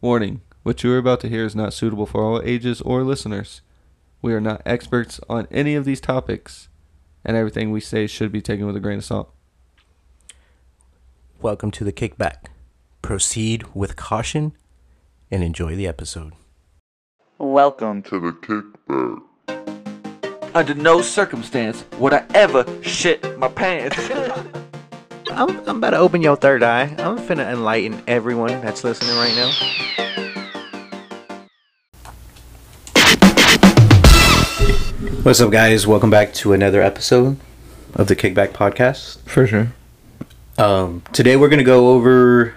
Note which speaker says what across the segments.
Speaker 1: Warning What you are about to hear is not suitable for all ages or listeners. We are not experts on any of these topics, and everything we say should be taken with a grain of salt.
Speaker 2: Welcome to the kickback. Proceed with caution and enjoy the episode.
Speaker 3: Welcome.
Speaker 4: to the kickback.
Speaker 3: Under no circumstance would I ever shit my pants.
Speaker 2: I'm, I'm about to open your third eye. I'm finna enlighten everyone that's listening right now. What's up, guys? Welcome back to another episode of the Kickback Podcast.
Speaker 5: For sure.
Speaker 2: Um, today we're gonna go over,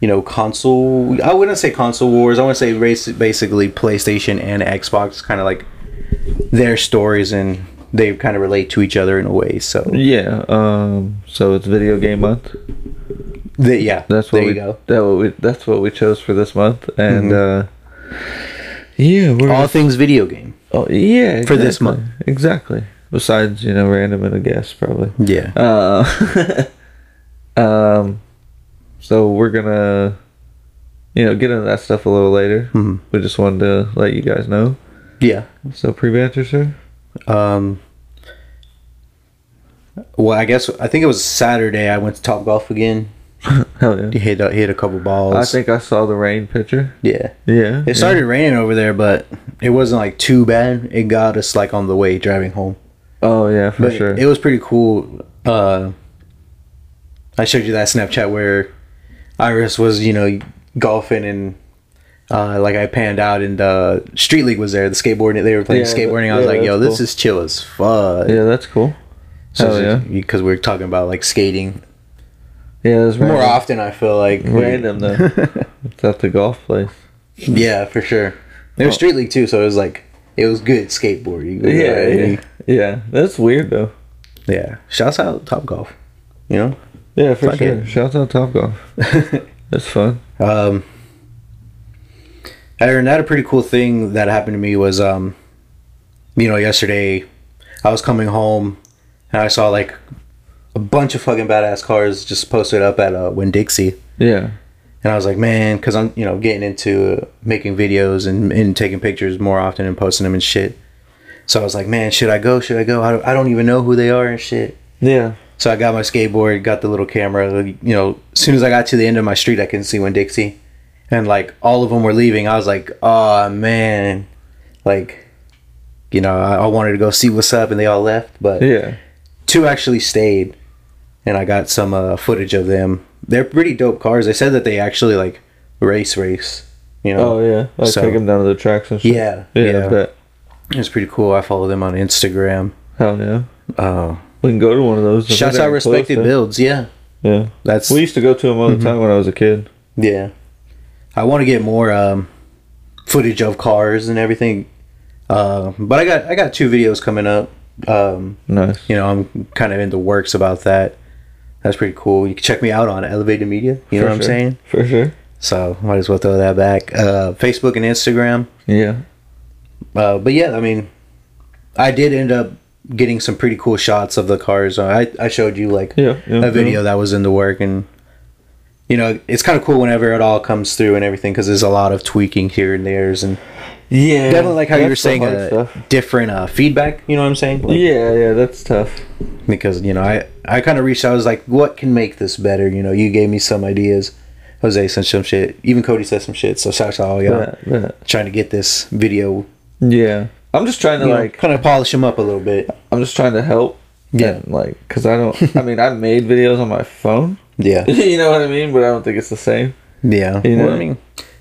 Speaker 2: you know, console. I wouldn't say console wars. I want to say race, basically PlayStation and Xbox, kind of like their stories and they kind of relate to each other in a way. So
Speaker 5: Yeah. Um. So it's video game month.
Speaker 2: they, yeah,
Speaker 5: That's what
Speaker 2: there
Speaker 5: we,
Speaker 2: you go.
Speaker 5: That what we, that's what we chose for this month, and uh,
Speaker 2: Mm-hmm.
Speaker 5: yeah, we're
Speaker 2: All things video game.
Speaker 5: oh, yeah
Speaker 2: for this
Speaker 5: exactly,
Speaker 2: month.
Speaker 5: exactly. Besides, you know, random and a guess probably.
Speaker 2: Yeah.
Speaker 5: Uh, um, so we're gonna, you know, get into that stuff a little later.
Speaker 2: Mhm.
Speaker 5: We just wanted to let you guys know.
Speaker 2: Yeah.
Speaker 5: So pre banter, sir.
Speaker 2: Um. Well, I guess I think it was Saturday. I went to Top Golf again.
Speaker 5: Hell yeah.
Speaker 2: Hit a, hit a couple balls.
Speaker 5: I think I saw the rain picture.
Speaker 2: yeah.
Speaker 5: Yeah.
Speaker 2: It started raining over there, but it wasn't like too bad. It got us like on the way driving home.
Speaker 5: Oh yeah, for
Speaker 2: But
Speaker 5: sure.
Speaker 2: it was pretty cool. Uh, I showed you that Snapchat where Iris was, you know, golfing and uh, like I panned out and uh, Street League was there. The skateboarding, they were playing
Speaker 5: Yeah,
Speaker 2: skateboarding.
Speaker 5: that-
Speaker 2: I was
Speaker 5: yeah,
Speaker 2: like, yo,
Speaker 5: that's
Speaker 2: this
Speaker 5: cool.
Speaker 2: is chill as fuck.
Speaker 5: yeah, that's cool.
Speaker 2: So
Speaker 5: Hell yeah.
Speaker 2: Because we were talking about like skating
Speaker 5: Yeah, it was random.
Speaker 2: more often. I feel like
Speaker 5: Random though. it's at the golf place.
Speaker 2: yeah, for sure. There was Street League too, so it was like it was good skateboarding.
Speaker 5: Oh. yeah, yeah. That's weird though.
Speaker 2: Yeah. Shouts out Top Golf. You know?
Speaker 5: Yeah, for
Speaker 2: Fuck
Speaker 5: sure.
Speaker 2: it.
Speaker 5: Shouts out Top Golf. That's fun.
Speaker 2: Um other than that a pretty cool thing that happened to me was um you know, yesterday I was coming home and I saw like a bunch of fucking badass cars just posted up at uh Winn Dixie.
Speaker 5: Yeah,
Speaker 2: And I was like, man, because I'm, you know, getting into uh, making videos and, and taking pictures more often and posting them and shit. So I was like, man, should I go? Should I go? I don't, I don't even know who they are and shit.
Speaker 5: yeah.
Speaker 2: So I got my skateboard, got the little camera. You know, as soon as I got to the end of my street, I couldn't see Winn Dixie, and like all of them were leaving. I was like, oh man, like, you know, I, I wanted to go see what's up, and they all left, but
Speaker 5: Yeah,
Speaker 2: two actually stayed, and I got some uh, footage of them. They're pretty dope cars. They said that they actually like race, race. You know,
Speaker 5: oh yeah. Like
Speaker 2: So-
Speaker 5: take them down to the tracks and shit.
Speaker 2: Yeah,
Speaker 5: yeah.
Speaker 2: yeah.
Speaker 5: I bet.
Speaker 2: it's pretty cool. I follow them on Instagram.
Speaker 5: Hell yeah.
Speaker 2: Oh,
Speaker 5: We can go to one of those. if
Speaker 2: shouts
Speaker 5: they're
Speaker 2: out respected
Speaker 5: close,
Speaker 2: builds. Yeah,
Speaker 5: though. Yeah,
Speaker 2: that's
Speaker 5: we used to go to them all
Speaker 2: Mm-hmm.
Speaker 5: the time when I was a kid.
Speaker 2: Yeah. I want to get more um, footage of cars and everything. Uh, but I got I got two videos coming up. Um,
Speaker 5: Nice.
Speaker 2: you know, I'm kind of in the works about that. That's pretty cool. You can check me out on Elevated Media. You know
Speaker 5: For
Speaker 2: what I'm
Speaker 5: sure.
Speaker 2: saying?
Speaker 5: For sure.
Speaker 2: So might as well throw that back. Uh, Facebook and Instagram.
Speaker 5: Yeah.
Speaker 2: Uh, but yeah, I mean, I did end up getting some pretty cool shots of the cars. I I showed you like
Speaker 5: Yeah. yeah
Speaker 2: a video that was in the work and you know it's kind of cool whenever it all comes through and everything because there's a lot of tweaking here and there's and
Speaker 5: Yeah.
Speaker 2: definitely like how you
Speaker 5: That's
Speaker 2: were
Speaker 5: the
Speaker 2: saying
Speaker 5: hard
Speaker 2: uh,
Speaker 5: stuff.
Speaker 2: different uh, feedback you know what i'm saying Like,
Speaker 5: Yeah, yeah. That's tough.
Speaker 2: because you know i i kind of reached out i was like what can make this better you know you gave me some ideas jose sent some shit even cody said some shit so shout out to all y'all
Speaker 5: But, but,
Speaker 2: trying to get this video
Speaker 5: yeah. I'm just trying to like.
Speaker 2: kind of polish them up a little bit
Speaker 5: I'm just trying to help.
Speaker 2: Yeah.
Speaker 5: And, like, cause I don't. I mean, I made videos on my phone.
Speaker 2: yeah
Speaker 5: you know what I mean? But I don't think it's the same.
Speaker 2: yeah
Speaker 5: You know?
Speaker 2: Well, I mean,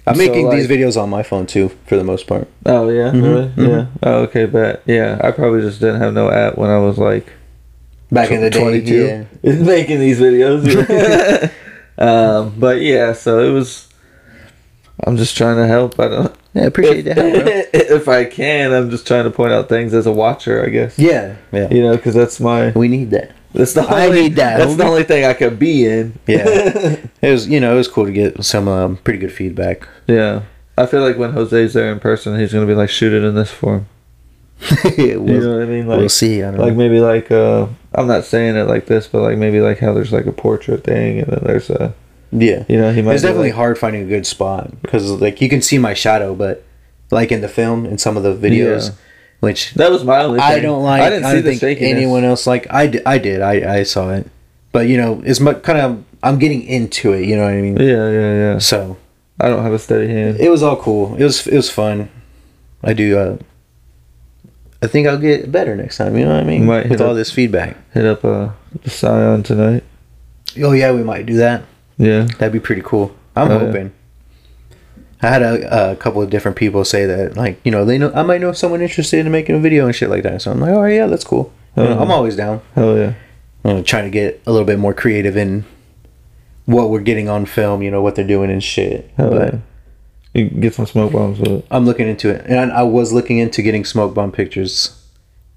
Speaker 2: i'm
Speaker 5: So,
Speaker 2: making
Speaker 5: like-
Speaker 2: these videos on my phone too for the most part
Speaker 5: Oh yeah,
Speaker 2: Mm-hmm,
Speaker 5: really? Yeah. Oh, okay, bet. Yeah, I probably just didn't have no app when I was like
Speaker 2: back in the day
Speaker 5: 22
Speaker 2: yeah.
Speaker 5: making these videos. um, but yeah, so it was. I'm just trying to help. I don't.
Speaker 2: yeah appreciate that
Speaker 5: if I can, I'm just trying to point out things as a watcher, I guess.
Speaker 2: Yeah, yeah.
Speaker 5: You know, because that's my.
Speaker 2: We need that.
Speaker 5: That's the
Speaker 2: I
Speaker 5: only,
Speaker 2: need that.
Speaker 5: That's the only thing I could be in.
Speaker 2: Yeah. It was, you know, it was cool to get some um, pretty good feedback.
Speaker 5: yeah. I feel like when Jose's there in person, he's gonna be like, "Shoot it in this form."
Speaker 2: It
Speaker 5: You
Speaker 2: was-
Speaker 5: know what I mean? Like,
Speaker 2: we'll see. I don't
Speaker 5: like
Speaker 2: know.
Speaker 5: maybe like uh i'm not saying it like this but like maybe like how there's like a portrait thing and then there's a
Speaker 2: Yeah.
Speaker 1: You know, he might
Speaker 2: it's
Speaker 1: be
Speaker 2: definitely
Speaker 1: like-
Speaker 2: hard finding a good spot because like you can see my shadow, but like in the film in some of the videos,
Speaker 1: Yeah.
Speaker 2: which
Speaker 1: That was my only.
Speaker 2: I
Speaker 1: thing.
Speaker 2: don't like.
Speaker 1: I didn't see
Speaker 2: don't
Speaker 1: the
Speaker 2: think
Speaker 1: shakiness.
Speaker 2: anyone else like. I, d- I did. I, I saw it, but you know, it's much kind of I'm getting into it. You know what I mean?
Speaker 1: Yeah, yeah, yeah.
Speaker 2: So
Speaker 1: I don't have a steady hand.
Speaker 2: it was all cool. It was it was fun. I do. Uh, I think I'll get better next time. You know what I mean?
Speaker 1: Might hit
Speaker 2: With all
Speaker 1: a-
Speaker 2: this feedback.
Speaker 1: Hit up uh, the Scion tonight.
Speaker 2: Oh yeah, we might do that.
Speaker 1: Yeah.
Speaker 2: That'd be pretty cool. I'm
Speaker 1: Oh, yeah.
Speaker 2: hoping. I had a, a couple of different people say that, like, you know, they know I might know someone interested in making a video and shit like that. So I'm like, oh yeah, that's cool. You know,
Speaker 1: Oh.
Speaker 2: I'm always down.
Speaker 1: Hell yeah.
Speaker 2: You know, trying to get a little bit more creative in what we're getting on film. You know what they're doing and shit.
Speaker 1: Hell
Speaker 2: but
Speaker 1: Oh, yeah. You can get some smoke bombs with it.
Speaker 2: I'm looking into it, and I, I was looking into getting smoke bomb pictures,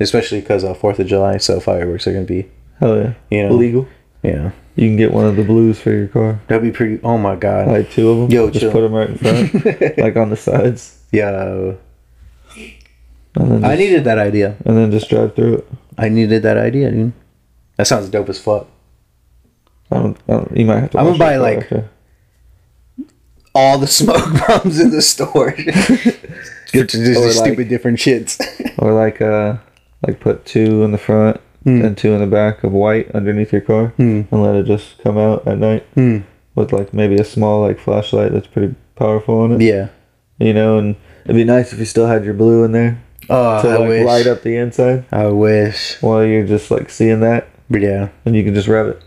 Speaker 2: especially because uh, Fourth of July, so fireworks are gonna be,
Speaker 1: Hell yeah.
Speaker 2: you know,
Speaker 1: Illegal.
Speaker 2: yeah,
Speaker 1: You can get one of the blues for your car.
Speaker 2: that'd be pretty. Oh my god,
Speaker 1: Like two of them.
Speaker 2: Yo,
Speaker 1: just
Speaker 2: chill.
Speaker 1: put them right in front, like on the sides.
Speaker 2: yo,
Speaker 1: And then just,
Speaker 2: I needed that idea.
Speaker 1: and then just drive through it.
Speaker 2: I needed that idea, dude. That sounds dope as fuck.
Speaker 1: I don't, I don't, you might have to.
Speaker 2: I'm gonna
Speaker 1: wash your
Speaker 2: buy,
Speaker 1: car
Speaker 2: like,
Speaker 1: after.
Speaker 2: All the smoke bombs in the store. Get to
Speaker 1: or, like-
Speaker 2: just stupid different shits.
Speaker 1: or like uh, like put two in the front
Speaker 2: Hmm.
Speaker 1: and two in the back of white underneath your car,
Speaker 2: Hmm.
Speaker 1: and let it just come out at night
Speaker 2: Hmm.
Speaker 1: with like maybe a small like flashlight that's pretty powerful on it.
Speaker 2: Yeah.
Speaker 1: You know, and it'd be nice if you still had your blue in there
Speaker 2: Oh,
Speaker 1: to
Speaker 2: I
Speaker 1: like
Speaker 2: wish.
Speaker 1: light up the inside
Speaker 2: I wish.
Speaker 1: while you're just like seeing that,
Speaker 2: But yeah.
Speaker 1: and you can just rev it.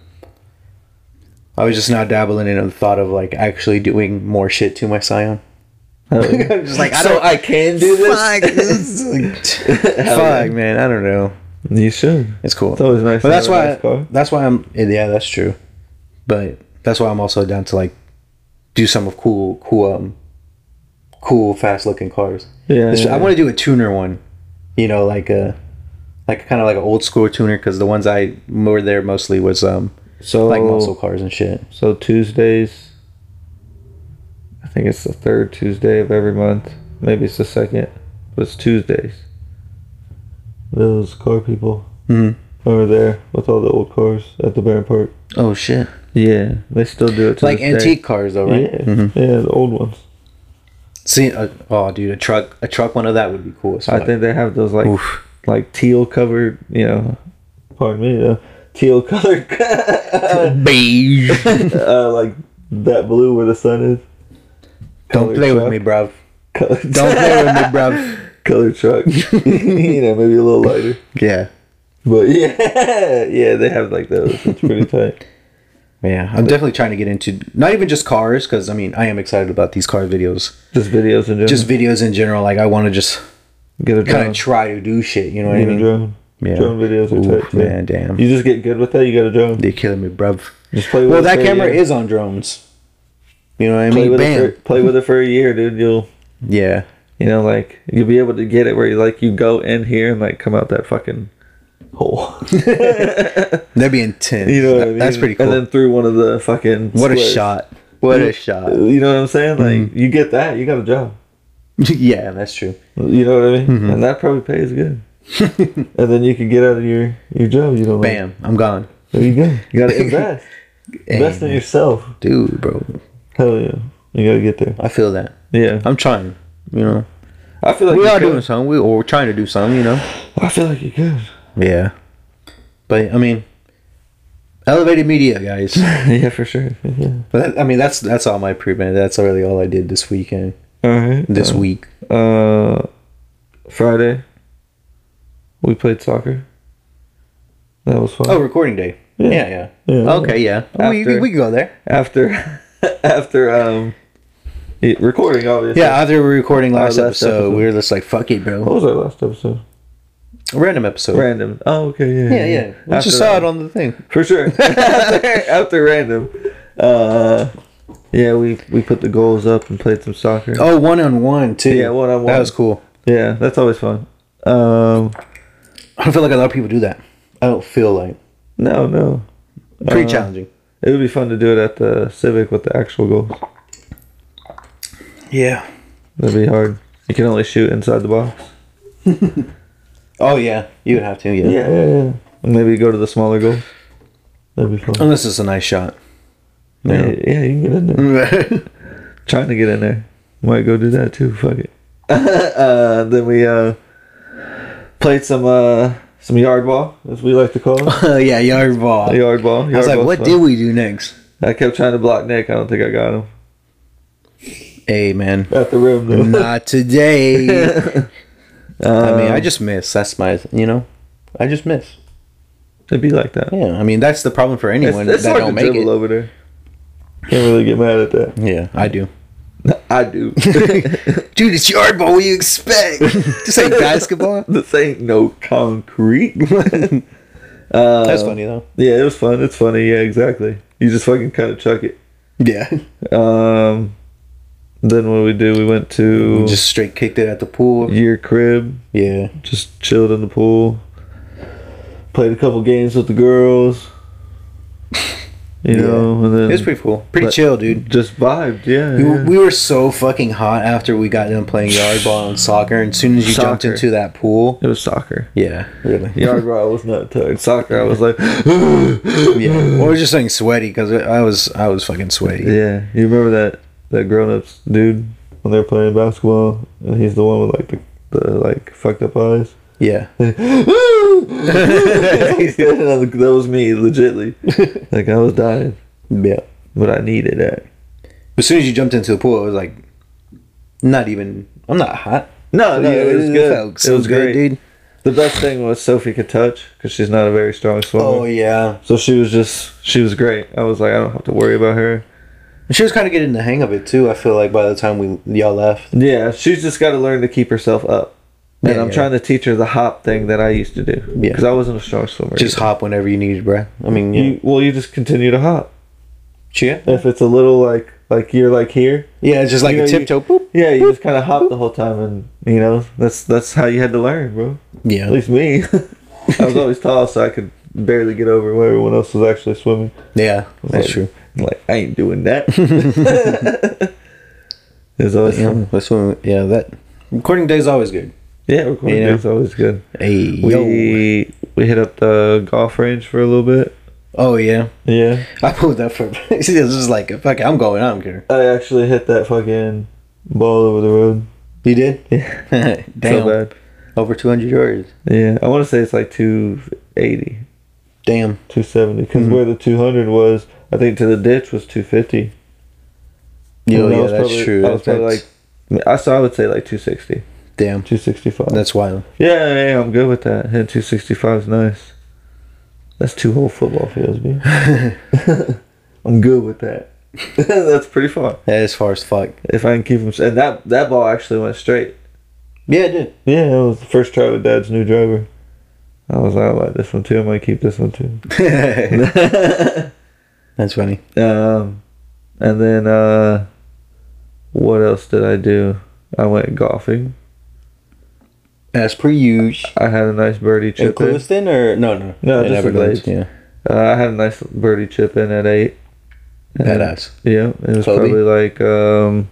Speaker 2: I was just not dabbling in the thought of like actually doing more shit to my Scion.
Speaker 1: Hell yeah.
Speaker 2: I'm just like, I
Speaker 1: Oh. So
Speaker 2: don't.
Speaker 1: I can do this.
Speaker 2: Fuck, man. I don't know.
Speaker 1: You should.
Speaker 2: It's cool.
Speaker 1: It's always nice.
Speaker 2: But
Speaker 1: to
Speaker 2: that's
Speaker 1: have a
Speaker 2: why.
Speaker 1: nice car.
Speaker 2: that's why I'm. Yeah, that's true. But that's why I'm also down to like do some of cool, cool, um, cool, fast looking cars.
Speaker 1: Yeah,
Speaker 2: This-
Speaker 1: yeah,
Speaker 2: I
Speaker 1: yeah.
Speaker 2: want to do a tuner one. You know, like a, like kind of like an old school tuner because the ones I were there mostly was um
Speaker 1: so
Speaker 2: like muscle cars and shit.
Speaker 1: So Tuesdays, I think it's the third Tuesday of every month. Maybe it's the second, but it's Tuesdays. Those car people
Speaker 2: Mhm.
Speaker 1: are there with all the old cars at the Barron Park.
Speaker 2: Oh shit!
Speaker 1: Yeah, they still do it. To
Speaker 2: Like
Speaker 1: this day.
Speaker 2: antique cars though, right?
Speaker 1: Yeah, Mm-hmm. yeah, the old ones.
Speaker 2: See, uh, oh dude, a truck, a truck one of that would be cool. As fuck.
Speaker 1: I think they have those like
Speaker 2: Oof.
Speaker 1: like teal covered. You know, pardon me, uh, teal colored,
Speaker 2: beige.
Speaker 1: uh, like that blue where the sun is.
Speaker 2: Don't
Speaker 1: Colored
Speaker 2: play with
Speaker 1: truck.
Speaker 2: me, bruv.
Speaker 1: Colored-
Speaker 2: Don't play with me, bruv.
Speaker 1: colored truck. you know, maybe a little lighter.
Speaker 2: Yeah.
Speaker 1: But yeah, yeah, they have like those. It's pretty tight.
Speaker 2: Yeah, I'm definitely trying to get into not even just cars because I mean I am excited about these car videos,
Speaker 1: Just videos and
Speaker 2: just videos in general. Like I want to just
Speaker 1: get a drone.
Speaker 2: kind of try to do shit. You know what
Speaker 1: get
Speaker 2: I
Speaker 1: a
Speaker 2: mean?
Speaker 1: drone.
Speaker 2: Yeah.
Speaker 1: Drone videos are
Speaker 2: Ooh,
Speaker 1: tight too.
Speaker 2: man, damn.
Speaker 1: You just get good with that. You got a drone.
Speaker 2: They're killing me, bruv.
Speaker 1: Just play with
Speaker 2: Well,
Speaker 1: it
Speaker 2: that
Speaker 1: for a
Speaker 2: camera
Speaker 1: year.
Speaker 2: is on drones. You know what I
Speaker 1: Play
Speaker 2: mean?
Speaker 1: with
Speaker 2: Bam.
Speaker 1: it. For, play with it for a year, dude. You'll
Speaker 2: Yeah.
Speaker 1: you know like you'll be able to get it where you like you go in here and like come out that fucking hole.
Speaker 2: That'd be intense.
Speaker 1: you know what I
Speaker 2: That-
Speaker 1: mean?
Speaker 2: That's pretty cool.
Speaker 1: And then through one of the fucking
Speaker 2: what a
Speaker 1: squares.
Speaker 2: shot. What a shot. Mm-hmm.
Speaker 1: You know what I'm saying? Like you get that, you got a job.
Speaker 2: yeah, that's true.
Speaker 1: You know what I mean?
Speaker 2: Mm-hmm.
Speaker 1: And that probably pays good. and then you can get out of your your job. You don't like.
Speaker 2: Bam. I'm gone.
Speaker 1: There you go. You gotta invest. invest in
Speaker 2: Hey,
Speaker 1: yourself.
Speaker 2: dude, bro.
Speaker 1: Hell yeah. You gotta get there.
Speaker 2: I feel that.
Speaker 1: Yeah.
Speaker 2: I'm trying. You know,
Speaker 1: I feel like
Speaker 2: we
Speaker 1: you
Speaker 2: are
Speaker 1: could.
Speaker 2: doing something. We or we're trying to do something. You know.
Speaker 1: I feel like you could.
Speaker 2: Yeah. But I mean, elevated media, guys.
Speaker 1: yeah, for sure. Yeah.
Speaker 2: but I mean, that's that's all my pre-band. That's really all I did this weekend.
Speaker 1: All right.
Speaker 2: This
Speaker 1: uh,
Speaker 2: week.
Speaker 1: Uh, Friday. We played soccer. That was fun.
Speaker 2: Oh, recording day. Yeah, yeah.
Speaker 1: Yeah.
Speaker 2: Okay, yeah. We, we,
Speaker 1: After-
Speaker 2: we can go there.
Speaker 1: After, after um, it, recording obviously.
Speaker 2: Yeah, after we were recording last,
Speaker 1: last
Speaker 2: episode,
Speaker 1: episode.
Speaker 2: we were just like, "Fuck it,
Speaker 1: What
Speaker 2: bro."
Speaker 1: was our last episode?
Speaker 2: Random episode.
Speaker 1: Random. Oh, okay. Yeah.
Speaker 2: Yeah, yeah. We
Speaker 1: After
Speaker 2: just
Speaker 1: that
Speaker 2: saw
Speaker 1: one.
Speaker 2: it on the thing.
Speaker 1: for sure. after, after random, uh, yeah, we we put the goals up and played some soccer.
Speaker 2: Oh, one on one too.
Speaker 1: Yeah, one-on-one.
Speaker 2: That was cool.
Speaker 1: Yeah, that's always fun. Um,
Speaker 2: I don't feel like a lot of people do that. I don't feel like
Speaker 1: no, no,
Speaker 2: pretty challenging.
Speaker 1: it would be fun to do it at the Civic with the actual goals.
Speaker 2: Yeah.
Speaker 1: That'd be hard. You can only shoot inside the box.
Speaker 2: Oh yeah, you would have to. Yeah.
Speaker 1: yeah, yeah. Maybe go to the smaller goals. That'd be fun.
Speaker 2: Unless it's a nice shot.
Speaker 1: Yeah, yeah, you can get in there.
Speaker 2: Uh,
Speaker 1: Trying to get in there. Might go do that too. Fuck it. uh, then we uh, played some uh, some yard ball, as we like to call it.
Speaker 2: yeah, yard ball.
Speaker 1: yard ball. Yard
Speaker 2: I was like,
Speaker 1: ball's
Speaker 2: what
Speaker 1: fun.
Speaker 2: did we do next?
Speaker 1: I kept trying to block Nick. I don't think I got him
Speaker 2: Hey, man.
Speaker 1: at the rim though.
Speaker 2: Not today. I mean, I
Speaker 1: Um,
Speaker 2: just miss. That's my, you know, I just miss.
Speaker 1: it'd be like that.
Speaker 2: Yeah, I mean, that's the problem for
Speaker 1: It's,
Speaker 2: anyone
Speaker 1: it's
Speaker 2: that
Speaker 1: hard
Speaker 2: don't
Speaker 1: to
Speaker 2: make
Speaker 1: dribble
Speaker 2: it.
Speaker 1: over there. Can't really get mad at that.
Speaker 2: Yeah, I do.
Speaker 1: I do.
Speaker 2: Dude, it's yard ball. What do you expect? This ain't basketball.
Speaker 1: this ain't no concrete.
Speaker 2: That's funny though.
Speaker 1: yeah, it was fun. It's funny. Yeah, exactly. You just fucking kind of chuck it.
Speaker 2: Yeah,
Speaker 1: Um, then what we do? We went to
Speaker 2: we just straight kicked it at the pool.
Speaker 1: your crib.
Speaker 2: Yeah,
Speaker 1: Just chilled in the pool. Played a couple games with the girls. You
Speaker 2: Yeah.
Speaker 1: know, and
Speaker 2: it
Speaker 1: then
Speaker 2: was pretty cool. Pretty
Speaker 1: But-
Speaker 2: chill, dude.
Speaker 1: just vibed. Yeah,
Speaker 2: We,
Speaker 1: yeah.
Speaker 2: we were so fucking hot after we got done playing yard ball and soccer. And as soon as you jumped
Speaker 1: Soccer.
Speaker 2: into that pool,
Speaker 1: it was soccer.
Speaker 2: yeah, really,
Speaker 1: Yard ball, I was not touched. Soccer, I was like,
Speaker 2: yeah. Or just saying sweaty because I was I was fucking sweaty.
Speaker 1: yeah. You remember that that grown ups dude when they're playing basketball, and he's the one with like the, the like fucked up eyes.
Speaker 2: Yeah,
Speaker 1: that was me, legitly. Like I was dying,
Speaker 2: yeah.
Speaker 1: but I needed that.
Speaker 2: As soon as you jumped into the pool, it was like, not even. I'm not hot.
Speaker 1: No, no, it was good.
Speaker 2: felt
Speaker 1: it
Speaker 2: so
Speaker 1: was
Speaker 2: good,
Speaker 1: great, dude. The best thing was Sophie could touch because she's not a very strong swimmer.
Speaker 2: Oh yeah,
Speaker 1: So she was just she was great. I was like, I don't have to worry about her.
Speaker 2: she was kind of getting the hang of it too. I feel like by the time we y'all left,
Speaker 1: Yeah, she's just got to learn to keep herself up. And
Speaker 2: Yeah,
Speaker 1: I'm
Speaker 2: yeah.
Speaker 1: trying to teach her the hop thing that I used to do.
Speaker 2: Yeah.
Speaker 1: Because I wasn't a strong swimmer.
Speaker 2: just hop whenever you needed breath. I mean, yeah,
Speaker 1: you, well, you just continue to hop.
Speaker 2: Chia?
Speaker 1: If it's a little like like you're like here,
Speaker 2: yeah, it's just like
Speaker 1: You
Speaker 2: a
Speaker 1: know, you-
Speaker 2: tiptoe. Boop.
Speaker 1: yeah, you just kind of hop the whole time, and you know that's that's how you had to learn, bro. At
Speaker 2: Yeah,
Speaker 1: least me. I was always tall, so I could barely get over where everyone else was actually swimming.
Speaker 2: yeah, that's
Speaker 1: Like,
Speaker 2: true.
Speaker 1: I'm like, I ain't doing that. it's always
Speaker 2: Yeah,
Speaker 1: fun.
Speaker 2: that's what. Yeah, that recording day is always good.
Speaker 1: Yeah, recording
Speaker 2: Yeah.
Speaker 1: yeah. always good.
Speaker 2: Hey, yo.
Speaker 1: We we hit up the golf range for a little bit.
Speaker 2: Oh yeah,
Speaker 1: Yeah.
Speaker 2: I pulled up for. this is like fuck. it, I'm going. I don't care.
Speaker 1: I actually hit that fucking ball over the road.
Speaker 2: You did?
Speaker 1: Yeah.
Speaker 2: Damn.
Speaker 1: So bad.
Speaker 2: Over 200 yards.
Speaker 1: Yeah. I want to say it's like 280,
Speaker 2: Damn.
Speaker 1: 270. Because
Speaker 2: Mm-hmm.
Speaker 1: where the 200 was, I think to the ditch was 250.
Speaker 2: Yo,
Speaker 1: And I
Speaker 2: yeah,
Speaker 1: was
Speaker 2: that's
Speaker 1: probably-
Speaker 2: true.
Speaker 1: I was
Speaker 2: That's,
Speaker 1: probably
Speaker 2: that's-
Speaker 1: like, I mean, I, so I would say like 260,
Speaker 2: damn.
Speaker 1: 265.
Speaker 2: That's wild.
Speaker 1: yeah, yeah, I'm good with that. Hitting 265 is nice. That's two whole football fields, B. I'm good with that. That's pretty far.
Speaker 2: That is far as fuck.
Speaker 1: If I can keep them, and that that ball actually went straight.
Speaker 2: Yeah, it did.
Speaker 1: Yeah, it was the first try with Dad's new driver. I was like, I like this one too. I might keep this one too.
Speaker 2: That's funny.
Speaker 1: Um, and then uh, what else did I do? I went golfing.
Speaker 2: As per usual.
Speaker 1: I had a nice birdie
Speaker 2: In
Speaker 1: chip in.
Speaker 2: Clewiston or no no
Speaker 1: No, just the
Speaker 2: Everglades,
Speaker 1: Glades.
Speaker 2: yeah
Speaker 1: Uh, I had a nice birdie chip in at eight.
Speaker 2: badass
Speaker 1: Yeah, it was
Speaker 2: Kobe?
Speaker 1: probably like um,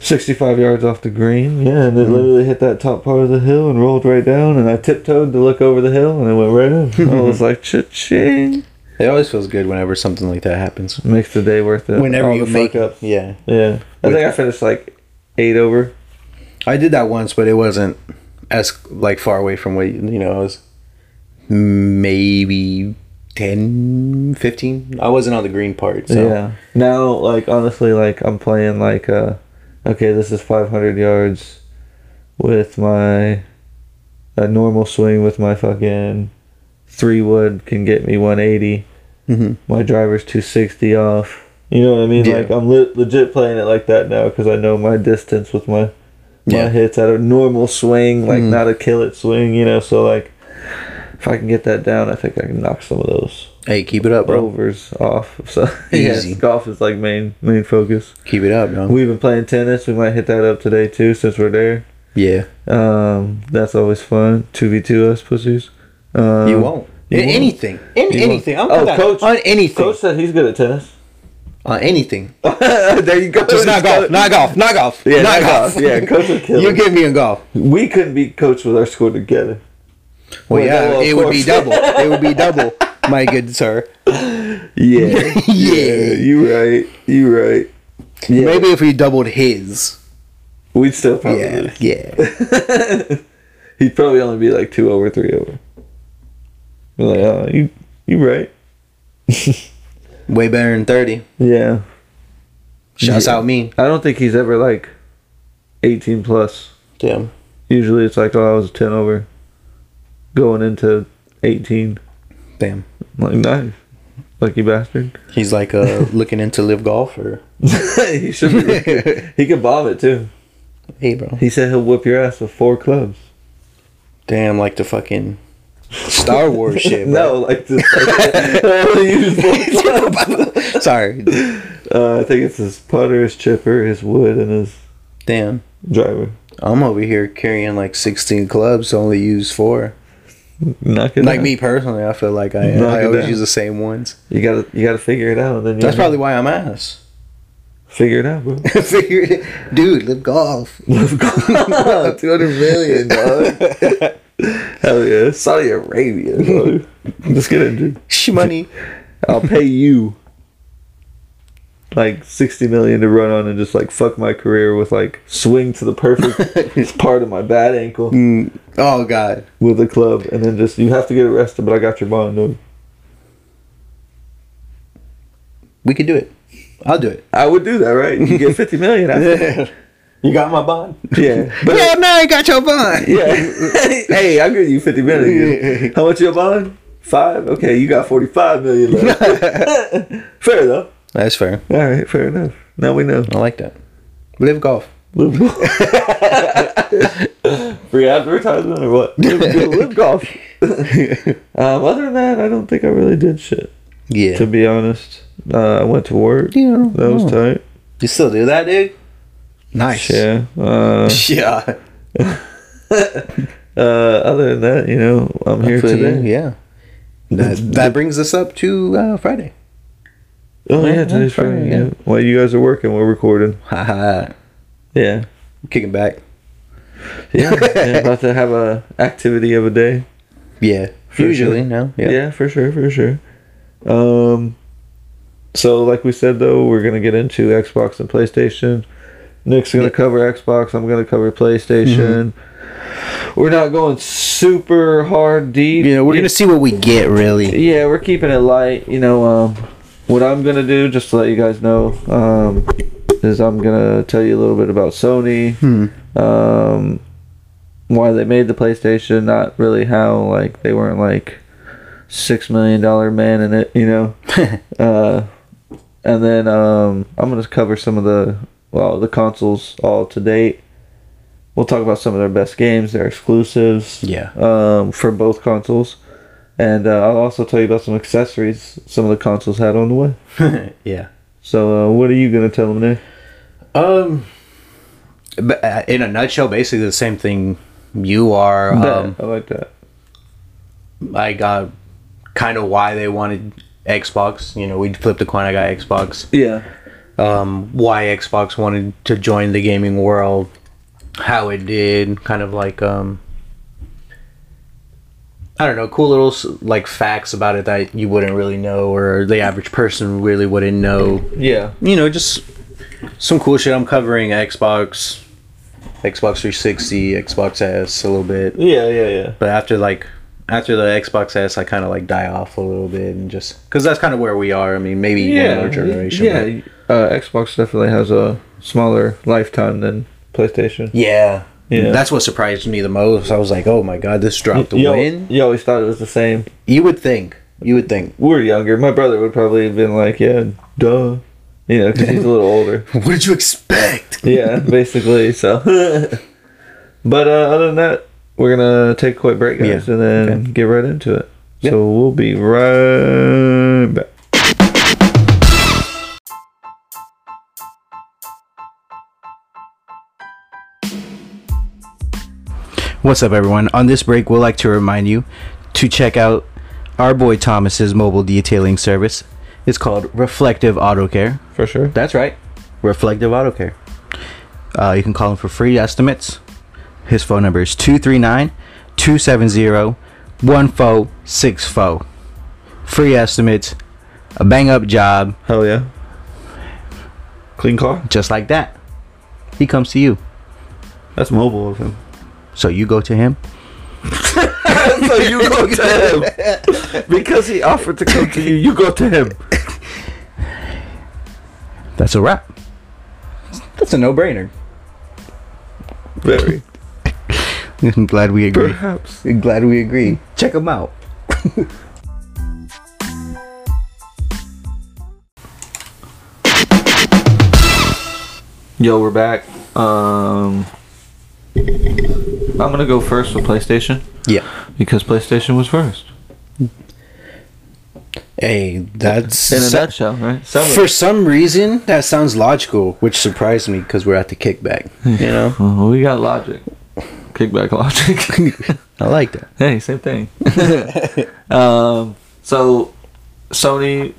Speaker 1: sixty-five yards off the green. Yeah, and it
Speaker 2: Mm.
Speaker 1: literally hit that top part of the hill and rolled right down. And I tiptoed to look over the hill, and it went right in. I was like, "Cha-ching!"
Speaker 2: it always feels good whenever something like that happens
Speaker 1: Makes the day worth it.
Speaker 2: whenever
Speaker 1: All
Speaker 2: you
Speaker 1: the
Speaker 2: make
Speaker 1: fuck
Speaker 2: up
Speaker 1: ups.
Speaker 2: yeah
Speaker 1: Yeah, I think I finished like eight over.
Speaker 2: I did that once but it wasn't as like far away from what you know I was maybe 10 15 I wasn't on the green part so yeah,
Speaker 1: Yeah. Now, like honestly, like I'm playing like uh, okay, this is 500 yards with my a normal swing with my fucking three wood can get me 180.
Speaker 2: Mhm.
Speaker 1: My driver's 260 off. You know what I mean?
Speaker 2: Yeah.
Speaker 1: Like I'm le- legit playing it like that now because I know my distance with my my
Speaker 2: Yeah.
Speaker 1: hits at a normal swing, like not a kill it swing. You know, so like if I can get that down, I think I can knock some of those
Speaker 2: hey keep it up bro
Speaker 1: rovers off. So
Speaker 2: Easy.
Speaker 1: yes, golf is like main main focus.
Speaker 2: keep it up bro
Speaker 1: We've been playing tennis. We might hit that up today too, since we're there.
Speaker 2: yeah
Speaker 1: Um, that's always fun. Two v two us pussies. Um,
Speaker 2: you won't
Speaker 1: you
Speaker 2: In
Speaker 1: won't.
Speaker 2: anything in
Speaker 1: You won't.
Speaker 2: anything I'm
Speaker 1: Oh,
Speaker 2: oh,
Speaker 1: coach-
Speaker 2: on anything
Speaker 1: Coach said he's good at tennis.
Speaker 2: on anything
Speaker 1: there you go.
Speaker 2: just not golf not golf not golf
Speaker 1: Yeah,
Speaker 2: not
Speaker 1: not
Speaker 2: golf
Speaker 1: golf. Yeah, coach would kill
Speaker 2: you
Speaker 1: him. Oh
Speaker 2: give me a golf
Speaker 1: We couldn't beat coach with our score together.
Speaker 2: Well,
Speaker 1: Well,
Speaker 2: yeah,
Speaker 1: no, of
Speaker 2: it would be
Speaker 1: course.
Speaker 2: double. It would be double, my good sir.
Speaker 1: Yeah.
Speaker 2: Yeah.
Speaker 1: You right. You right. Yeah.
Speaker 2: Maybe if we doubled his.
Speaker 1: We'd still probably.
Speaker 2: Yeah. Yeah.
Speaker 1: He'd probably only be like two over, three over. Be like, oh, you, you right.
Speaker 2: Way better than 30.
Speaker 1: Yeah.
Speaker 2: Shouts
Speaker 1: Yeah.
Speaker 2: out me.
Speaker 1: I don't think he's ever like 18 plus.
Speaker 2: Damn.
Speaker 1: Usually it's like, oh, I was 10 over. Going into 18.
Speaker 2: Damn.
Speaker 1: I'm like, nice. Lucky bastard.
Speaker 2: He's like uh looking into live golf or
Speaker 1: he should be. he could bomb it too.
Speaker 2: hey bro.
Speaker 1: He said he'll whip your ass with four clubs.
Speaker 2: Damn like the fucking Star Wars shit.
Speaker 1: no,
Speaker 2: Bro.
Speaker 1: like this. Use four clubs.
Speaker 2: Sorry.
Speaker 1: Uh, I think it's his putter, his chipper, his wood, and his
Speaker 2: Damn.
Speaker 1: driver.
Speaker 2: I'm over here carrying like 16 clubs to only use four.
Speaker 1: Knock it
Speaker 2: Like
Speaker 1: out.
Speaker 2: me personally, I feel like I,
Speaker 1: Knock
Speaker 2: I
Speaker 1: it
Speaker 2: always
Speaker 1: down.
Speaker 2: use the same ones.
Speaker 1: You gotta, you gotta figure it out. And then you
Speaker 2: That's
Speaker 1: gotta
Speaker 2: probably why I'm ass.
Speaker 1: figure it out, bro.
Speaker 2: Figured it. Dude, live golf.
Speaker 1: Live golf.
Speaker 2: 200 million, dog.
Speaker 1: Hell yeah, Saudi Arabia. bro. Let's get it, dude.
Speaker 2: Shmoney.
Speaker 1: I'll pay you like sixty million to run on and just like fuck my career with like swing to the perfect part of my bad ankle
Speaker 2: Mm. Oh, God.
Speaker 1: with a club, and then just you have to get arrested. But I got your bond. Dude.
Speaker 2: We could do it. I'll do it.
Speaker 1: I would do that, right? You get fifty million. After that.
Speaker 2: You got my bond?
Speaker 1: Yeah, but
Speaker 2: Hell no, I got your bond.
Speaker 1: yeah. hey, I'll give you fifty million. How much your bond? Five. Okay, you got forty-five million left. fair though.
Speaker 2: That's fair.
Speaker 1: All right, fair enough. Now we know.
Speaker 2: I like that. Live golf.
Speaker 1: Free advertisement or what? Lip, lip golf. um, other than that, I don't think I really did shit.
Speaker 2: Yeah.
Speaker 1: To be honest, uh, I went to work.
Speaker 2: Yeah,
Speaker 1: that was tight.
Speaker 2: You still do that, dude? Nice.
Speaker 1: Yeah. Uh,
Speaker 2: Yeah.
Speaker 1: uh, other than that, you know, I'm here
Speaker 2: I feel you,
Speaker 1: today.
Speaker 2: Yeah. That, that brings us up to uh, Friday.
Speaker 1: Oh yeah,
Speaker 2: Yeah,
Speaker 1: today's
Speaker 2: that's
Speaker 1: Friday.
Speaker 2: Friday,
Speaker 1: Yeah.
Speaker 2: yeah.
Speaker 1: While you guys are working, we're recording.
Speaker 2: Haha.
Speaker 1: Yeah.
Speaker 2: Kicking back.
Speaker 1: Yeah. yeah about to have a activity of a day.
Speaker 2: Yeah.
Speaker 1: For
Speaker 2: Usually,
Speaker 1: sure.
Speaker 2: no.
Speaker 1: Yeah. for sure, for sure. Um, so like we said though, we're gonna get into Xbox and PlayStation. Nick's gonna
Speaker 2: Yeah.
Speaker 1: cover Xbox. I'm gonna cover PlayStation. We're not going super hard deep.
Speaker 2: You know, we're gonna see what we get really.
Speaker 1: Yeah, we're keeping it light. You know, um, what I'm gonna do, just to let you guys know, um, is I'm gonna tell you a little bit about Sony, um, why they made the PlayStation, not really how like they weren't like six million dollar man in it, you know. uh, and then um, I'm gonna cover some of the well the consoles all to date. We'll talk about some of their best games, their exclusives
Speaker 2: Yeah.
Speaker 1: um, for both consoles. And uh, I'll also tell you about some accessories some of the consoles had on the way.
Speaker 2: yeah.
Speaker 1: So, uh, what are you going to tell them, Nick?
Speaker 2: Um. But uh, in a nutshell, basically the same thing. You are. Um,
Speaker 1: I like that.
Speaker 2: I got kind of why they wanted Xbox. You know, we flipped the coin. I got Xbox.
Speaker 1: Yeah.
Speaker 2: um, why Xbox wanted to join the gaming world, how it did, kind of like um, I don't know, cool little s- like facts about it that you wouldn't really know or the average person really wouldn't know.
Speaker 1: Yeah.
Speaker 2: You know, just some cool shit. I'm covering Xbox, Xbox 360, Xbox S a little bit,
Speaker 1: Yeah, yeah, yeah.
Speaker 2: but after like. After the Xbox S, I kind of like die off a little bit and just because that's kind of where we are. I mean, maybe yeah,
Speaker 1: Yeah.
Speaker 2: our generation. but-
Speaker 1: Yeah. Uh, Xbox definitely has a smaller lifetime than PlayStation.
Speaker 2: Yeah.
Speaker 1: Yeah.
Speaker 2: That's what surprised me the most. I was like, oh my god, this dropped the
Speaker 1: you,
Speaker 2: win.
Speaker 1: you always thought it was the same.
Speaker 2: You would think. You would think.
Speaker 1: We We're younger. My brother would probably have been like, yeah, duh. You know, because he's a little older.
Speaker 2: What did you expect?
Speaker 1: yeah, basically. So, but uh, other than that, we're gonna take a quick break, guys,
Speaker 2: Yeah.
Speaker 1: and then get right into it. So we'll be right back.
Speaker 2: What's up, everyone? On this break, we'd like to remind you to check out our boy Thomas's mobile detailing service. It's called Reflective Auto Care.
Speaker 1: For sure.
Speaker 2: That's right. Reflective Auto Care. Uh, you can call him for free estimates. His phone number is 239 270 1464. Free estimates, a bang up job,
Speaker 5: Hell yeah. Clean car.
Speaker 2: just like that. He comes to you.
Speaker 5: That's mobile of him.
Speaker 2: So you go to him.
Speaker 1: so you go to him because he offered to come to you. You go to him.
Speaker 2: That's a wrap. That's a no brainer.
Speaker 5: Very.
Speaker 2: I'm glad we agree.
Speaker 5: Perhaps.
Speaker 2: Glad we agree. Check him out.
Speaker 1: Yo, we're back. Um, I'm gonna go first with PlayStation
Speaker 2: Yeah.
Speaker 1: because PlayStation was first.
Speaker 2: Hey, that's
Speaker 1: In a nutshell, right? Some
Speaker 2: for some reason that sounds logical, which surprised me because we're at the kickback. You know,
Speaker 1: Well, we got logic. Kickback logic.
Speaker 2: I like that.
Speaker 1: hey, same thing. um, so, Sony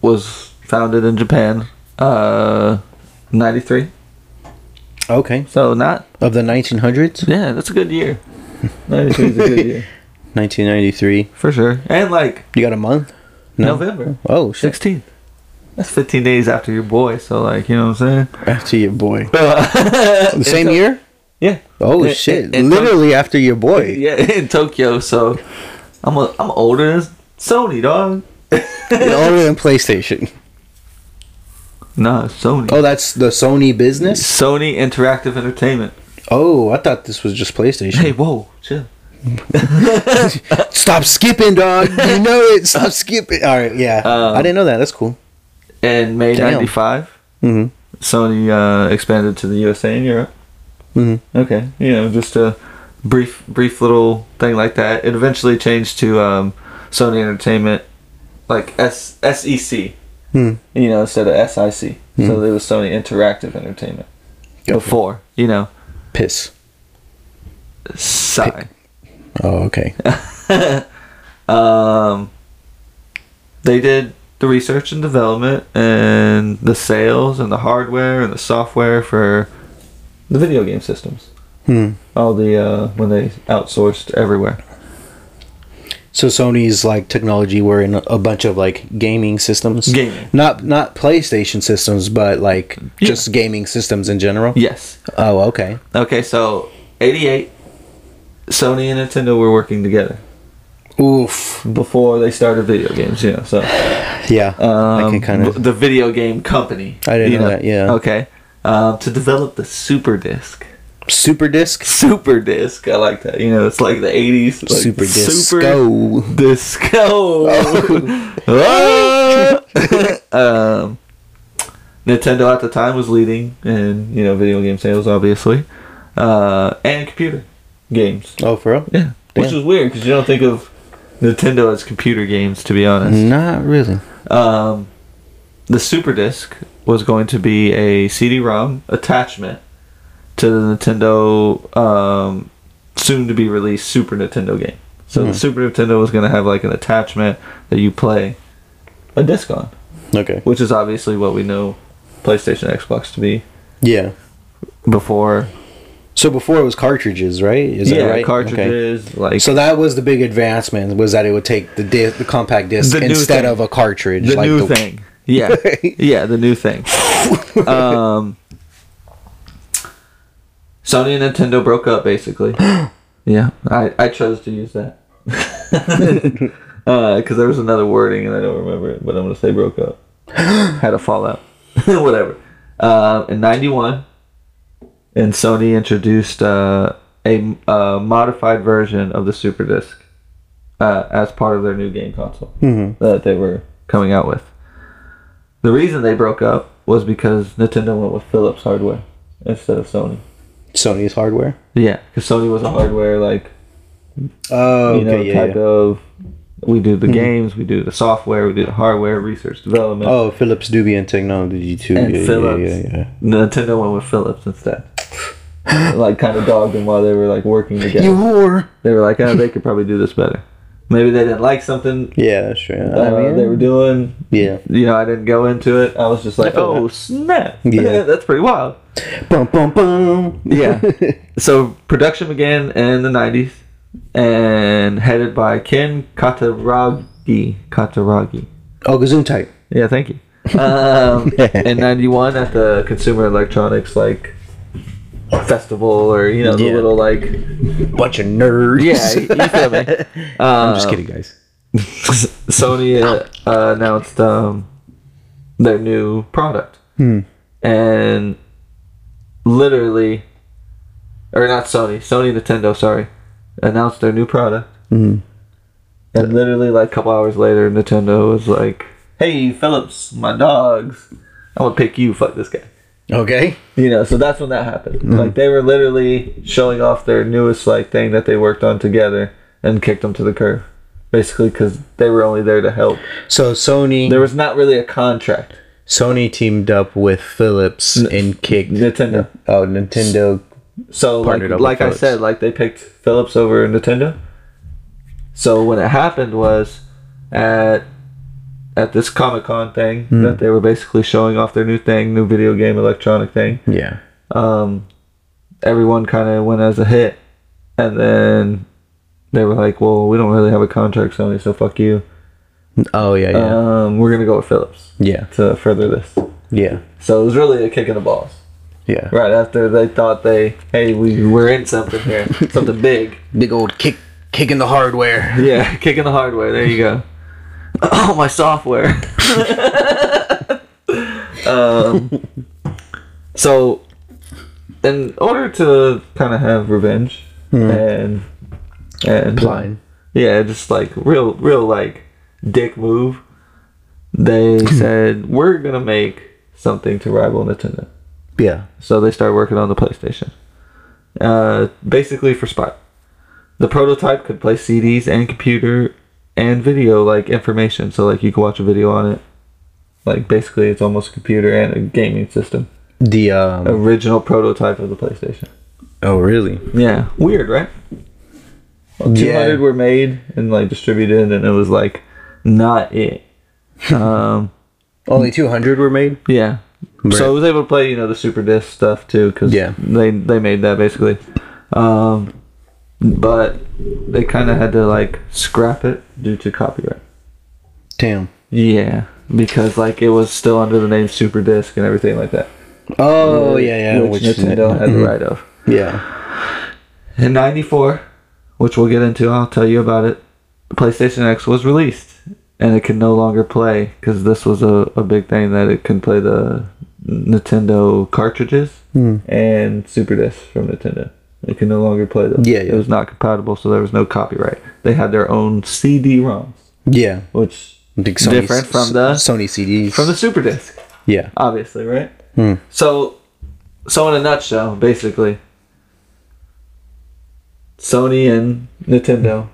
Speaker 1: was founded in Japan, uh, 93.
Speaker 2: Okay,
Speaker 1: So, not,
Speaker 2: of the 1900s,
Speaker 1: yeah, that's a good year. 93 is a good year.
Speaker 2: 1993.
Speaker 1: For sure. And like
Speaker 2: You got a month?
Speaker 1: November
Speaker 2: Oh, shit.
Speaker 1: 16th. That's 15 days after your boy. So, like, you know what I'm saying?
Speaker 2: after your boy.
Speaker 1: the
Speaker 2: The same year?
Speaker 1: Yeah.
Speaker 2: Oh
Speaker 1: It- it-
Speaker 2: shit!
Speaker 1: it-
Speaker 2: Literally after your boy.
Speaker 1: Yeah, in Tokyo. So, I'm, a, I'm older than Sony, dog.
Speaker 2: Older than PlayStation.
Speaker 1: Nah, Sony.
Speaker 2: Oh, that's the Sony business.
Speaker 1: Sony Interactive Entertainment.
Speaker 2: Oh, I thought this was just PlayStation.
Speaker 1: Hey, whoa, chill.
Speaker 2: Stop skipping, dog. You know it. Stop skipping. All right, yeah.
Speaker 1: Um,
Speaker 2: I didn't know that. That's cool.
Speaker 1: In May
Speaker 2: Damn.
Speaker 1: '95,
Speaker 2: hmm
Speaker 1: Sony uh, expanded to the USA and Europe.
Speaker 2: hmm
Speaker 1: Okay, you know, just a brief, brief little thing like that. It eventually changed to um, Sony Entertainment, like S SEC.
Speaker 2: Hmm.
Speaker 1: You know, instead of SIC. So it was Sony Interactive Entertainment.
Speaker 2: Gotcha.
Speaker 1: Before, you know,
Speaker 2: Piss.
Speaker 1: sigh.
Speaker 2: Oh, okay.
Speaker 1: Um, they did the research and development and the sales and the hardware and the software for the video game systems.
Speaker 2: Hmm.
Speaker 1: All the uh, when they outsourced everywhere.
Speaker 2: So Sony's like technology were in a bunch of like gaming systems.
Speaker 1: Gaming.
Speaker 2: Not not PlayStation systems, but like
Speaker 1: Yeah.
Speaker 2: just gaming systems in general.
Speaker 1: Yes.
Speaker 2: Oh, okay.
Speaker 1: Okay, so 88 Sony and Nintendo were working together
Speaker 2: Oof.
Speaker 1: before they started video games, you know. So
Speaker 2: Yeah.
Speaker 1: um,
Speaker 2: I can kind of
Speaker 1: the video game company.
Speaker 2: I didn't
Speaker 1: you
Speaker 2: know that, yeah.
Speaker 1: Okay. Um, to develop the Super Disc.
Speaker 2: Super Disc.
Speaker 1: Super Disc. I like that. You know, it's like the 80s. Like
Speaker 2: Super Disco.
Speaker 1: Super Disco. um, Nintendo at the time was leading in, you know, video game sales, obviously, uh, and computer games.
Speaker 2: Oh, for real?
Speaker 1: Yeah. Which
Speaker 2: Yeah.
Speaker 1: is weird because you don't think of Nintendo as computer games, to be honest
Speaker 2: Not really.
Speaker 1: um, the Super Disc was going to be a CD-ROM attachment to the Nintendo um, soon-to-be released Super Nintendo game. So
Speaker 2: Hmm.
Speaker 1: the Super Nintendo was going to have like an attachment that you play a disc on,
Speaker 2: Okay.
Speaker 1: which is obviously what we know PlayStation, Xbox to be
Speaker 2: Yeah.
Speaker 1: before.
Speaker 2: So before it was cartridges, right? Is
Speaker 1: yeah,
Speaker 2: that right? Okay.
Speaker 1: cartridges like
Speaker 2: So that was the big advancement was that it would take the di- the compact disc
Speaker 1: The new
Speaker 2: instead
Speaker 1: thing.
Speaker 2: of a cartridge.
Speaker 1: the new
Speaker 2: the-
Speaker 1: thing. Yeah, yeah, the new thing. um, Sony and Nintendo broke up basically. yeah, I, I chose to use that because there was another wording and I don't remember it, but I'm gonna say broke up. Had a fallout, whatever. Um, in '91, and Sony introduced uh, a, a modified version of the Super Disc uh, as part of their new game console that they were coming out with. The reason they broke up was because Nintendo went with Philips hardware instead of Sony.
Speaker 2: Sony's hardware.
Speaker 1: Yeah, because Sony was a hardware like
Speaker 2: Oh,
Speaker 1: you
Speaker 2: okay.
Speaker 1: know
Speaker 2: yeah, yeah. Hmm.
Speaker 1: type of. We do the games, we do the software, we do the hardware, research development.
Speaker 2: Oh, Philips Debian Technology too.
Speaker 1: and
Speaker 2: yeah, yeah,
Speaker 1: Philips.
Speaker 2: Yeah, yeah,
Speaker 1: Nintendo went with Philips instead. like kind of dogged them while they were like working together.
Speaker 2: whore.
Speaker 1: they were like, oh, they could probably do this better. Maybe they didn't like something
Speaker 2: Yeah, that's true.
Speaker 1: uh,
Speaker 2: I mean,
Speaker 1: they were doing.
Speaker 2: yeah.
Speaker 1: You know, I didn't go into it. I was just like, oh snap,
Speaker 2: Yeah.
Speaker 1: that's pretty wild.
Speaker 2: Bum, bum, bum.
Speaker 1: Yeah. so production began in the 90s and headed by Ken Kataragi. Kataragi.
Speaker 2: Oh, Gesundheit.
Speaker 1: Yeah, thank you. Um, in '91 at the Consumer Electronics like festival or you know the
Speaker 2: Yeah.
Speaker 1: little like
Speaker 2: Bunch of nerds.
Speaker 1: yeah uh, you feel me.
Speaker 2: I'm just kidding, guys.
Speaker 1: Sony uh, uh, announced um, their new product, and literally, or not Sony, Sony Nintendo, sorry, announced their new product, and literally like a couple hours later, Nintendo was like, "Hey, Phillips, my dogs, I'm gonna pick you. Fuck this guy."
Speaker 2: Okay.
Speaker 1: You know, so that's when that happened. Like they were literally showing off their newest like thing that they worked on together and kicked them to the curb, basically because they were only there to help.
Speaker 2: So Sony
Speaker 1: There was not really a contract.
Speaker 2: Sony teamed up with Philips and kicked
Speaker 1: Nintendo.
Speaker 2: Oh, Nintendo.
Speaker 1: So
Speaker 2: Partnered up with
Speaker 1: like, like I
Speaker 2: Philips.
Speaker 1: said, like they picked Philips over Nintendo. So when it happened was at at this Comic Con thing
Speaker 2: Hmm.
Speaker 1: that they were basically showing off their new thing, new video game electronic thing.
Speaker 2: Yeah.
Speaker 1: Um, everyone kind of went as a hit, and then they were like, "Well, we don't really have a contract, Sony, so fuck you.
Speaker 2: Oh yeah, yeah,
Speaker 1: Um, we're gonna go with Philips
Speaker 2: yeah,
Speaker 1: to further this."
Speaker 2: yeah,
Speaker 1: So it was really a kick in the balls.
Speaker 2: yeah.
Speaker 1: Right after they thought they, hey, we we're in something here, something big.
Speaker 2: Big old kick, kicking the hardware.
Speaker 1: Yeah, kicking the hardware. There you go. Oh, my software. um, so, in order to kind of have revenge and and
Speaker 2: Blind.
Speaker 1: yeah, just like real, real like dick move, they said we're gonna make something to rival Nintendo.
Speaker 2: Yeah.
Speaker 1: So they started working on the PlayStation. Uh, basically for spy. The prototype could play CDs and computer and video like information. So like you could watch a video on it. Like basically it's almost a computer and a gaming system.
Speaker 2: The um.
Speaker 1: Original prototype of the PlayStation.
Speaker 2: Oh really?
Speaker 1: Yeah. Weird, right? Well, 200 were made and like distributed and it was like not it. Um
Speaker 2: Only two hundred were made.
Speaker 1: Yeah.
Speaker 2: Right.
Speaker 1: So I was able to play, you know, the Super Disc stuff too, because
Speaker 2: Yeah.
Speaker 1: they they made that basically. Um, but they kind of had to like scrap it due to copyright.
Speaker 2: Damn.
Speaker 1: Yeah, because like it was still under the name Super Disc and everything like that,
Speaker 2: Oh yeah, yeah. Mm-hmm.
Speaker 1: which, Nintendo had the right of.
Speaker 2: Yeah.
Speaker 1: In '94, which we'll get into, I'll tell you about it. The PlayStation X was released, and it can no longer play because this was a, a big thing that it can play the Nintendo cartridges
Speaker 2: Hmm.
Speaker 1: and Super Disc from Nintendo. It can no longer play them.
Speaker 2: Yeah, yeah.
Speaker 1: it was not compatible, so there was no copyright. They had their own CD-ROMs,
Speaker 2: Yeah.
Speaker 1: which
Speaker 2: Big
Speaker 1: Different from the-
Speaker 2: Sony CDs.
Speaker 1: from the Super Disc,
Speaker 2: yeah.
Speaker 1: obviously, right? So, so in a nutshell, basically, Sony and Nintendo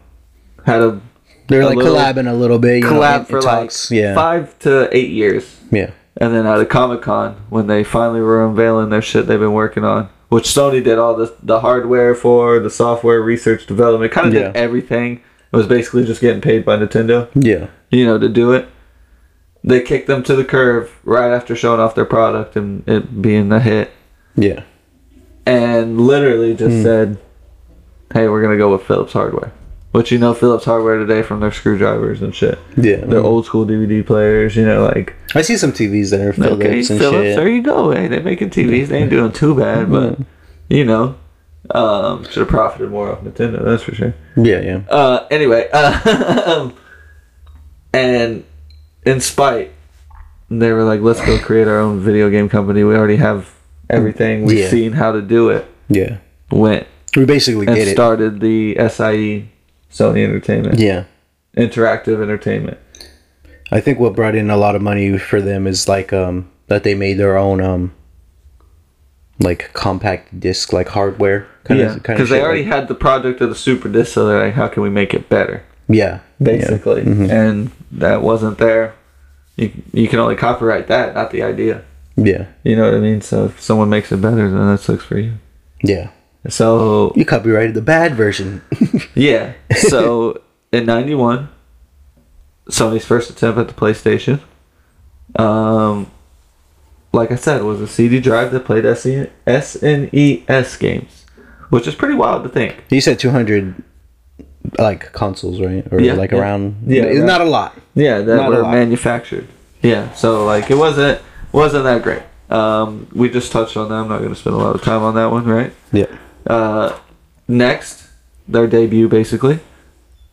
Speaker 1: had a
Speaker 2: They're
Speaker 1: a
Speaker 2: like
Speaker 1: little
Speaker 2: collabing a little bit. You know,
Speaker 1: collab
Speaker 2: it- it
Speaker 1: for like
Speaker 2: talks. yeah.
Speaker 1: five to eight years.
Speaker 2: Yeah.
Speaker 1: And then at a Comic Con, when they finally were unveiling their shit they've been working on, which Sony did all the, the hardware for, the software, research, development, kind of
Speaker 2: Yeah.
Speaker 1: did everything. It was basically just getting paid by Nintendo,
Speaker 2: Yeah.
Speaker 1: you know, to do it. They kicked them to the curb right after showing off their product and it being a hit.
Speaker 2: Yeah.
Speaker 1: And literally just
Speaker 2: Hmm.
Speaker 1: said, hey, we're going to go with Philips Hardware. Which you know, Philips Hardware today from their screwdrivers and shit.
Speaker 2: Yeah.
Speaker 1: Their old school DVD players, you know, like
Speaker 2: I see some TVs that are Philips
Speaker 1: okay,
Speaker 2: and
Speaker 1: Phillips,
Speaker 2: shit. Hmm.
Speaker 1: there you go. Hey, they're making TVs. They ain't doing too bad, but you know, um, should have profited more off Nintendo. That's for sure.
Speaker 2: Yeah. Yeah.
Speaker 1: Uh, anyway, uh, and in spite, they were like, "Let's go create our own video game company. We already have everything. We've
Speaker 2: Yeah.
Speaker 1: seen how to do it."
Speaker 2: Yeah.
Speaker 1: Went
Speaker 2: We basically
Speaker 1: and
Speaker 2: get it.
Speaker 1: started the SIE Sony Entertainment
Speaker 2: Yeah.
Speaker 1: Interactive Entertainment.
Speaker 2: I think what brought in a lot of money for them is like um that they made their own um like compact disc like hardware kind
Speaker 1: Yeah,
Speaker 2: of
Speaker 1: because they already had the project of the Super Disc, so they're like, "How can we make it better?"
Speaker 2: yeah Mm-hmm.
Speaker 1: basically, and that wasn't there. You you can only copyright that, not the idea.
Speaker 2: yeah
Speaker 1: You know what I mean? So if someone makes it better, then that sucks for you.
Speaker 2: yeah
Speaker 1: So
Speaker 2: you copyrighted the bad version
Speaker 1: yeah, so in '91, Sony's first attempt at the PlayStation, um, like I said, was a CD drive that played E, SN- E SNES games, which is pretty wild to think.
Speaker 2: you said 200 like consoles, right? Or
Speaker 1: Yeah,
Speaker 2: like
Speaker 1: yeah.
Speaker 2: around.
Speaker 1: Yeah,
Speaker 2: it's
Speaker 1: right.
Speaker 2: not a lot.
Speaker 1: Yeah, that
Speaker 2: Not a
Speaker 1: were
Speaker 2: lot.
Speaker 1: manufactured. Yeah, so like it wasn't wasn't that great. Um, we just touched on that. I'm not going to spend a lot of time on that one, right?
Speaker 2: Yeah.
Speaker 1: Uh, next, their debut basically,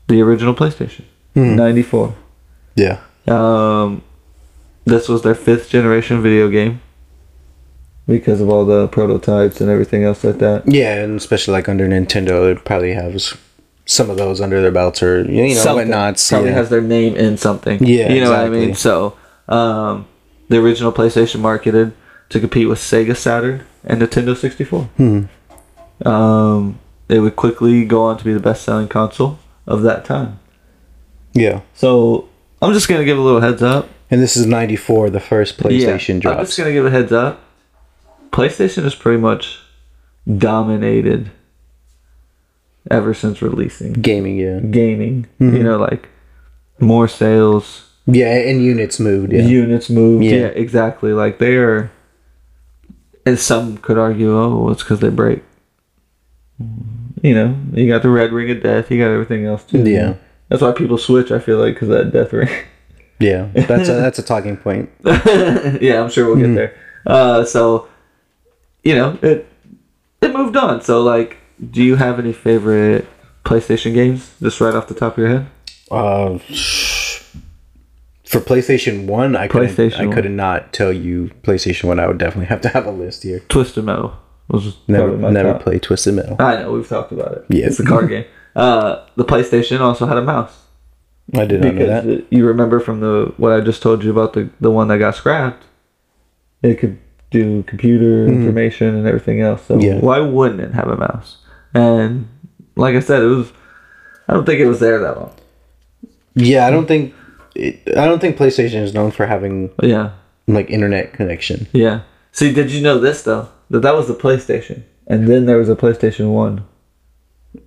Speaker 1: the original PlayStation, '94.
Speaker 2: Yeah.
Speaker 1: Um, this was their fifth generation video game because of all the prototypes and everything else like that.
Speaker 2: Yeah, and especially like under Nintendo, it probably has some of those under their belts or you know
Speaker 1: Something.
Speaker 2: whatnot. so
Speaker 1: probably
Speaker 2: yeah.
Speaker 1: has their name in something.
Speaker 2: Yeah,
Speaker 1: you know what I
Speaker 2: exactly.
Speaker 1: mean. So, um, the original PlayStation marketed to compete with Sega Saturn and Nintendo 64. Um, it would quickly go on to be the best-selling console of that time.
Speaker 2: yeah.
Speaker 1: So, I'm just gonna give a little heads up.
Speaker 2: And this is '94, the first PlayStation
Speaker 1: yeah, I'm
Speaker 2: drops.
Speaker 1: just gonna give a heads up. PlayStation has pretty much dominated ever since releasing
Speaker 2: Gaming, yeah,
Speaker 1: gaming.
Speaker 2: Mm-hmm.
Speaker 1: You know, like more sales.
Speaker 2: yeah, and units moved. Yeah,
Speaker 1: units moved. Yeah.
Speaker 2: Yeah.
Speaker 1: exactly. Like they are, and some could argue, oh, well, it's because they break. You know, you got the red ring of death. You got everything else too.
Speaker 2: Yeah.
Speaker 1: that's why people switch. I feel like because that death ring.
Speaker 2: yeah. That's a, that's a talking point.
Speaker 1: yeah, I'm sure we'll get there. Uh, so, you know, it it moved on. So, like, do you have any favorite PlayStation games? Just right off the top of your head.
Speaker 2: Uh, for PlayStation One, I couldn't,
Speaker 1: PlayStation
Speaker 2: I
Speaker 1: one.
Speaker 2: could not tell you PlayStation One. I would definitely have to have a list here.
Speaker 1: Twisted Metal was
Speaker 2: Never,
Speaker 1: probably my
Speaker 2: never
Speaker 1: top.
Speaker 2: played Twisted Metal.
Speaker 1: I know we've talked about it.
Speaker 2: Yeah.
Speaker 1: it's a card game. Uh, the PlayStation also had a mouse
Speaker 2: I did not know
Speaker 1: because
Speaker 2: that.
Speaker 1: it- you remember from the what I just told you about the the one that got scrapped. It could do computer information and everything else. So
Speaker 2: Mm-hmm. Yeah.
Speaker 1: why wouldn't it have a mouse? And like I said, it was. I don't think it was there that long.
Speaker 2: Yeah, I don't think. It, I don't think PlayStation is known for having
Speaker 1: But yeah,
Speaker 2: like internet connection.
Speaker 1: yeah. See, did you know this though? That that was the PlayStation, and then there was a PlayStation One.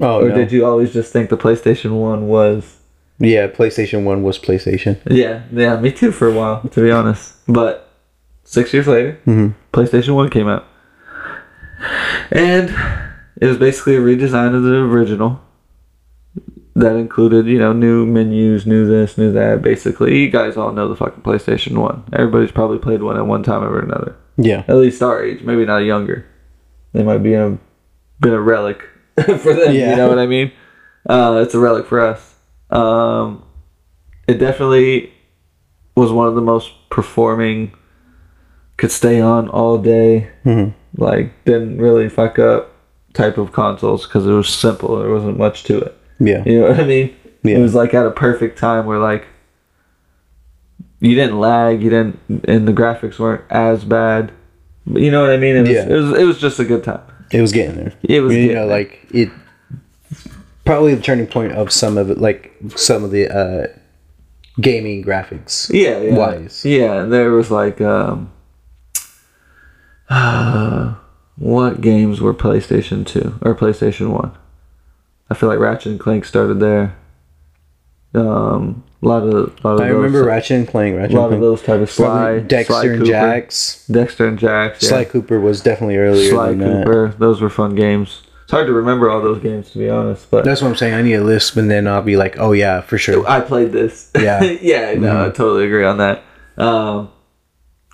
Speaker 2: Oh
Speaker 1: Or
Speaker 2: no.
Speaker 1: did you always just think the PlayStation One was?
Speaker 2: Yeah, PlayStation One was PlayStation.
Speaker 1: Yeah, yeah, me too for a while, to be honest. But six years later, PlayStation 1 came out. And it was basically a redesign of the original that included, you know, new menus, new this, new that. Basically, you guys all know the fucking PlayStation 1. Everybody's probably played one at one time or another.
Speaker 2: Yeah,
Speaker 1: At least our age, maybe not younger. They might be a, been a relic for them. You
Speaker 2: Yeah.
Speaker 1: know what I mean? Uh, it's a relic for us. Um, it definitely was one of the most performing. Could stay on all day.
Speaker 2: Mm-hmm.
Speaker 1: Like didn't really fuck up type of consoles because it was simple. There wasn't much to it.
Speaker 2: yeah,
Speaker 1: You know what I mean?
Speaker 2: Yeah.
Speaker 1: It was like at a perfect time where like you didn't lag, you didn't, and the graphics weren't as bad. But you know what I mean? It was,
Speaker 2: Yeah.
Speaker 1: it was it was just a good time.
Speaker 2: It was getting there.
Speaker 1: It was
Speaker 2: you
Speaker 1: getting
Speaker 2: know
Speaker 1: there.
Speaker 2: like it. Probably the turning point of some of it, like some of the uh, gaming graphics.
Speaker 1: Yeah, yeah.
Speaker 2: Wise.
Speaker 1: Yeah, and there was like um what games were PlayStation 2 or PlayStation 1? I feel like Ratchet and Clank started there. Um a lot of lot of
Speaker 2: I
Speaker 1: those,
Speaker 2: remember Ratchet and Clank. Ratchet
Speaker 1: a lot
Speaker 2: and
Speaker 1: of
Speaker 2: Clank.
Speaker 1: those type of Sly,
Speaker 2: Probably Dexter
Speaker 1: Sly
Speaker 2: and
Speaker 1: Cooper.
Speaker 2: Jax.
Speaker 1: Dexter and Jax, yeah.
Speaker 2: Sly Cooper was definitely earlier
Speaker 1: Sly
Speaker 2: than that.
Speaker 1: Cooper. Those were fun games. It's hard to remember all those games to be honest, but
Speaker 2: That's what I'm saying. I need a list, and then I'll be like, oh yeah, for sure.
Speaker 1: I played this.
Speaker 2: Yeah. Mm-hmm.
Speaker 1: yeah. No, I totally agree on that. Um,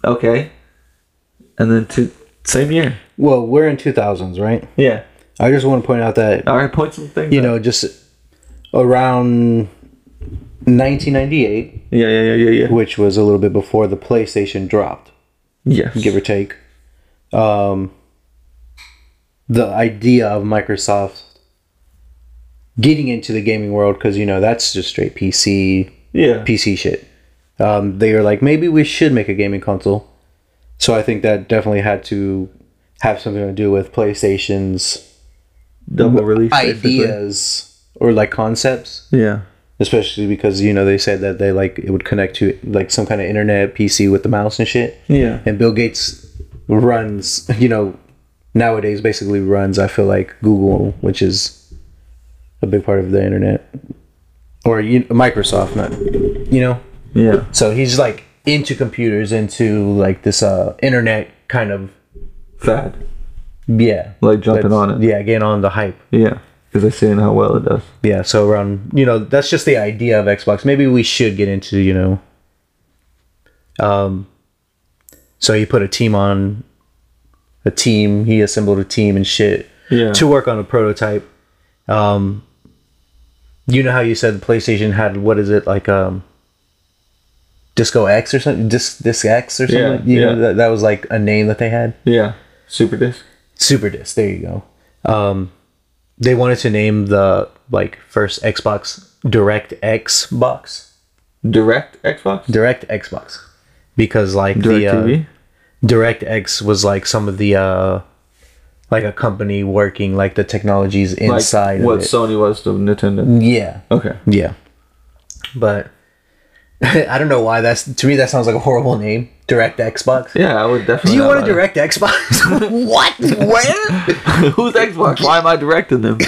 Speaker 1: okay. And then two same year.
Speaker 2: Well, we're in 2000s, right?
Speaker 1: Yeah.
Speaker 2: I just want to point out that
Speaker 1: All right. Point some things.
Speaker 2: you
Speaker 1: out.
Speaker 2: know, just around 1998,
Speaker 1: Yeah. Yeah. Yeah. Yeah. Yeah.
Speaker 2: which was a little bit before the PlayStation dropped.
Speaker 1: Yes.
Speaker 2: give or take. Um, the idea of Microsoft getting into the gaming world because you know that's just straight PC
Speaker 1: yeah.
Speaker 2: PC shit. Um, they were like, maybe we should make a gaming console. So I think that definitely had to have something to do with PlayStation's
Speaker 1: Double release. basically.
Speaker 2: ideas or like concepts,
Speaker 1: Yeah.
Speaker 2: especially because you know they said that they like it would connect to like some kind of internet PC with the mouse and shit
Speaker 1: Yeah.
Speaker 2: and Bill Gates runs, you know, nowadays basically runs, I feel like, Google, which is a big part of the internet. Or you, Microsoft, not, you know?
Speaker 1: Yeah.
Speaker 2: So he's like into computers, into like this uh, internet kind of,
Speaker 1: Fad.
Speaker 2: yeah.
Speaker 1: Like jumping
Speaker 2: that's-
Speaker 1: on it.
Speaker 2: Yeah, getting on the hype.
Speaker 1: Yeah. because I seen how well it does.
Speaker 2: yeah so around you know that's just the idea of xbox maybe we should get into you know um so he put a team on a team he assembled a team and shit
Speaker 1: Yeah.
Speaker 2: to work on a prototype um you know how you said the playstation had what is it like um disco x or something disc disc x or something
Speaker 1: Yeah,
Speaker 2: you know
Speaker 1: yeah.
Speaker 2: that, that was like a name that they had
Speaker 1: Yeah. Super disc.
Speaker 2: Super Disc. There you go. Um, they wanted to name the like first Xbox Direct Xbox
Speaker 1: Direct Xbox.
Speaker 2: Direct Xbox because like
Speaker 1: Direct
Speaker 2: the uh,
Speaker 1: TV.
Speaker 2: Direct X was like some of the uh, like a company working like the technologies
Speaker 1: Like
Speaker 2: inside
Speaker 1: what
Speaker 2: of it. Mm.
Speaker 1: Sony was to Nintendo.
Speaker 2: yeah,
Speaker 1: Okay.
Speaker 2: yeah. But I don't know why that's to me that sounds like a horrible name. Direct Xbox.
Speaker 1: Yeah, I would definitely.
Speaker 2: Do you
Speaker 1: not
Speaker 2: want a
Speaker 1: buy it.
Speaker 2: Direct Xbox? what? Where?
Speaker 1: Who's Xbox? Why am I directing them?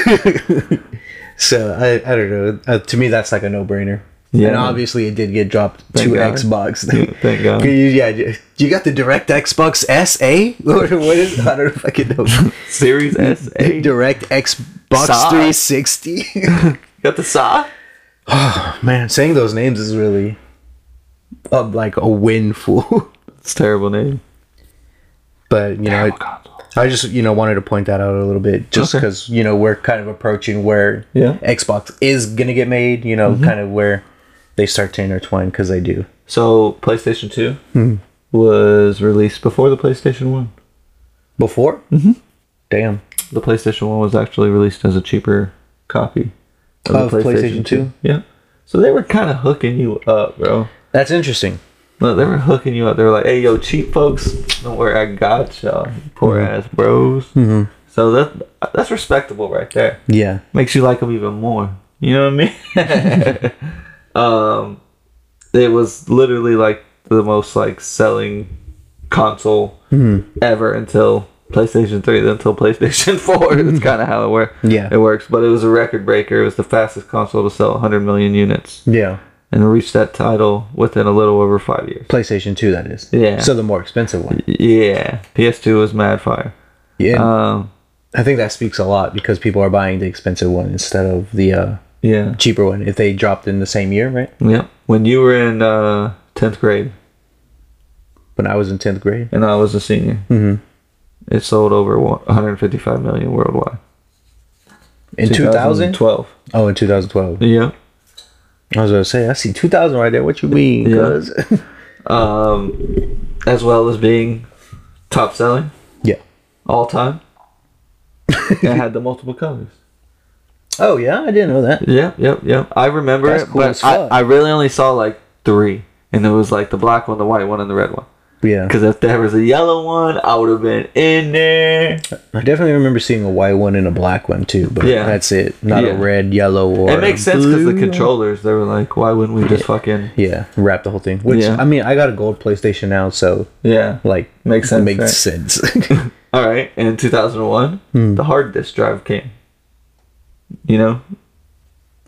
Speaker 2: So I, I don't know. Uh, to me, that's like a no brainer.
Speaker 1: Yeah.
Speaker 2: And obviously, it did get dropped
Speaker 1: Thank
Speaker 2: to
Speaker 1: God.
Speaker 2: Xbox.
Speaker 1: Thank God.
Speaker 2: You- yeah, you- you got the Direct Xbox SA. What, what is? I don't know if I can know.
Speaker 1: Series S A.
Speaker 2: Direct Xbox
Speaker 1: Saw.
Speaker 2: 360.
Speaker 1: Got the saw.
Speaker 2: Man, saying those names is really uh, like a win fool.
Speaker 1: It's a terrible name.
Speaker 2: but you know, it- I just you know wanted to point that out a little bit, just
Speaker 1: Okay.
Speaker 2: because you know we're kind of approaching where
Speaker 1: Yeah. Mm-hmm.
Speaker 2: Xbox is gonna get made. You know, kind of where they start to intertwine because they do.
Speaker 1: So PlayStation Two was released before the PlayStation One.
Speaker 2: Before? Mm-hmm. Damn.
Speaker 1: The PlayStation One was actually released as a cheaper copy
Speaker 2: Of PlayStation 2?
Speaker 1: Yeah. So they were kind of hooking you up, bro.
Speaker 2: That's interesting.
Speaker 1: No, they were hooking you up. They were like, "Hey, yo, cheap folks, don't worry, I got y'all, you poor ass bros." Mm-hmm. So that that's respectable right there.
Speaker 2: Yeah.
Speaker 1: Makes you like them even more. You know what I mean? um, it was literally like the most like selling console ever until PlayStation Three, then until PlayStation Four. That's kind of how it works.
Speaker 2: Yeah.
Speaker 1: it works. But it was a record breaker. It was the fastest console to sell 100 million units
Speaker 2: Yeah.
Speaker 1: and reached that title within a little over five years.
Speaker 2: PlayStation 2, that is.
Speaker 1: Yeah.
Speaker 2: So the more expensive one.
Speaker 1: Yeah, PS2 was mad fire.
Speaker 2: Yeah.
Speaker 1: Um,
Speaker 2: I think that speaks a lot because people are buying the expensive one instead of the uh,
Speaker 1: yeah,
Speaker 2: cheaper one if they dropped in the same year, right?
Speaker 1: yep. When you were in uh, tenth grade
Speaker 2: When I was in 10th grade.
Speaker 1: and I was a senior,
Speaker 2: Mhm.
Speaker 1: it sold over one- 155 million worldwide.
Speaker 2: In 2000?
Speaker 1: 2012.
Speaker 2: Oh, in 2012.
Speaker 1: Yep.
Speaker 2: I was going to say, I see 2000 right there. What you mean?
Speaker 1: Yeah.
Speaker 2: Cuz?
Speaker 1: Um, as well as being top selling
Speaker 2: yeah.
Speaker 1: all time. it had the multiple colors.
Speaker 2: Oh, yeah? I didn't know that.
Speaker 1: Yep, yep, yep. I remember
Speaker 2: That's
Speaker 1: it,
Speaker 2: cool as
Speaker 1: but I,
Speaker 2: fuck.
Speaker 1: I really only saw like three, and it was like the black one, the white one, and the red one.
Speaker 2: Yeah.
Speaker 1: Because if there was a yellow one, I would have been in there.
Speaker 2: I definitely remember seeing a white one and a black one too, but
Speaker 1: Yeah.
Speaker 2: that's it. Not
Speaker 1: Yeah.
Speaker 2: a red, yellow, or.
Speaker 1: It makes sense because the
Speaker 2: blue.
Speaker 1: controllers, they were like, why wouldn't we just fucking.
Speaker 2: Yeah, wrap the whole thing. Which
Speaker 1: Yeah.
Speaker 2: I mean, I got a gold PlayStation now, so
Speaker 1: Yeah.
Speaker 2: like
Speaker 1: Makes sense,
Speaker 2: Makes
Speaker 1: right?
Speaker 2: sense.
Speaker 1: All right. In 2001,
Speaker 2: Hmm.
Speaker 1: the hard disk drive came. You know?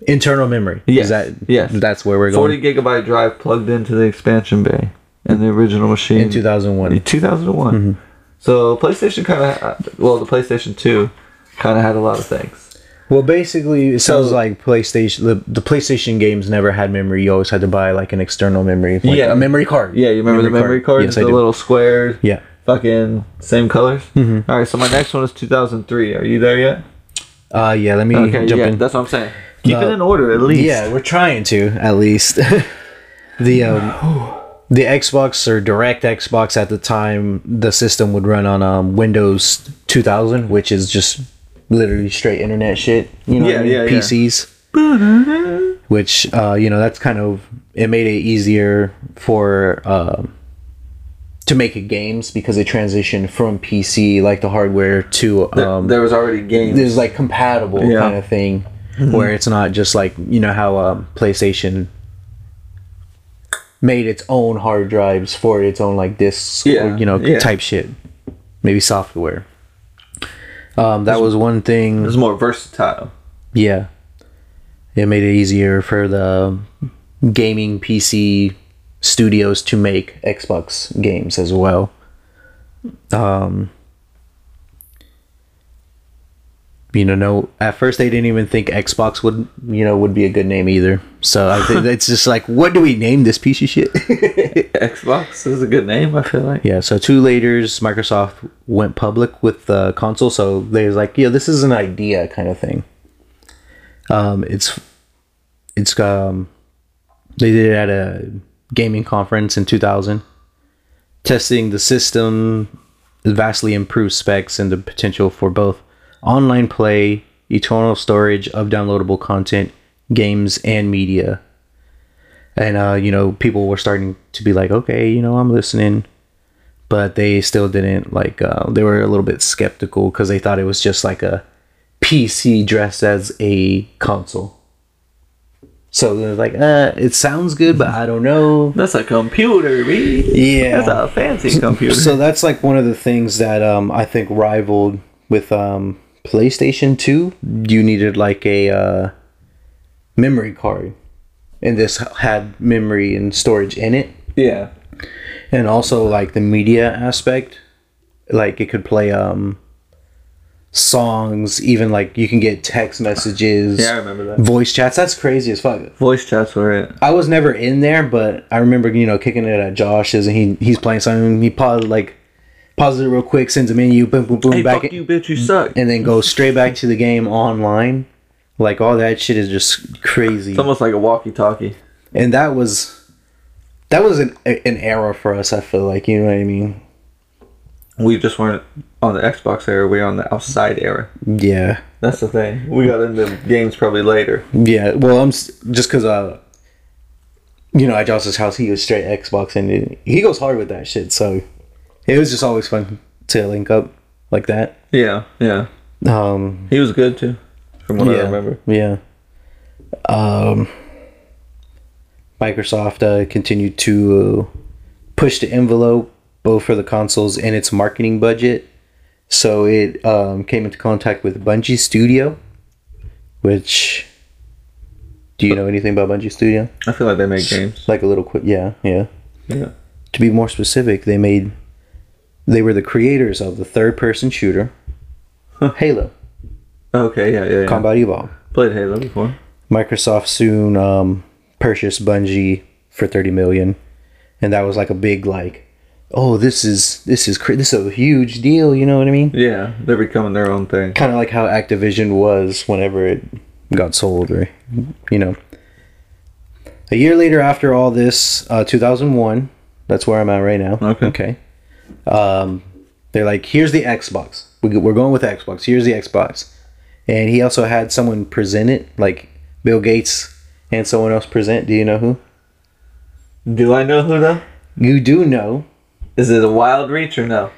Speaker 2: Internal memory.
Speaker 1: Yes,
Speaker 2: Is that
Speaker 1: yes.
Speaker 2: That's where we're
Speaker 1: 40
Speaker 2: going.
Speaker 1: gigabyte drive plugged into the expansion bay and the original machine.
Speaker 2: in 2001.
Speaker 1: 2001.
Speaker 2: Mm-hmm.
Speaker 1: So PlayStation kind of. Well, the PlayStation 2 kind of had a lot of things.
Speaker 2: Well, basically, it sounds
Speaker 1: So-
Speaker 2: like PlayStation. The, the PlayStation games never had memory. You always had to buy like an external memory, like
Speaker 1: Yeah.
Speaker 2: a memory card.
Speaker 1: Yeah, you remember the memory cards?
Speaker 2: Yes, I
Speaker 1: the
Speaker 2: do.
Speaker 1: little squares?
Speaker 2: Yeah. Mm-hmm.
Speaker 1: Fucking same colors? All right. So my next one is 2003. Are you there yet?
Speaker 2: Uh, yeah. Let me
Speaker 1: Okay,
Speaker 2: jump
Speaker 1: yeah,
Speaker 2: in.
Speaker 1: that's what I'm saying. Keep
Speaker 2: Uh,
Speaker 1: it in order at least.
Speaker 2: Yeah, we're trying to at least. the um, the Xbox or Direct Xbox at the time, the system would run on um, Windows 2000, which is just literally straight internet shit. You know, what I
Speaker 1: Yeah,
Speaker 2: mean?
Speaker 1: yeah, yeah.
Speaker 2: PCs. Which uh, you know, that's kind of it made it easier for. um to make it games because it transitioned from PC like the hardware to
Speaker 1: There,
Speaker 2: um,
Speaker 1: there was already games.
Speaker 2: there's like compatible
Speaker 1: Yeah. Mm-hmm.
Speaker 2: kind of thing where it's not just like you know how um, PlayStation made its own hard drives for its own like discs
Speaker 1: Yeah,
Speaker 2: or, you know
Speaker 1: yeah.
Speaker 2: type shit maybe software um, that was one thing
Speaker 1: It was more versatile.
Speaker 2: yeah. It made it easier for the gaming PC studios to make Xbox games as well. Um you know, no. At first, they didn't even think Xbox would, you know, would be a good name either. So I think it's just like, what do we name this piece of shit?
Speaker 1: Xbox is a good name, I feel like.
Speaker 2: yeah. So two laters, Microsoft went public with the console. So they was like, yeah, this is an idea kind of thing. Um, it's, it's um, they did it at a gaming conference in 2000, testing the system, vastly improved specs, and the potential for both online play, eternal storage of downloadable content, games, and media. And, uh, you know, people were starting to be like, okay, you know, I'm listening. But they still didn't, like, uh, they were a little bit skeptical because they thought it was just like a PC dressed as a console. So they're like, uh, it sounds good, but I don't know.
Speaker 1: That's a computer, B.
Speaker 2: Yeah.
Speaker 1: That's a fancy computer.
Speaker 2: So that's like one of the things that um, I think rivaled with um, PlayStation 2. You needed like a uh, memory card, and this had memory and storage in it,
Speaker 1: yeah.
Speaker 2: and also like the media aspect. Like it could play um, songs, even like you can get text messages,
Speaker 1: Yeah, I remember that.
Speaker 2: voice chats. That's crazy as fuck.
Speaker 1: Voice chats were it.
Speaker 2: I was never in there, but I remember you know kicking it at Josh's, and he he's playing something. He paused like pauses it real quick, sends a menu, boom, boom, boom,
Speaker 1: Hey,
Speaker 2: back,
Speaker 1: fuck
Speaker 2: it,
Speaker 1: you, bitch, you suck.
Speaker 2: and then goes straight back to the game online. Like all that shit is just crazy,
Speaker 1: It's almost like a walkie-talkie.
Speaker 2: and that was that was an an era for us. I feel like you know what I mean.
Speaker 1: We just weren't on the Xbox era. We were on the outside era.
Speaker 2: Yeah,
Speaker 1: That's the thing. We got into games probably later.
Speaker 2: yeah. Well, I'm s- just because uh, you know, at Josh's house, he was straight Xbox, and it, he goes hard with that shit. So it was just always fun to link up like that.
Speaker 1: Yeah, yeah.
Speaker 2: Um,
Speaker 1: He was good too, from what I
Speaker 2: yeah,
Speaker 1: remember.
Speaker 2: Yeah. Um, Microsoft uh, continued to uh, push the envelope both for the consoles and its marketing budget. So it um, came into contact with Bungie Studio, which. Do you know anything about Bungie Studio?
Speaker 1: I feel like they made games.
Speaker 2: Like a little quick. Yeah, yeah.
Speaker 1: Yeah.
Speaker 2: To be more specific, they made. They were the creators of the third person shooter, Halo,
Speaker 1: Okay, yeah, yeah, yeah.
Speaker 2: Combat Evolved.
Speaker 1: Played Halo before.
Speaker 2: Microsoft soon um, purchased Bungie for thirty million, and that was like a big like, oh this is this is cra- this is a huge deal. You know what I mean?
Speaker 1: Yeah, they're becoming their own thing.
Speaker 2: Kind of like how Activision was whenever it got sold, or you know. A year later, after all this, uh, two thousand one. That's where I'm at right now.
Speaker 1: Okay.
Speaker 2: Okay. Um, they're like, here's the Xbox. We, we're going with Xbox. Here's the Xbox. And he also had someone present it, like Bill Gates and someone else present. Do you know who?
Speaker 1: Do I know who though?
Speaker 2: You do know.
Speaker 1: Is it a wild reach or no?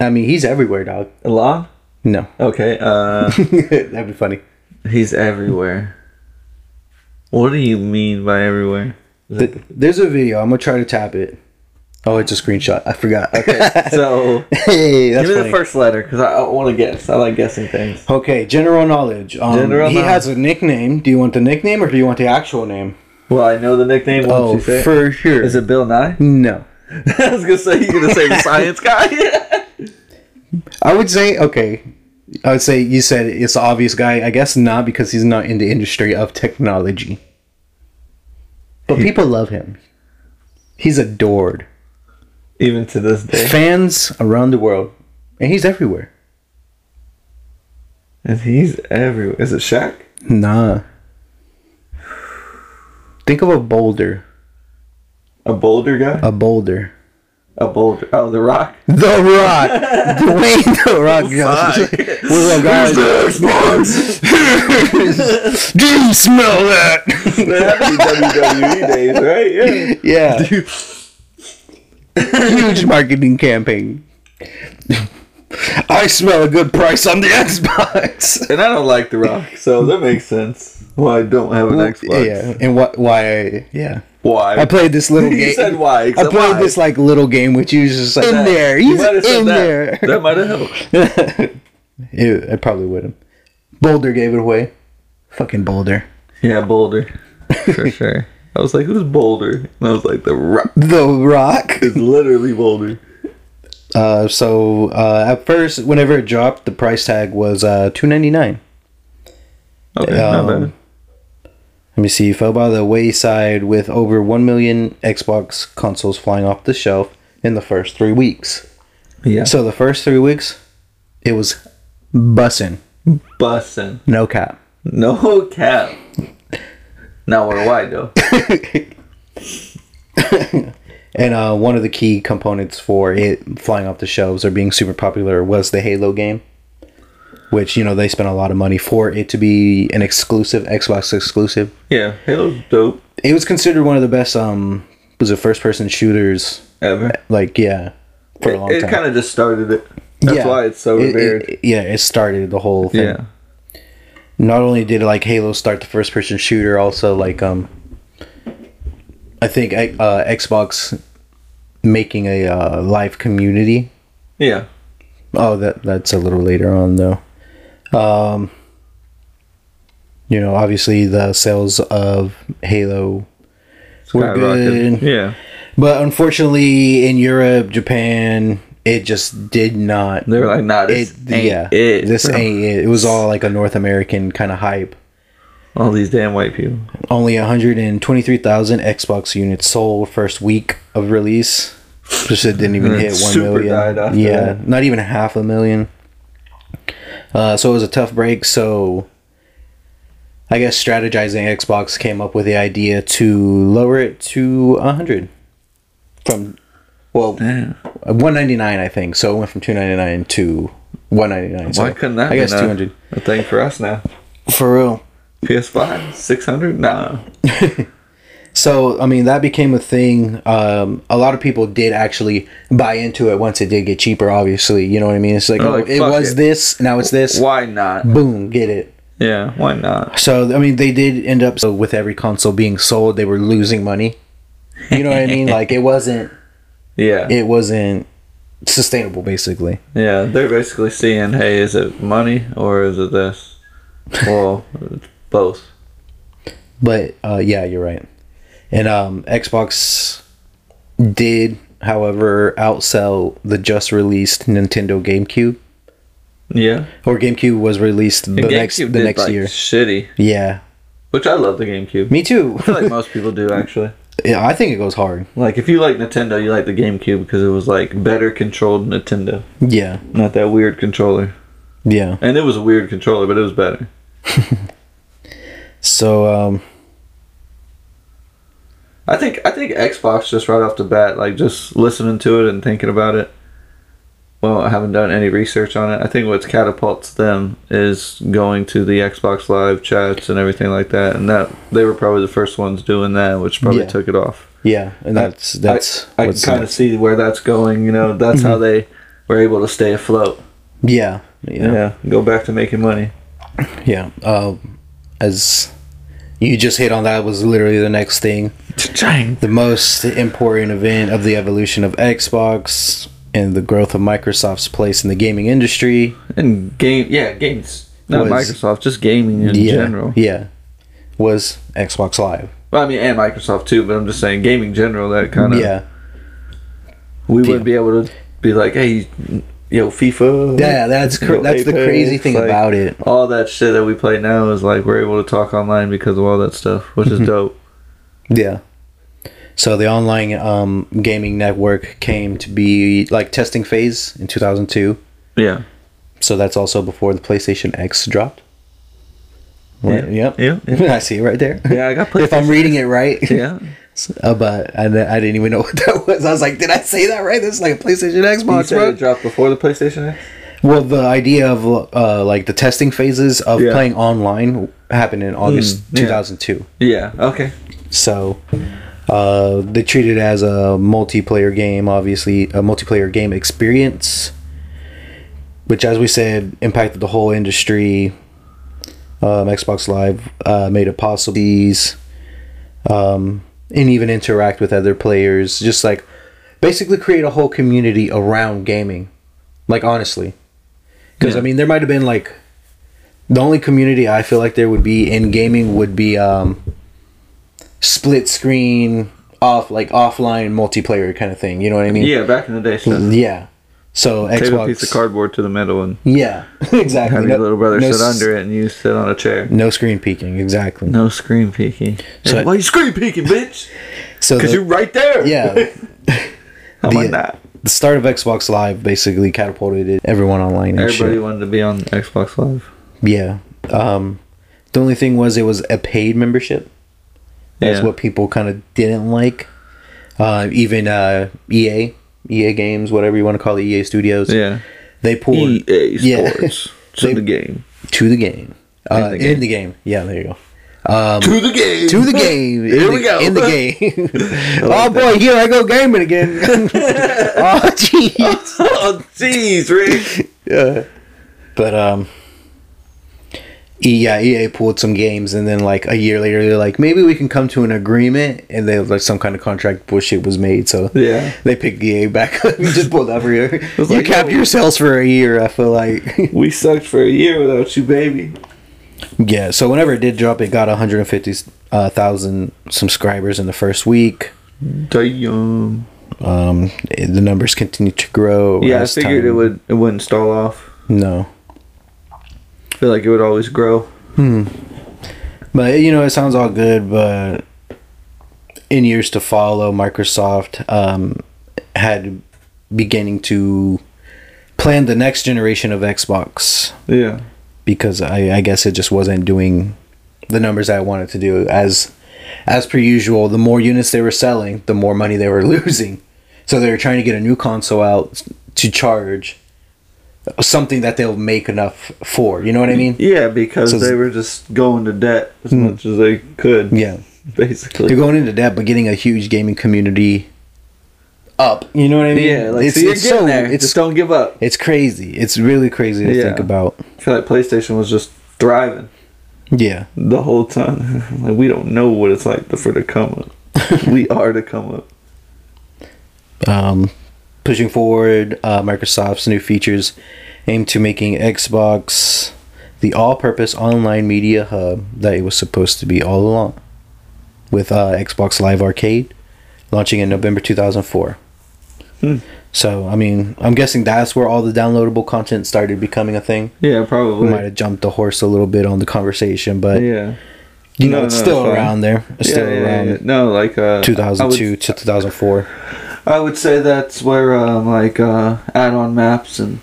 Speaker 2: I mean, he's everywhere, dog.
Speaker 1: Alon?
Speaker 2: No.
Speaker 1: Okay, uh,
Speaker 2: That'd be funny.
Speaker 1: he's everywhere. What do you mean by everywhere?
Speaker 2: Th- There's a video. I'm going to try to tap it. Oh, it's a screenshot. I forgot. Okay.
Speaker 1: So,
Speaker 2: hey, that's
Speaker 1: give me
Speaker 2: funny.
Speaker 1: the first letter because I, I want to guess. I like guessing things.
Speaker 2: Okay, general knowledge. Um,
Speaker 1: General
Speaker 2: he
Speaker 1: knowledge.
Speaker 2: has a nickname. Do you want the nickname or do you want the actual name?
Speaker 1: Well, I know the nickname. Once
Speaker 2: Oh,
Speaker 1: you say it.
Speaker 2: for sure.
Speaker 1: Is it Bill Nye?
Speaker 2: no.
Speaker 1: I was gonna say you're gonna say the science guy.
Speaker 2: I would say okay. I would say you said it's an obvious guy. I guess not because he's not in the industry of technology. But people love him. He's adored.
Speaker 1: Even to this day,
Speaker 2: Fans around the world. And he's everywhere.
Speaker 1: and he's everywhere. Is it Shaq?
Speaker 2: Nah. Think of a boulder.
Speaker 1: A Boulder guy?
Speaker 2: A boulder.
Speaker 1: A Boulder? Oh, The Rock.
Speaker 2: The Rock. Dwayne The Rock
Speaker 1: Oh,
Speaker 2: Johnson. What's up, guys? Do you smell that?
Speaker 1: They have to be WWE E days, right? Yeah.
Speaker 2: yeah. Huge marketing campaign. I smell a good price on the Xbox.
Speaker 1: And I don't like The Rock, so that makes sense. Why I don't have an Xbox?
Speaker 2: Yeah, and what? Why? Yeah,
Speaker 1: Why?
Speaker 2: I played this little
Speaker 1: You
Speaker 2: game.
Speaker 1: said why,
Speaker 2: I
Speaker 1: except
Speaker 2: played
Speaker 1: why.
Speaker 2: this like little game with you, just like in
Speaker 1: That-
Speaker 2: there.
Speaker 1: you
Speaker 2: He's
Speaker 1: might have said
Speaker 2: in
Speaker 1: that.
Speaker 2: there.
Speaker 1: That might have helped.
Speaker 2: Ew, I probably would have. Boulder gave it away. Fucking Boulder.
Speaker 1: Yeah, Boulder. For sure. I was like, who's Boulder? And I was like, The Rock
Speaker 2: The Rock.
Speaker 1: is literally Boulder.
Speaker 2: Uh, so uh, at first, whenever it dropped, the price tag was uh, two ninety nine.
Speaker 1: Okay,
Speaker 2: Um,
Speaker 1: not bad.
Speaker 2: Let me see. Fell by the wayside with over 1 million Xbox consoles flying off the shelf in the first three weeks.
Speaker 1: Yeah.
Speaker 2: So the first three weeks, it was bussin'.
Speaker 1: Bussin'.
Speaker 2: No cap.
Speaker 1: No cap. Not worldwide though.
Speaker 2: And uh, one of the key components for it flying off the shelves or being super popular was the Halo game, which, you know, they spent a lot of money for it to be an exclusive, Xbox exclusive.
Speaker 1: Yeah, Halo's dope
Speaker 2: It was considered one of the best, um, was it first person shooters?
Speaker 1: ever.
Speaker 2: Like, yeah, for a long
Speaker 1: It
Speaker 2: time.
Speaker 1: kind of just started it. That's
Speaker 2: Yeah.
Speaker 1: why it's so
Speaker 2: It- it-
Speaker 1: revered.
Speaker 2: yeah, it started the whole thing.
Speaker 1: yeah.
Speaker 2: Not only did like Halo start the first person shooter, also like um, I think uh, Xbox making a uh, live community.
Speaker 1: Yeah.
Speaker 2: Oh, that that's a little later on though. Um, you know, obviously the sales of Halo were
Speaker 1: Skyrocketed.
Speaker 2: good.
Speaker 1: Yeah.
Speaker 2: But unfortunately, in Europe, Japan, it just did not.
Speaker 1: They were like, nah,
Speaker 2: It,
Speaker 1: this ain't
Speaker 2: yeah,
Speaker 1: it.
Speaker 2: this
Speaker 1: bro.
Speaker 2: ain't it. It was all like a North American kind of hype.
Speaker 1: All these damn white people.
Speaker 2: Only 123,000 Xbox units sold first week of release. Just it didn't even
Speaker 1: And
Speaker 2: hit
Speaker 1: it
Speaker 2: one
Speaker 1: super
Speaker 2: million.
Speaker 1: died after
Speaker 2: yeah,
Speaker 1: that.
Speaker 2: not even half a million. Uh, so it was a tough break. So I guess strategizing Xbox came up with the idea to lower it to 100 from well
Speaker 1: Damn.
Speaker 2: 199 I think. So it went from 299 to 199.
Speaker 1: Why
Speaker 2: so
Speaker 1: couldn't that
Speaker 2: I
Speaker 1: be
Speaker 2: guess
Speaker 1: a-
Speaker 2: 200
Speaker 1: a thing for us now?
Speaker 2: for real.
Speaker 1: PS5? 600? Nah.
Speaker 2: So I mean that became a thing. Um, a lot of people did actually buy into it once it did get cheaper. Obviously, you know what I mean. It's like,
Speaker 1: They're
Speaker 2: oh,
Speaker 1: like,
Speaker 2: it
Speaker 1: fuck
Speaker 2: was
Speaker 1: it.
Speaker 2: this, now it's this.
Speaker 1: Why not?
Speaker 2: Boom, get it.
Speaker 1: Yeah, why not?
Speaker 2: So I mean they did end up so with every console being sold, they were losing money. You know what I mean? Like it wasn't
Speaker 1: Yeah.
Speaker 2: it wasn't sustainable basically.
Speaker 1: Yeah, they're basically seeing, hey, is it money or is it this? Well, it's both.
Speaker 2: But uh, yeah, you're right. And um, Xbox did, however, outsell the just released Nintendo GameCube.
Speaker 1: Yeah.
Speaker 2: or GameCube was released the
Speaker 1: And
Speaker 2: next the
Speaker 1: GameCube did,
Speaker 2: next
Speaker 1: like,
Speaker 2: year.
Speaker 1: Shitty.
Speaker 2: Yeah,
Speaker 1: Which I love the GameCube.
Speaker 2: me too.
Speaker 1: I feel like most people do actually.
Speaker 2: yeah, I think it goes hard.
Speaker 1: Like if you like Nintendo, you like the GameCube because it was like better controlled Nintendo,
Speaker 2: Yeah,
Speaker 1: not that weird controller.
Speaker 2: yeah.
Speaker 1: And it was a weird controller, but it was better.
Speaker 2: So um,
Speaker 1: I think I think Xbox just right off the bat, like just listening to it and thinking about it. Well, I haven't done any research on it. I think what catapults them is going to the Xbox Live chats and everything like that, and that they were probably the first ones doing that, which probably
Speaker 2: Yeah.
Speaker 1: took it off.
Speaker 2: yeah, and that's that's
Speaker 1: I, I can
Speaker 2: what's Mm-hmm.
Speaker 1: kind of see where that's going. You know, that's how they were able to stay afloat.
Speaker 2: yeah yeah
Speaker 1: Yeah, go back to making money.
Speaker 2: yeah. Um, as you just hit on that was literally the next thing, the most important event of the evolution of Xbox and the growth of Microsoft's place in the gaming industry.
Speaker 1: And game, yeah, games. Not
Speaker 2: Was-
Speaker 1: Microsoft, just gaming in
Speaker 2: yeah,
Speaker 1: general.
Speaker 2: yeah, was Xbox Live.
Speaker 1: Well, I mean, and Microsoft too, but I'm just saying gaming general. That kind of
Speaker 2: Yeah,
Speaker 1: we
Speaker 2: Yeah.
Speaker 1: wouldn't be able to be like, hey, yo, FIFA.
Speaker 2: yeah. That's cr-
Speaker 1: Yo,
Speaker 2: that's the
Speaker 1: Apex,
Speaker 2: crazy thing
Speaker 1: like,
Speaker 2: about it.
Speaker 1: All that shit that we play now is like we're able to talk online because of all that stuff, which
Speaker 2: Mm-hmm.
Speaker 1: is dope.
Speaker 2: Yeah. So the online um, gaming network came to be like testing phase in 2002.
Speaker 1: Yeah.
Speaker 2: So that's also before the PlayStation X dropped. Right?
Speaker 1: Yeah.
Speaker 2: Yep.
Speaker 1: Yeah,
Speaker 2: I see it right there.
Speaker 1: Yeah, I got
Speaker 2: If I'm
Speaker 1: PlayStation.
Speaker 2: reading it right.
Speaker 1: Yeah.
Speaker 2: Uh, but I, I didn't even know what that was. I was like, did I say that right? This is like a PlayStation
Speaker 1: You
Speaker 2: Xbox,
Speaker 1: said
Speaker 2: bro.
Speaker 1: it dropped before the PlayStation X?
Speaker 2: Well, the idea of uh, like the testing phases of
Speaker 1: Yeah. Mm,
Speaker 2: playing online happened in August
Speaker 1: yeah.
Speaker 2: 2002.
Speaker 1: Yeah. Okay.
Speaker 2: So uh, they treat it as a multiplayer game, obviously, a multiplayer game experience, which, as we said, impacted the whole industry. Um, Xbox Live uh, made it possible these, um, and even interact with other players. Just like basically create a whole community around gaming. Like, honestly. Because, I mean, there might have been like. The only community I feel like there would be in gaming would be um, split screen off like offline multiplayer kind of thing. You know what I mean?
Speaker 1: Yeah, back in the day. Stuff.
Speaker 2: Yeah. So
Speaker 1: Tape
Speaker 2: Xbox.
Speaker 1: a piece of cardboard to the middle and
Speaker 2: Yeah, exactly.
Speaker 1: have your little brother
Speaker 2: no
Speaker 1: sit
Speaker 2: s-
Speaker 1: under it, Mm-hmm. and you sit on a chair.
Speaker 2: No screen peeking, exactly.
Speaker 1: No screen peeking.
Speaker 2: So-
Speaker 1: Hey, why you screen peeking, bitch?
Speaker 2: So
Speaker 1: Because
Speaker 2: the-
Speaker 1: you're right there.
Speaker 2: yeah,
Speaker 1: I'm
Speaker 2: the-
Speaker 1: like that.
Speaker 2: the start of Xbox Live basically catapulted everyone online. And
Speaker 1: Everybody
Speaker 2: shit.
Speaker 1: wanted to be on Xbox Live.
Speaker 2: Yeah. Um, the only thing was it was a paid membership. That's
Speaker 1: Yeah.
Speaker 2: what people kind of didn't like. Uh, even uh, EA, EA Games, whatever you want to call it, EA Studios.
Speaker 1: Yeah.
Speaker 2: They pulled
Speaker 1: EA
Speaker 2: Yeah.
Speaker 1: E Sports to
Speaker 2: They-
Speaker 1: the game.
Speaker 2: to the game. Uh,
Speaker 1: the
Speaker 2: in, the
Speaker 1: game.
Speaker 2: game. Yeah, there you go. Um,
Speaker 1: To the game.
Speaker 2: to the game.
Speaker 1: Here
Speaker 2: in
Speaker 1: we
Speaker 2: the,
Speaker 1: go.
Speaker 2: In the game. oh boy, here I go gaming again. oh jeez.
Speaker 1: oh, jeez, Rick.
Speaker 2: But um, E- yeah, EA pulled some games, and then like a year later, they're like, maybe we can come to an agreement, and they like some kind of contract bullshit was made. So
Speaker 1: Yeah.
Speaker 2: they picked EA back up. we just pulled out for you. You
Speaker 1: like,
Speaker 2: capped
Speaker 1: yo.
Speaker 2: your sales for a year. I feel like
Speaker 1: we sucked for a year without you, baby.
Speaker 2: yeah. So whenever it did drop, it got 150,000 uh, subscribers in the first week.
Speaker 1: Damn.
Speaker 2: Um, the numbers continued to grow.
Speaker 1: Yeah, I
Speaker 2: as
Speaker 1: figured it
Speaker 2: time-
Speaker 1: would. It wouldn't stall off.
Speaker 2: No,
Speaker 1: I feel like it would always grow.
Speaker 2: But you know, it sounds all good, but in years to follow, Microsoft um, had beginning to plan the next generation of Xbox
Speaker 1: Yeah.
Speaker 2: because I, I guess it just wasn't doing the numbers I wanted to do as as per usual. The more units they were selling, the more money they were losing. So they were trying to get a new console out to charge something that they'll make enough for. You know what I mean?
Speaker 1: Yeah, because
Speaker 2: So-
Speaker 1: they were just going to debt as much as they could.
Speaker 2: Yeah.
Speaker 1: Basically.
Speaker 2: They're going into debt, but getting a huge gaming community up. You know what I mean?
Speaker 1: yeah, like so you're getting there.
Speaker 2: It's
Speaker 1: just don't give up.
Speaker 2: it's crazy. It's really crazy to
Speaker 1: Yeah.
Speaker 2: think about.
Speaker 1: I feel like PlayStation was just thriving
Speaker 2: Yeah,
Speaker 1: the whole time. like we don't know what it's like for to come up. we are to come up.
Speaker 2: um, pushing forward, uh, Microsoft's new features aim to making Xbox the all-purpose online media hub that it was supposed to be all along, with uh, Xbox Live Arcade launching in November 2004.
Speaker 1: Hmm.
Speaker 2: So, I mean, I'm guessing that's where all the downloadable content started becoming a thing.
Speaker 1: Yeah,
Speaker 2: we
Speaker 1: probably.
Speaker 2: might have jumped the horse a little bit on the conversation, but
Speaker 1: Yeah.
Speaker 2: you know
Speaker 1: No,
Speaker 2: it's
Speaker 1: no,
Speaker 2: still
Speaker 1: it's fine.
Speaker 2: around there. It's
Speaker 1: yeah,
Speaker 2: still
Speaker 1: yeah,
Speaker 2: around
Speaker 1: yeah. No, like uh,
Speaker 2: 2002
Speaker 1: I would,
Speaker 2: to 2004.
Speaker 1: I would say that's where um, like uh, add-on maps and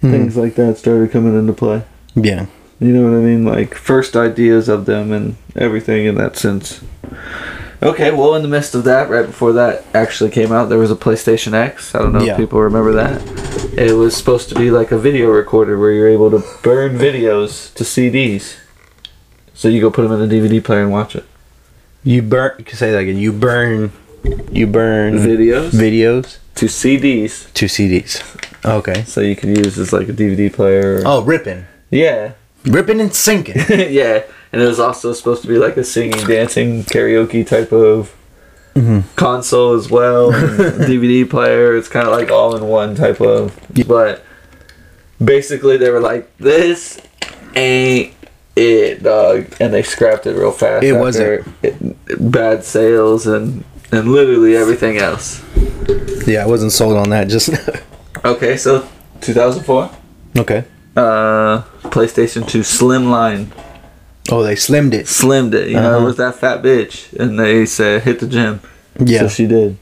Speaker 2: Hmm.
Speaker 1: things like that started coming into play.
Speaker 2: Yeah,
Speaker 1: You know what I mean? Like first ideas of them and everything in that sense. Okay, well, in the midst of that, right before that actually came out, there was a PlayStation X. I don't know
Speaker 2: Yeah.
Speaker 1: if people remember that. It was supposed to be like a video recorder where you're able to burn videos to CDs. So you go put them in a DVD player and watch it.
Speaker 2: you burn. You can say that again. You burn. You burn
Speaker 1: Videos?
Speaker 2: videos
Speaker 1: To CDs.
Speaker 2: to CDs. Okay.
Speaker 1: So you could use as like a DVD player.
Speaker 2: Oh, ripping,
Speaker 1: Yeah.
Speaker 2: ripping and sinking.
Speaker 1: yeah. And it was also supposed to be like a singing, dancing, karaoke type of
Speaker 2: Mm-hmm.
Speaker 1: console as well. and DVD player. It's kind of like all in one type of. But basically, they were like, this ain't it, dog. And they scrapped it real fast.
Speaker 2: It wasn't.
Speaker 1: after it- bad sales and, and literally everything else.
Speaker 2: yeah, I wasn't sold on that. Just
Speaker 1: Okay, so 2004.
Speaker 2: okay.
Speaker 1: Uh, PlayStation 2 Slimline
Speaker 2: Oh, they slimmed it.
Speaker 1: slimmed it. You know,
Speaker 2: Uh-huh.
Speaker 1: it was that fat bitch, and they said hit the gym,
Speaker 2: Yeah.
Speaker 5: she did.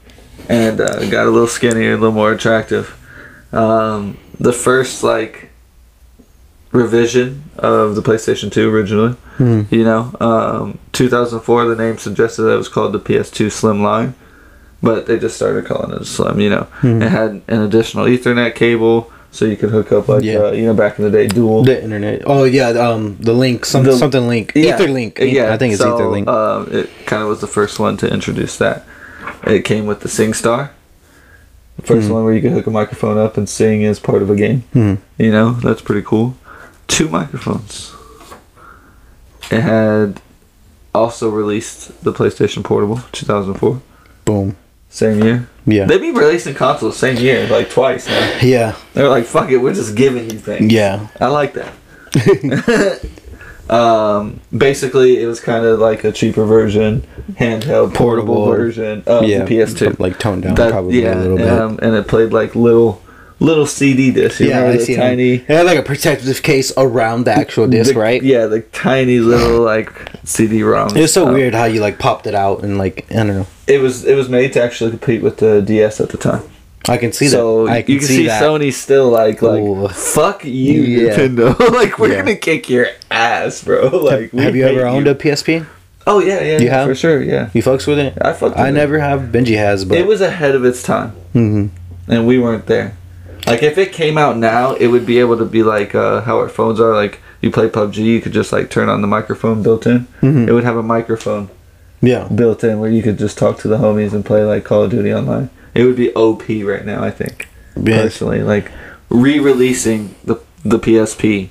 Speaker 1: and uh, got a little skinnier, a little more attractive. Um, the first like revision of the PlayStation 2 originally,
Speaker 2: Hmm.
Speaker 1: you know, um, 2004. The name suggested that it was called the PS2 Slim line, but they just started calling it Slim. You know,
Speaker 2: Hmm.
Speaker 1: it had an additional Ethernet cable. So you could hook up like
Speaker 2: Yeah.
Speaker 1: uh, you know back in the day dual
Speaker 2: The internet. Oh yeah. Um, the link. Some,
Speaker 1: The-
Speaker 2: something link. Etherlink.
Speaker 1: Yeah,
Speaker 2: I think it's
Speaker 1: so,
Speaker 2: Etherlink.
Speaker 1: Um, it kind of was the first one to introduce that. It came with the SingStar. The first
Speaker 2: Hmm.
Speaker 1: one where you could hook a microphone up and sing as part of a game. You know, that's pretty cool. Two microphones. It had also released the PlayStation Portable 2004,
Speaker 2: Boom.
Speaker 1: same year.
Speaker 2: Yeah.
Speaker 1: They be releasing consoles same year, like twice. Now.
Speaker 2: yeah.
Speaker 1: They're like, fuck it, we're just giving you things.
Speaker 2: Yeah.
Speaker 1: I like that. um, basically, it was kind of like a cheaper version, handheld, portable,
Speaker 2: Portable.
Speaker 1: version of
Speaker 2: yeah,
Speaker 1: the PS2.
Speaker 2: Like toned down
Speaker 1: That-
Speaker 2: probably a little bit.
Speaker 1: Um, and it played like little little CD disc. You
Speaker 2: Yeah,
Speaker 1: remember
Speaker 2: I
Speaker 1: the
Speaker 2: see.
Speaker 1: tiny.
Speaker 2: Tiny. It had like a protective case around the actual disc,
Speaker 1: the-
Speaker 2: right?
Speaker 1: Yeah, the tiny little like CD-ROM.
Speaker 2: It's so weird how you like popped it out and like I don't know.
Speaker 1: It was it was made to actually compete with the DS at the time.
Speaker 2: I can see
Speaker 1: so
Speaker 2: that. I
Speaker 1: you can see,
Speaker 2: that.
Speaker 1: Sony still like like
Speaker 2: Ooh.
Speaker 1: fuck you
Speaker 2: Yeah.
Speaker 1: Nintendo. like we're
Speaker 2: Yeah.
Speaker 1: gonna kick your ass, bro. Like we
Speaker 2: have you
Speaker 1: hate
Speaker 2: ever owned a PSP?
Speaker 1: Oh yeah, yeah,
Speaker 2: You
Speaker 1: yeah,
Speaker 2: have?
Speaker 1: for sure. Yeah,
Speaker 2: You fucks with it?
Speaker 1: I fucked.
Speaker 2: I
Speaker 1: with it.
Speaker 2: never have. Benji has, but
Speaker 1: It was ahead of its time,
Speaker 2: Mhm.
Speaker 1: and we weren't there. Like if it came out now, it would be able to be like uh, how our phones are. Like you play PUBG, you could just like turn on the microphone built in.
Speaker 2: Mm-hmm.
Speaker 1: It would have a microphone.
Speaker 2: yeah,
Speaker 1: built in where you could just talk to the homies and play like Call of Duty online. It would be OP right now, I think.
Speaker 2: yeah.
Speaker 1: Personally, like re-releasing the the PSP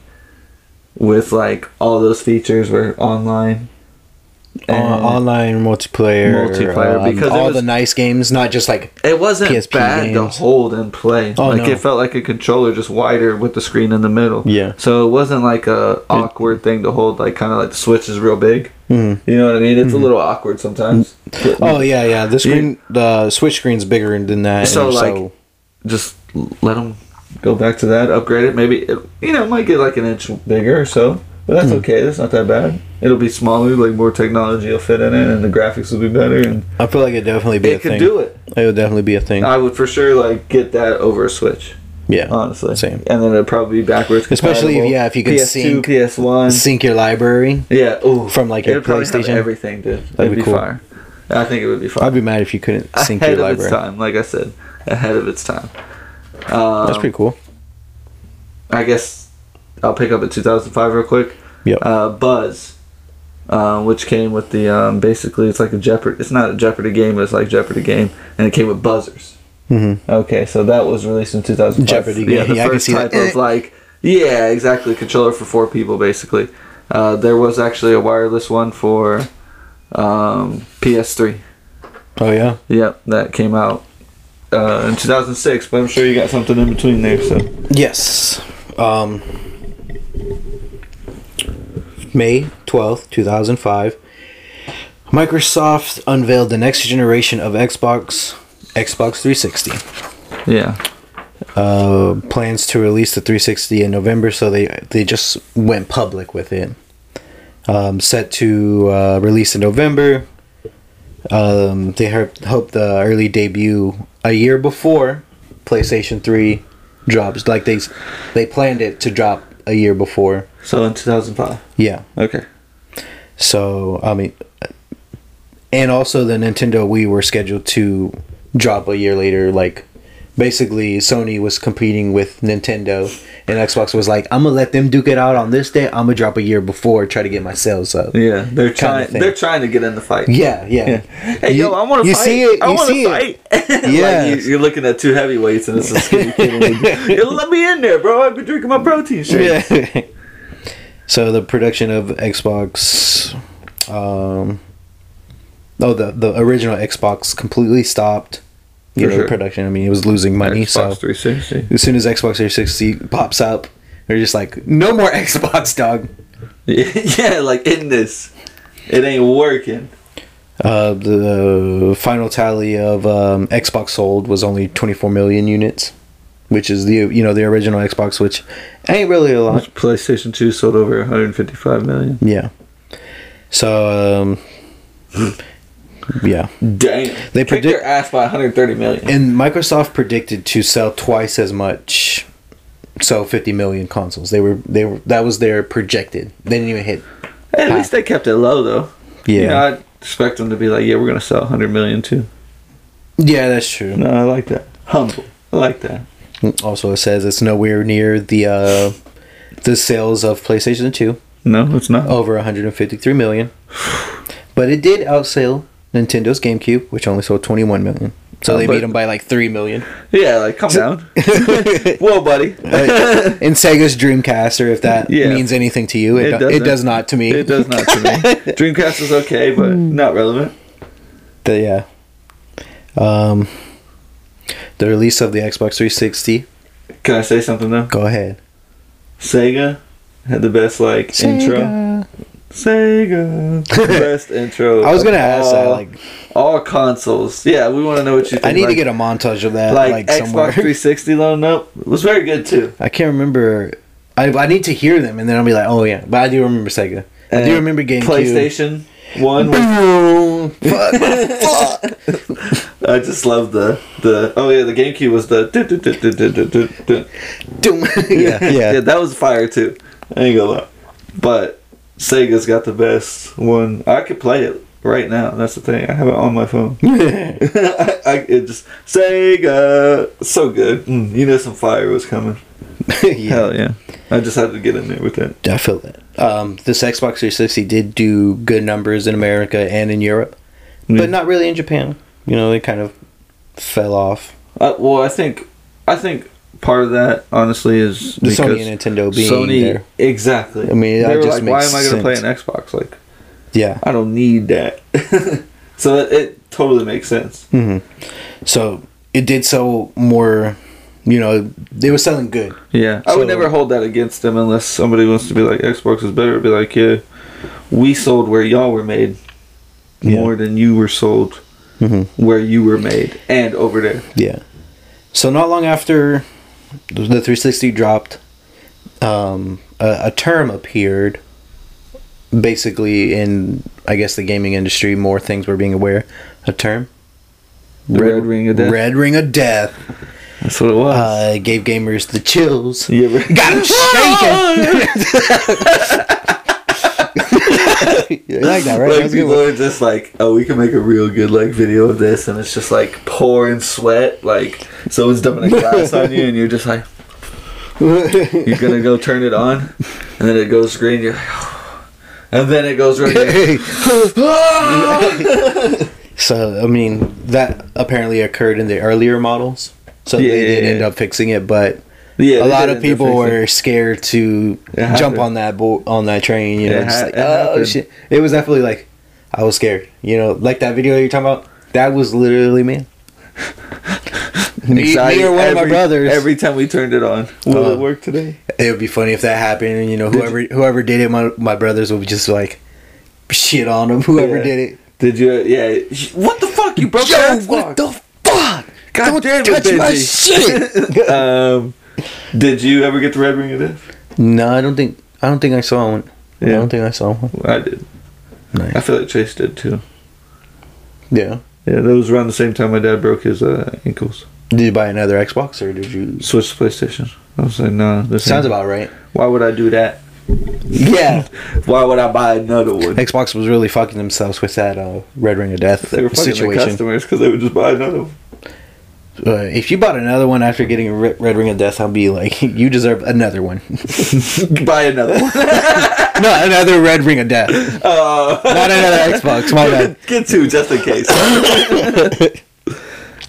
Speaker 1: with like all those features were online.
Speaker 2: On-
Speaker 1: And
Speaker 2: online multiplayer,
Speaker 1: Multiplayer,
Speaker 2: um,
Speaker 1: because it
Speaker 2: all
Speaker 1: was-
Speaker 2: the nice games, not just like
Speaker 1: it wasn't
Speaker 2: PSP
Speaker 1: bad to
Speaker 2: games.
Speaker 1: hold and play.
Speaker 2: Oh,
Speaker 1: like
Speaker 2: no.
Speaker 1: it felt like a controller just wider with the screen in the middle.
Speaker 2: Yeah.
Speaker 1: So it wasn't like a awkward thing to hold like kind of like the Switch is real big.
Speaker 2: Mhm.
Speaker 1: You know what I mean? It's a little awkward sometimes.
Speaker 2: oh yeah, yeah. The screen, the Switch screen's bigger than that. and
Speaker 1: So, like, just let them go back to that, upgrade it. Maybe it, you know it might get like an inch bigger or so, but that's
Speaker 2: Mm.
Speaker 1: okay. That's not that bad. It'll be smaller, like more technology will fit in it, and the graphics will be better, and
Speaker 2: I feel like it'd definitely be a
Speaker 1: it
Speaker 2: thing.
Speaker 1: could do it. Uh,
Speaker 2: It would definitely be a thing.
Speaker 1: I would for sure like get that over a Switch,
Speaker 2: yeah,
Speaker 1: honestly.
Speaker 2: Same.
Speaker 1: And then it'd probably be backwards.
Speaker 2: Especially if-
Speaker 1: compatible.
Speaker 2: yeah, if you could
Speaker 1: PS2,
Speaker 2: sync-
Speaker 1: PS One,
Speaker 2: sync your library.
Speaker 1: yeah, ooh,
Speaker 2: from, like,
Speaker 1: It'd
Speaker 2: your
Speaker 1: probably have
Speaker 2: PlayStation.
Speaker 1: everything, dude. That'd,
Speaker 2: be
Speaker 1: be,
Speaker 2: cool.
Speaker 1: fire. I think it would be fire.
Speaker 2: I'd be mad if you couldn't sync
Speaker 1: ahead
Speaker 2: your
Speaker 1: of its
Speaker 2: library.
Speaker 1: time, like I said, ahead of its time. Um,
Speaker 2: That's pretty cool.
Speaker 1: I guess I'll pick up at 2005 real quick.
Speaker 2: Yep.
Speaker 1: Uh, Buzz, uh, which came with the um, basically it's like a Jeopardy. It's not a Jeopardy game, but it's like Jeopardy game, and it came with buzzers.
Speaker 2: Mhm.
Speaker 1: Okay, so that was released in 2005.
Speaker 2: Jeopardy
Speaker 1: Yeah,
Speaker 2: game.
Speaker 1: the
Speaker 2: Yeah, I can
Speaker 1: first
Speaker 2: see that.
Speaker 1: type of like yeah, exactly controller for four people basically. Uh, there was actually a wireless one for um, PS3.
Speaker 2: Oh yeah.
Speaker 1: Yep, that came out uh, in 2006. But I'm sure you got something in between there. So
Speaker 2: Yes. Um, May 12th, 2005, Microsoft unveiled the next generation of Xbox Xbox 360.
Speaker 1: yeah,
Speaker 2: Uh, plans to release the 360 in November, so they they just went public with it. Um, set to uh, release in November. Um, they hope hope the early debut a year before PlayStation 3 drops. Like they s- they planned it to drop a year before.
Speaker 1: so in 2005.
Speaker 2: Yeah.
Speaker 1: Okay.
Speaker 2: So I mean, and also the Nintendo Wii were scheduled to drop a year later. Like, basically, Sony was competing with Nintendo, and Xbox was like, "I'm gonna let them duke it out on this day. I'm gonna drop a year before, try to get my sales up."
Speaker 1: Yeah, they're
Speaker 2: kinda
Speaker 1: trying.
Speaker 2: thing.
Speaker 1: They're trying to get in the fight.
Speaker 2: Yeah, yeah.
Speaker 1: Hey, yo, I want to
Speaker 2: you
Speaker 1: fight.
Speaker 2: See it,
Speaker 1: I
Speaker 2: you
Speaker 1: want
Speaker 2: see
Speaker 1: to
Speaker 2: it.
Speaker 1: fight.
Speaker 2: Yeah.
Speaker 1: like you, you're looking at two heavyweights, and it's a skinny kid. Yo, let me in there, bro. I've been drinking my protein shake.
Speaker 2: Yeah. so the production of Xbox, um, oh the the original Xbox completely stopped. You
Speaker 1: For
Speaker 2: know,
Speaker 1: sure.
Speaker 2: production. I mean, it was losing money. so
Speaker 1: 360.
Speaker 2: as soon as Xbox 360 pops up, they're just like, no more Xbox, dog.
Speaker 1: yeah, like in this, it ain't working.
Speaker 2: Uh, the final tally of um, Xbox sold was only 24 million units, which is the you know the original Xbox, which ain't really a lot.
Speaker 1: PlayStation 2 sold over 155 million.
Speaker 2: Yeah. So um, yeah,
Speaker 1: Damn.
Speaker 2: They
Speaker 1: Kicked
Speaker 2: predict-
Speaker 1: their ass by 130 million.
Speaker 2: and Microsoft predicted to sell twice as much. So 50 million consoles. They were they were that was their projected. They didn't even hit.
Speaker 1: At least they kept it low, though.
Speaker 2: Yeah.
Speaker 1: You know, I'd expect them to be like, yeah, we're gonna sell 100 million too.
Speaker 2: Yeah, that's true.
Speaker 1: No, I like that. Humble. I like that.
Speaker 2: Also, it says it's nowhere near the uh, the sales of PlayStation 2,
Speaker 1: No, it's not.
Speaker 2: over 153 million. But it did outsell Nintendo's GameCube, which only sold 21 million. So
Speaker 1: Oh,
Speaker 2: they
Speaker 1: but-
Speaker 2: beat them by like 3 million.
Speaker 1: Yeah, like calm down. Whoa, buddy.
Speaker 2: And Sega's Dreamcast, or if that
Speaker 1: Yeah.
Speaker 2: means anything to you, it,
Speaker 1: It
Speaker 2: do- it
Speaker 1: doesn't.
Speaker 2: does not to me.
Speaker 1: It does not to me. Dreamcast is okay, but
Speaker 2: Hmm.
Speaker 1: not relevant.
Speaker 2: The- yeah. Um, the release of the Xbox 360.
Speaker 1: Can I say something though?
Speaker 2: Go ahead.
Speaker 1: Sega had the best like intro. Sega. Best intro.
Speaker 2: I was
Speaker 1: of
Speaker 2: gonna ask that.
Speaker 1: all-
Speaker 2: Like,
Speaker 1: all consoles. Yeah, we want to know what Uh, you think.
Speaker 2: I need to
Speaker 1: Like-
Speaker 2: get a montage of that.
Speaker 1: like,
Speaker 2: Like, somewhere.
Speaker 1: Xbox 360 loading up was very good too.
Speaker 2: I can't remember. I, I need to hear them, and then I'll be like, oh yeah. But I do remember Sega. I do
Speaker 1: And
Speaker 2: remember GameCube.
Speaker 1: PlayStation One. was-
Speaker 2: Boom. Fuck. Fuck.
Speaker 1: I just love the the. Oh yeah, the GameCube was the. do- do- do- do- do- do- do- do.
Speaker 2: Doom. yeah.
Speaker 1: yeah,
Speaker 2: Yeah.
Speaker 1: that was fire too. I ain't gonna lie, but Sega's got the best one. I could play it right now. That's the thing. I have it on my phone. I, I it just Sega, so good. Mm, you know some fire was coming.
Speaker 2: yeah.
Speaker 1: Hell yeah! I just had to get in there with that.
Speaker 2: I feel that. Um, this Xbox 360 did do good numbers in America and in Europe,
Speaker 1: Yeah.
Speaker 2: but not really in Japan. You know, it kind of fell off.
Speaker 1: Uh, well, I think I think part of that honestly is
Speaker 2: The Sony
Speaker 1: because
Speaker 2: and Nintendo being
Speaker 1: Sony-
Speaker 2: there.
Speaker 1: exactly.
Speaker 2: I mean,
Speaker 1: they
Speaker 2: that
Speaker 1: were
Speaker 2: just
Speaker 1: like, why
Speaker 2: makes
Speaker 1: am I going to play an
Speaker 2: sense."
Speaker 1: Xbox? Like,
Speaker 2: Yeah.
Speaker 1: I don't need that. so that, it totally makes sense.
Speaker 2: hmm So it did sell more. You know, they were selling good.
Speaker 1: Yeah, I
Speaker 2: So-
Speaker 1: would never hold that against them unless somebody wants to be like Xbox is better. Be like, yeah, we sold where y'all were made
Speaker 2: Yeah.
Speaker 1: more than you were sold
Speaker 2: Mhm.
Speaker 1: where you were made and over there.
Speaker 2: Yeah. So not long after the 360 dropped, um, a, a term appeared. Basically, in I guess the gaming industry, more things were being aware. A term.
Speaker 1: The Red Ring of Death?
Speaker 2: Red Ring of Death.
Speaker 1: That's what it was.
Speaker 2: Uh, gave gamers the chills.
Speaker 1: you ever-
Speaker 2: Got 'em shaking. You like that, right? That
Speaker 1: Like
Speaker 2: was a good
Speaker 1: people
Speaker 2: one.
Speaker 1: are just like, oh, we can make a real good like video of this, and it's just like pouring sweat, like someone's dumping a glass on you, and you're just like, you're gonna go turn it on, and then it goes green, you're, like, and then it goes right there.
Speaker 2: so I mean that apparently occurred in the earlier models, so
Speaker 1: Yeah,
Speaker 2: they
Speaker 1: yeah,
Speaker 2: did
Speaker 1: yeah.
Speaker 2: end up fixing it. But
Speaker 1: yeah,
Speaker 2: a
Speaker 1: they
Speaker 2: lot
Speaker 1: did
Speaker 2: of
Speaker 1: end up
Speaker 2: people
Speaker 1: fixing it.
Speaker 2: were scared to
Speaker 1: It
Speaker 2: jump
Speaker 1: happened.
Speaker 2: on that bo- on that train. You know,
Speaker 1: It
Speaker 2: just
Speaker 1: ha-
Speaker 2: like
Speaker 1: it
Speaker 2: oh
Speaker 1: happened.
Speaker 2: shit, it was definitely like I was scared. You know, like that video you're talking about. That was literally me. me,
Speaker 1: Anxiety
Speaker 2: me or one of my
Speaker 1: every-
Speaker 2: brothers.
Speaker 1: Every time we turned it on, will
Speaker 2: Uh-huh.
Speaker 1: it work today?
Speaker 2: It would be funny if that happened, and you know, whoever whoever did it, my my brothers would just like shit on them. Whoever
Speaker 1: Yeah.
Speaker 2: did it,
Speaker 1: Did you? Yeah. What the fuck? You broke
Speaker 2: yo,
Speaker 1: your
Speaker 2: what
Speaker 1: Xbox.
Speaker 2: the fuck?
Speaker 1: God damn it,
Speaker 2: touch my
Speaker 1: Benji.
Speaker 2: shit.
Speaker 1: um, did you ever get the red ring of death?
Speaker 2: no, I don't think I don't think I saw one. I don't think I saw one.
Speaker 1: I did.
Speaker 2: Nice.
Speaker 1: I feel like Chase did too.
Speaker 2: Yeah.
Speaker 1: Yeah, that was around the same time my dad broke his uh, ankles.
Speaker 2: Did you buy another Xbox or did you?
Speaker 1: Switched to PlayStation. I was like, nah. This
Speaker 2: Sounds
Speaker 1: ain't-
Speaker 2: about right.
Speaker 1: Why would I do that?
Speaker 2: Yeah.
Speaker 1: Why would I buy another one?
Speaker 2: Xbox was really fucking themselves with that uh, Red Ring of Death
Speaker 1: They were fucking the
Speaker 2: situation.
Speaker 1: customers because they would just buy another one.
Speaker 2: Uh, if you bought another one after getting a Re- Red Ring of Death, I'll be like, you deserve another one.
Speaker 1: buy another one.
Speaker 2: no, another Red Ring of Death.
Speaker 1: Uh,
Speaker 2: Not another Xbox. My bad.
Speaker 1: get two just in case.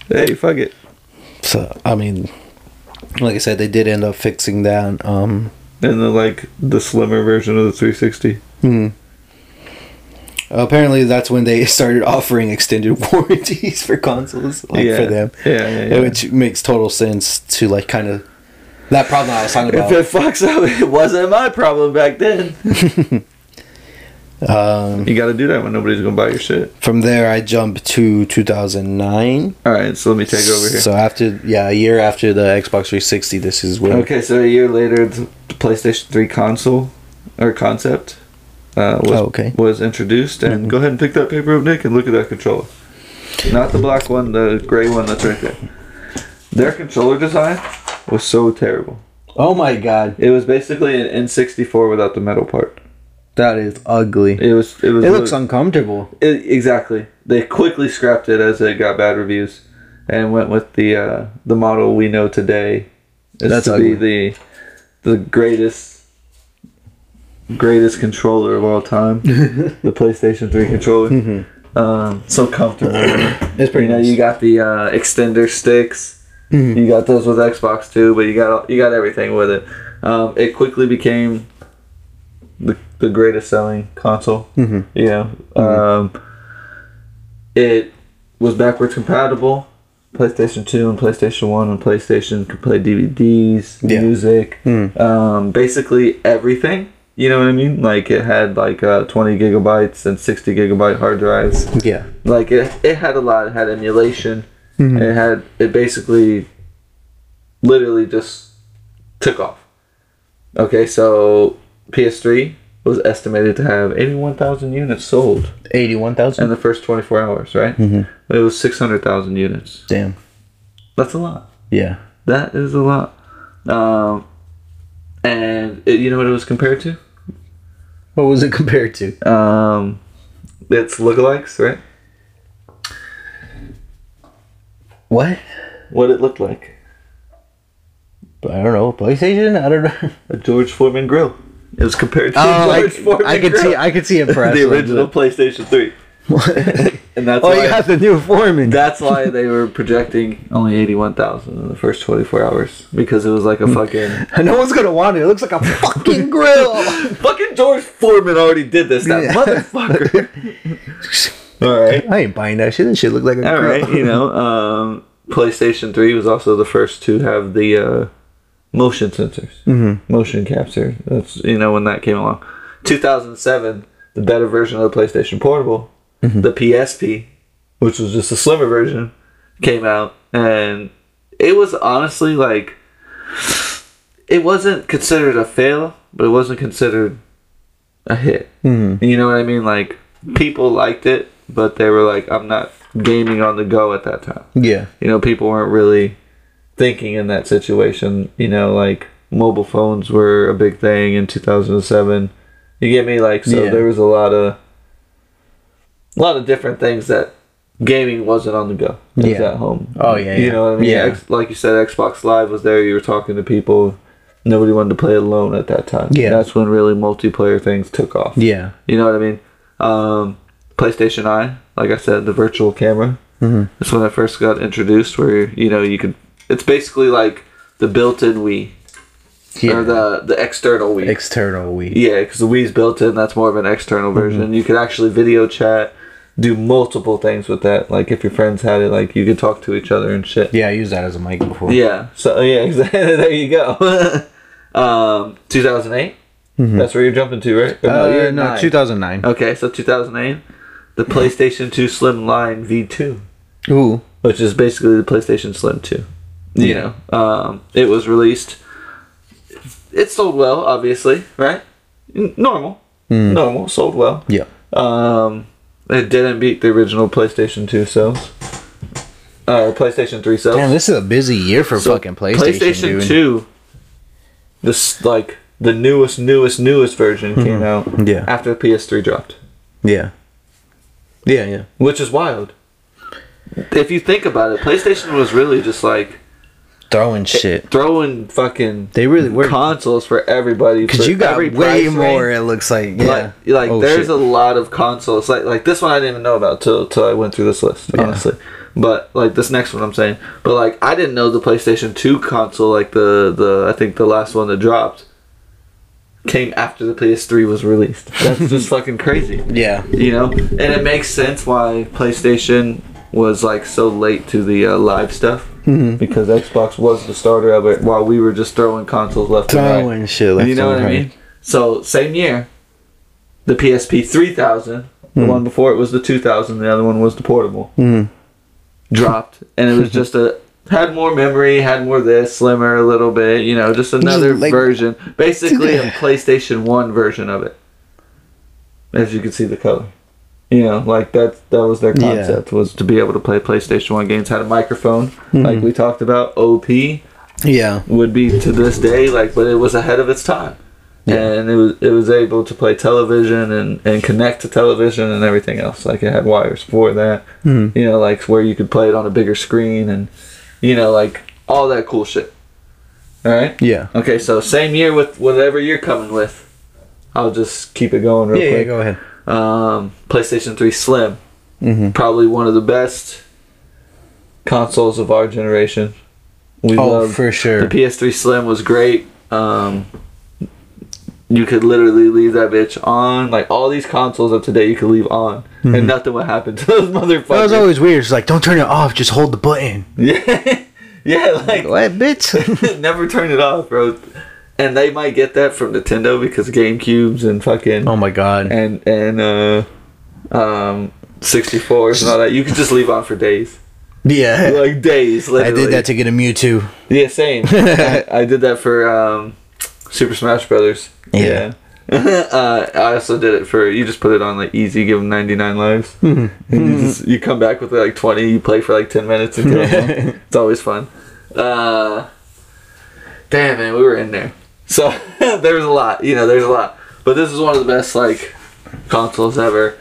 Speaker 1: hey, fuck it.
Speaker 2: So I mean, like I said, they did end up fixing that. Um,
Speaker 1: And then like the slimmer version of the 360.
Speaker 2: apparently, that's when they started offering extended warranties for consoles, like
Speaker 1: yeah.
Speaker 2: for them,
Speaker 1: Yeah, yeah, yeah.
Speaker 2: which makes total sense to like kind of that problem I was talking
Speaker 1: if
Speaker 2: about.
Speaker 1: it fucks up, it wasn't my problem back then.
Speaker 2: um,
Speaker 1: You got to do that when nobody's gonna buy your shit.
Speaker 2: from there, I jumped to 2009.
Speaker 1: All right, so let me take over here.
Speaker 2: So after yeah, a year after the Xbox 360, this is when
Speaker 1: Okay, so a year later, the the PlayStation 3 console or concept uh, was
Speaker 2: Oh, okay.
Speaker 1: was introduced. And go ahead and pick that paper up, Nick, and look at that controller. Not the black one, the gray one that's right there. Their controller design was so terrible.
Speaker 2: oh my god,
Speaker 1: It was basically an N64 without the metal part.
Speaker 2: that is ugly. It,
Speaker 1: It was. It was.
Speaker 2: looks uncomfortable.
Speaker 1: it- e, exactly. They quickly scrapped it as it got bad reviews, and went with the uh, the model we know today. Is
Speaker 2: That's
Speaker 1: to
Speaker 2: ugly.
Speaker 1: be the the greatest greatest controller of all time, the PlayStation Three controller.
Speaker 2: Mm-hmm.
Speaker 1: Um, so comfortable.
Speaker 2: It's pretty
Speaker 1: you know,
Speaker 2: nice.
Speaker 1: you got the uh, extender sticks. You got those with Xbox too, but you got all- you got everything with it. Um, it quickly became the, the greatest selling console. Mm-hmm. You know, um, it was backwards compatible. PlayStation Two and PlayStation One and PlayStation could play DVDs,
Speaker 2: Yeah.
Speaker 1: music, um, basically everything. You know what I mean? Like it had like uh, 20 gigabytes and 60 gigabyte hard drives.
Speaker 2: Yeah.
Speaker 1: Like it, it had a lot. It had emulation. It had it basically, literally just took off. Okay, so PS3 was estimated to have 81,000 units sold
Speaker 2: Eighty-one
Speaker 1: in
Speaker 2: thousand.
Speaker 1: the first 24 hours, right? Mm-hmm. It was 600,000 units.
Speaker 2: Damn.
Speaker 1: That's a lot.
Speaker 2: Yeah.
Speaker 1: That is a lot. Um, and it, you know what it was compared to?
Speaker 2: What was it compared to?
Speaker 1: Um, it's lookalikes, right?
Speaker 2: What?
Speaker 1: What it looked like.
Speaker 2: I don't know. PlayStation. I don't know.
Speaker 1: A George Foreman grill. It was compared to
Speaker 2: Oh,
Speaker 1: a George
Speaker 2: I,
Speaker 1: Foreman
Speaker 2: I could
Speaker 1: grill.
Speaker 2: see. I could see it.
Speaker 1: the original PlayStation 3. And that's
Speaker 2: oh,
Speaker 1: why
Speaker 2: you got the new Foreman.
Speaker 1: that's why they were projecting only 81,000 in the first 24 hours because it was like a fucking
Speaker 2: no one's gonna want it. It looks like a fucking grill.
Speaker 1: fucking George Foreman already did this that
Speaker 2: Yeah.
Speaker 1: motherfucker. All right.
Speaker 2: I ain't buying that shit. That shit look like a
Speaker 1: All
Speaker 2: grill.
Speaker 1: right, you know, um, PlayStation Three was also the first to have the uh, motion sensors, mm-hmm. motion capture. That's you know when that came along. 2007, the better version of the PlayStation Portable, the PSP, which was just a slimmer version, came out, and it was honestly like it wasn't considered a fail, but it wasn't considered a hit. Mm-hmm. You know what I mean? Like people liked it, but they were like, "I'm not gaming on the go at that time."
Speaker 2: Yeah.
Speaker 1: You know, people weren't really thinking in that situation. You know, like mobile phones were a big thing in 2007. You get me? Like, so
Speaker 2: Yeah.
Speaker 1: there was a lot of a lot of different things that gaming wasn't on the go. It was
Speaker 2: Yeah.
Speaker 1: at home.
Speaker 2: Oh, yeah,
Speaker 1: You
Speaker 2: yeah.
Speaker 1: know what I mean?
Speaker 2: Yeah.
Speaker 1: X, like you said, Xbox Live was there. You were talking to people. Nobody wanted to play alone at that time.
Speaker 2: Yeah.
Speaker 1: That's when really multiplayer things took off.
Speaker 2: Yeah.
Speaker 1: You know what I mean? Um, PlayStation Eye, like I said, the virtual camera. Mm-hmm. That's when I first got introduced, where you know you could. It's basically like the built-in Wii
Speaker 2: Yeah.
Speaker 1: or the the external Wii.
Speaker 2: External Wii.
Speaker 1: yeah, because the Wii's built-in. That's more of an external
Speaker 2: Mm-hmm.
Speaker 1: version. You could actually video chat, do multiple things with that. Like if your friends had it, like you could talk to each other and shit.
Speaker 2: Yeah, I used that as a mic before.
Speaker 1: Yeah. So yeah, exactly. there you go. um, 2008.
Speaker 2: Mm-hmm.
Speaker 1: That's where you're jumping to, right? Or
Speaker 2: Uh,
Speaker 1: you're
Speaker 2: no,
Speaker 1: nine.
Speaker 2: 2009.
Speaker 1: Okay, so 2008, the PlayStation 2 Slim Line V2,
Speaker 2: Ooh.
Speaker 1: which is basically the PlayStation Slim 2. You
Speaker 2: Yeah.
Speaker 1: know, um, it was released. It sold well, obviously, right? N- Normal, normal, sold well.
Speaker 2: Hmm. Yeah.
Speaker 1: Um, it didn't beat the original PlayStation 2 sales, uh, or PlayStation 3 sales.
Speaker 2: Damn, this is a busy year for
Speaker 1: So,
Speaker 2: fucking PlayStation, dude.
Speaker 1: 2 this like the newest newest newest version came out
Speaker 2: Hmm. Yeah.
Speaker 1: after PS3 dropped.
Speaker 2: Yeah. Yeah, yeah.
Speaker 1: which is wild. If you think about it, PlayStation was really just like
Speaker 2: Throwing shit.
Speaker 1: throwing fucking
Speaker 2: They really were.
Speaker 1: consoles for everybody
Speaker 2: Because
Speaker 1: for
Speaker 2: you got
Speaker 1: every
Speaker 2: way
Speaker 1: price
Speaker 2: more,
Speaker 1: range.
Speaker 2: it looks like. Yeah.
Speaker 1: Like, like
Speaker 2: Oh,
Speaker 1: there's
Speaker 2: shit.
Speaker 1: a lot of consoles. Like like this one I didn't even know about till till I went through this list, honestly. But like this next one I'm saying. But like I didn't know the PlayStation 2 console, like the the I think the last one that dropped came after the PS3 was released. That's just fucking crazy
Speaker 2: Yeah.
Speaker 1: you know and it makes sense why playstation was like so late to the uh, live stuff because xbox was the starter of it while we were just throwing consoles left and right
Speaker 2: Throwing shit. Left
Speaker 1: you know what
Speaker 2: and
Speaker 1: i
Speaker 2: right.
Speaker 1: mean so same year the psp 3000 the one before it was the 2000 the other one was the portable
Speaker 2: Mm-hmm.
Speaker 1: dropped and it was just a had more memory had more this slimmer a little bit you know just another
Speaker 2: like-
Speaker 1: version basically a playstation 1 version of it as you can see the color you know like that that was their
Speaker 2: Yeah.
Speaker 1: concept was to be able to play playstation 1 games had a microphone
Speaker 2: Mm-hmm.
Speaker 1: like we talked about op
Speaker 2: Yeah.
Speaker 1: would be to this day like but it was ahead of its time and it was it was able to play television and and connect to television and everything else like it had wires for that
Speaker 2: Hmm.
Speaker 1: you know like where you could play it on a bigger screen and you know like all that cool shit all right
Speaker 2: Yeah.
Speaker 1: okay so same year with whatever you're coming with i'll just keep it going real
Speaker 2: Yeah,
Speaker 1: quick
Speaker 2: yeah, go ahead.
Speaker 1: um, PlayStation 3 Slim.
Speaker 2: Mm-hmm.
Speaker 1: Probably one of the best consoles of our generation. We
Speaker 2: Oh,
Speaker 1: loved-
Speaker 2: for sure.
Speaker 1: The PS3 Slim was great. Um, you could literally leave that bitch on. Like all these consoles of today, you could leave on, and nothing would happen to those motherfuckers.
Speaker 2: Mm-hmm. That was always weird. It's like, don't turn it off. Just hold the button.
Speaker 1: yeah, yeah, like
Speaker 2: What, bitch?
Speaker 1: never turn it off, bro. and they might get that from Nintendo because GameCubes and fucking
Speaker 2: Oh my god.
Speaker 1: and and uh um 64s and all that. You could just leave on for days,
Speaker 2: Yeah.
Speaker 1: like days.
Speaker 2: I
Speaker 1: Literally.
Speaker 2: did that to get a Mewtwo.
Speaker 1: Yeah, same. I, I did that for um, Super Smash Brothers.
Speaker 2: Yeah.
Speaker 1: uh, I also did it for you. Just put it on like easy, give them ninety nine lives,
Speaker 2: Mm-hmm.
Speaker 1: and you just you come back with like twenty. You play for like ten minutes. And kill 'em all. it's always fun. Uh, damn man, we were in there. So there's a lot. You know, there's a lot. But this is one of the best like consoles ever.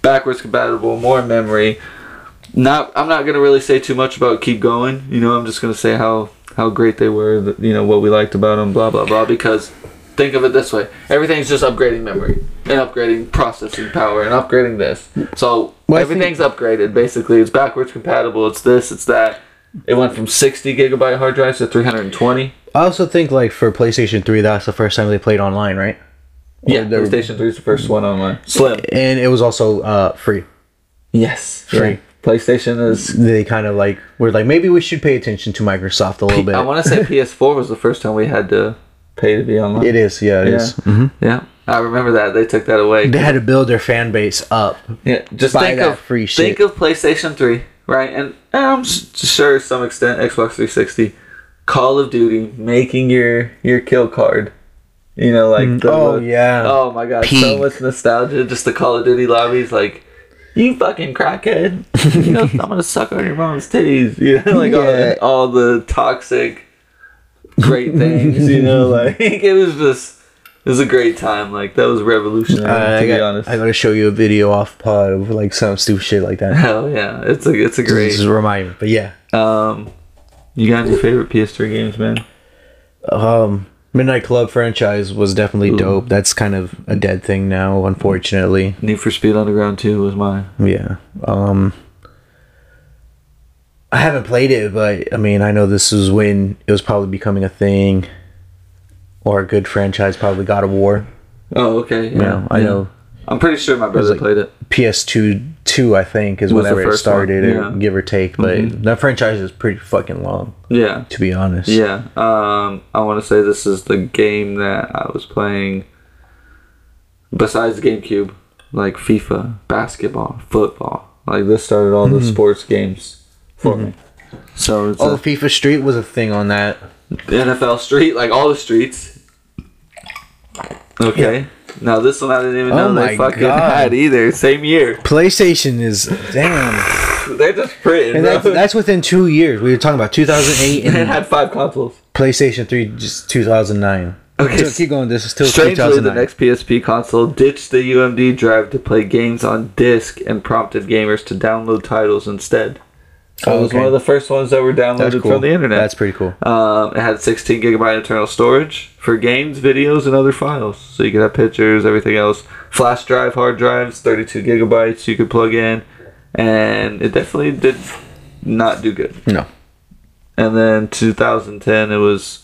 Speaker 1: Backwards compatible, more memory not I'm not gonna really say too much about keep going. You know, I'm just gonna say how how great they were. th- You know what we liked about them, blah blah blah. Because think of it this way: everything's just upgrading memory and upgrading processing power and upgrading this. So
Speaker 2: Well, I
Speaker 1: everything's upgraded. Basically, it's backwards compatible. It's this. It's that. It went from 60 gigabyte hard drives to 320.
Speaker 2: I also think like for PlayStation 3, that's the first time they played online, right?
Speaker 1: Yeah,
Speaker 2: they were-
Speaker 1: PlayStation 3 is the first one online. Slim.
Speaker 2: And it was also uh, free.
Speaker 1: Yes.
Speaker 2: Free.
Speaker 1: PlayStation is.
Speaker 2: They kind of like were like maybe we should pay attention to Microsoft a little bit.
Speaker 1: I want to say PS4 was the first time we had to pay to be online.
Speaker 2: it is, yeah, it
Speaker 1: Yeah.
Speaker 2: is.
Speaker 1: Yeah, I remember that they took that away.
Speaker 2: They had to build their fan base up.
Speaker 1: Yeah, just
Speaker 2: buy
Speaker 1: think
Speaker 2: that
Speaker 1: of
Speaker 2: free shit.
Speaker 1: think of PlayStation Three, right? And I'm s- sure to some extent Xbox 360, Call of Duty making your your kill card. You know, like the,
Speaker 2: oh, yeah.
Speaker 1: oh my god, so
Speaker 2: Pig.
Speaker 1: much nostalgia. Just the Call of Duty lobbies, like you fucking crackhead. you know, I'm gonna suck on your mom's titties. You know, like all,
Speaker 2: Yeah.
Speaker 1: the, all the toxic great things. You know, like it was just. It was a great time. Like that was revolutionary.
Speaker 2: Uh,
Speaker 1: to
Speaker 2: I,
Speaker 1: be
Speaker 2: got,
Speaker 1: honest,
Speaker 2: I gotta show you a video off pod of like some stupid shit like that.
Speaker 1: Hell yeah, it's a it's a
Speaker 2: This
Speaker 1: great.
Speaker 2: is remind me, but yeah.
Speaker 1: Um, you got any favorite PS3 games, man?
Speaker 2: Um, Midnight Club franchise was definitely dope. That's kind of a dead thing now, unfortunately.
Speaker 1: Need for Speed Underground 2 was mine.
Speaker 2: Yeah. Um, I haven't played it, but I mean, I know this is when it was probably becoming a thing, or a good franchise. Probably God of War.
Speaker 1: Oh, okay. Yeah,
Speaker 2: You know, I
Speaker 1: yeah.
Speaker 2: know
Speaker 1: I'm pretty sure my brother
Speaker 2: like-
Speaker 1: played it.
Speaker 2: PS2 two I think is
Speaker 1: Was the
Speaker 2: whenever it
Speaker 1: first one,
Speaker 2: started, or
Speaker 1: yeah. Mm-hmm.
Speaker 2: give or take. But that franchise is pretty fucking long,
Speaker 1: Yeah,
Speaker 2: to be honest.
Speaker 1: yeah. Um, I want to say this is the game that I was playing. Besides GameCube, like FIFA, basketball, football, like this started all
Speaker 2: Mm-hmm.
Speaker 1: the sports games for me. So it's
Speaker 2: Oh,
Speaker 1: a
Speaker 2: FIFA Street was a thing on that.
Speaker 1: NFL Street, like all the streets. Okay. Now this one I didn't even
Speaker 2: Oh
Speaker 1: know
Speaker 2: my
Speaker 1: they fucking
Speaker 2: God.
Speaker 1: had either. Same year.
Speaker 2: PlayStation is damn,
Speaker 1: They're just printing.
Speaker 2: and
Speaker 1: bro.
Speaker 2: that's that's within two years. We were talking about 2008
Speaker 1: They
Speaker 2: and
Speaker 1: had five consoles.
Speaker 2: PlayStation 3 just 2009.
Speaker 1: Okay,
Speaker 2: So
Speaker 1: s-
Speaker 2: keep going. This is still
Speaker 1: Strangely, the
Speaker 2: 2009.
Speaker 1: next PSP console ditched the UMD drive to play games on disc and prompted gamers to download titles instead. So it was
Speaker 2: Okay.
Speaker 1: one of the first ones that were
Speaker 2: That's
Speaker 1: downloaded
Speaker 2: cool.
Speaker 1: from the internet.
Speaker 2: That's pretty cool.
Speaker 1: Um, it had 16 gigabyte internal storage for games, videos, and other files. So you could have pictures, everything else. Flash drive, hard drives, 32 gigabytes you could plug in, and it definitely did not do good.
Speaker 2: No.
Speaker 1: And then 2010, it was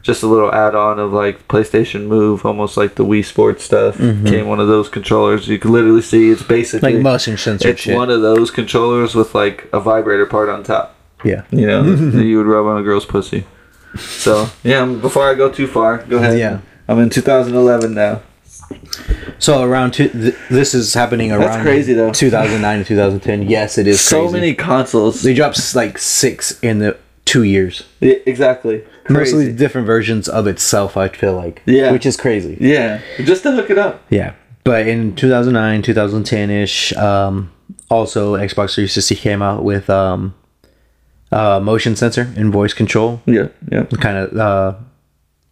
Speaker 1: just a little add-on of like PlayStation Move, almost like the Wii Sports stuff. Came one of those controllers. You can literally see it's basically
Speaker 2: Mm-hmm. Like motion sensor
Speaker 1: it's
Speaker 2: shit.
Speaker 1: one of those controllers with like a vibrator part on top
Speaker 2: yeah.
Speaker 1: you know, that you would rub on a girl's pussy. So yeah, um, before I go too far, go ahead.
Speaker 2: Yeah.
Speaker 1: I'm in 2011 now.
Speaker 2: So around two, th- this is happening around
Speaker 1: crazy, though.
Speaker 2: 2009 to 2010. Yes, it is
Speaker 1: so
Speaker 2: crazy.
Speaker 1: many consoles.
Speaker 2: They dropped s- like six in the two years.
Speaker 1: Yeah, exactly. Crazy.
Speaker 2: Mostly different versions of itself. I feel like.
Speaker 1: Yeah.
Speaker 2: Which is crazy.
Speaker 1: Yeah, just to hook it up.
Speaker 2: Yeah, but in 2009, 2010 ish, um, also Xbox 360 came out with um, uh, motion sensor and voice control,
Speaker 1: Yeah, yeah.
Speaker 2: kind of uh,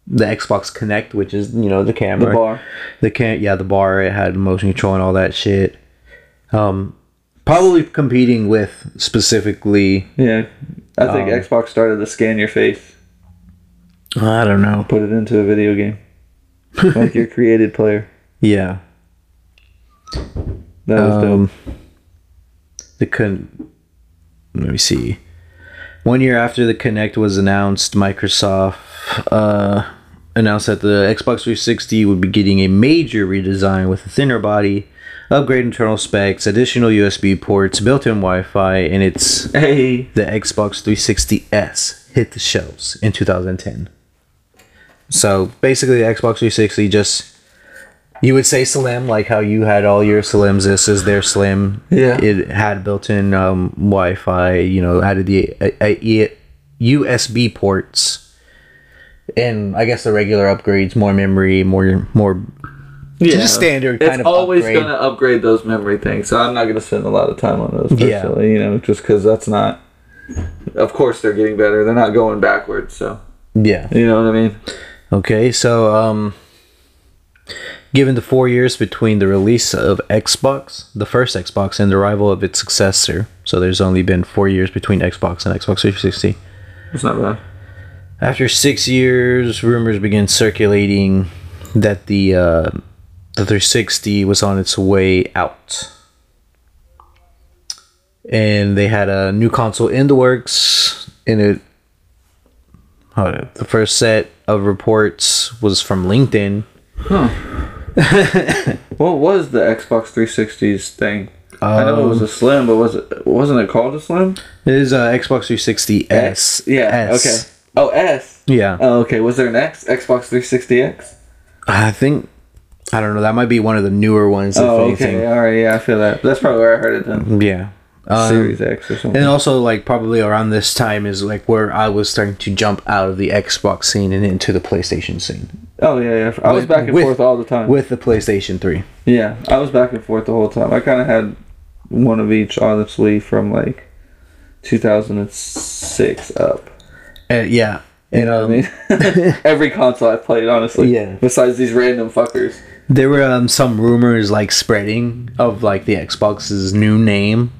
Speaker 2: the Xbox Connect, which is you know the camera,
Speaker 1: The bar.
Speaker 2: the can yeah the bar. It had motion control and all that shit. Um, probably competing with specifically,
Speaker 1: Yeah, I think
Speaker 2: Um,
Speaker 1: Xbox started to scan your face,
Speaker 2: I don't know.
Speaker 1: put it into a video game, like your created player.
Speaker 2: Yeah,
Speaker 1: That
Speaker 2: Um,
Speaker 1: was dope.
Speaker 2: the con. Let me see. One year after the Connect was announced, Microsoft uh, announced that the Xbox 360 would be getting a major redesign with a thinner body, upgrade internal specs, additional USB ports, built-in Wi-Fi, and it's
Speaker 1: Hey,
Speaker 2: the Xbox 360S hit the shelves in 2010. So basically, the Xbox 360 just you would say slim, like how you had all your slims. This is their slim.
Speaker 1: Yeah.
Speaker 2: It had built-in um, Wi-Fi. You know, added the uh, uh, E- USB ports, and I guess the regular upgrades, more memory, more more
Speaker 1: Yeah,
Speaker 2: Just standard
Speaker 1: It's
Speaker 2: kind of
Speaker 1: always
Speaker 2: upgrade.
Speaker 1: gonna upgrade those memory things, so I'm not gonna spend a lot of time on those.
Speaker 2: Yeah.
Speaker 1: Personally, you know, just because that's not. Of course, they're getting better. They're not going backwards, so
Speaker 2: yeah.
Speaker 1: you know what I mean.
Speaker 2: Okay, so um given the 4 years between the release of Xbox, the first Xbox and the arrival of its successor. So there's only been 4 years between Xbox and Xbox 360.
Speaker 1: It's not bad.
Speaker 2: After 6 years, rumors began circulating that the uh the 360 was on its way out. And they had a new console in the works and it hold on, the first set of reports was from LinkedIn
Speaker 1: What was the Xbox 360's thing? I know it
Speaker 2: Um,
Speaker 1: was a Slim, but was it wasn't it called a Slim?
Speaker 2: It is uh, Xbox 360 S.
Speaker 1: Yeah.
Speaker 2: S.
Speaker 1: Okay. Oh S.
Speaker 2: Yeah.
Speaker 1: Oh, okay. Was there an X? Xbox 360X.
Speaker 2: I think I don't know. That might be one of the newer ones. If
Speaker 1: Oh, okay.
Speaker 2: anything.
Speaker 1: All right. Yeah, I feel that. That's probably where I heard it then.
Speaker 2: Yeah. Um,
Speaker 1: Series X or something.
Speaker 2: And also, like probably around this time is like where I was starting to jump out of the Xbox scene and into the PlayStation scene.
Speaker 1: Oh yeah, yeah. I was
Speaker 2: With-
Speaker 1: back and
Speaker 2: with-
Speaker 1: forth all the time.
Speaker 2: with the PlayStation 3.
Speaker 1: Yeah, I was back and forth the whole time. I kind of had one of each, honestly, from like 2006 up.
Speaker 2: And Uh, yeah, and
Speaker 1: I
Speaker 2: um,
Speaker 1: mean, every console I played, honestly.
Speaker 2: Yeah.
Speaker 1: Besides these random fuckers.
Speaker 2: there were um, some rumors like spreading of like the Xbox's new name.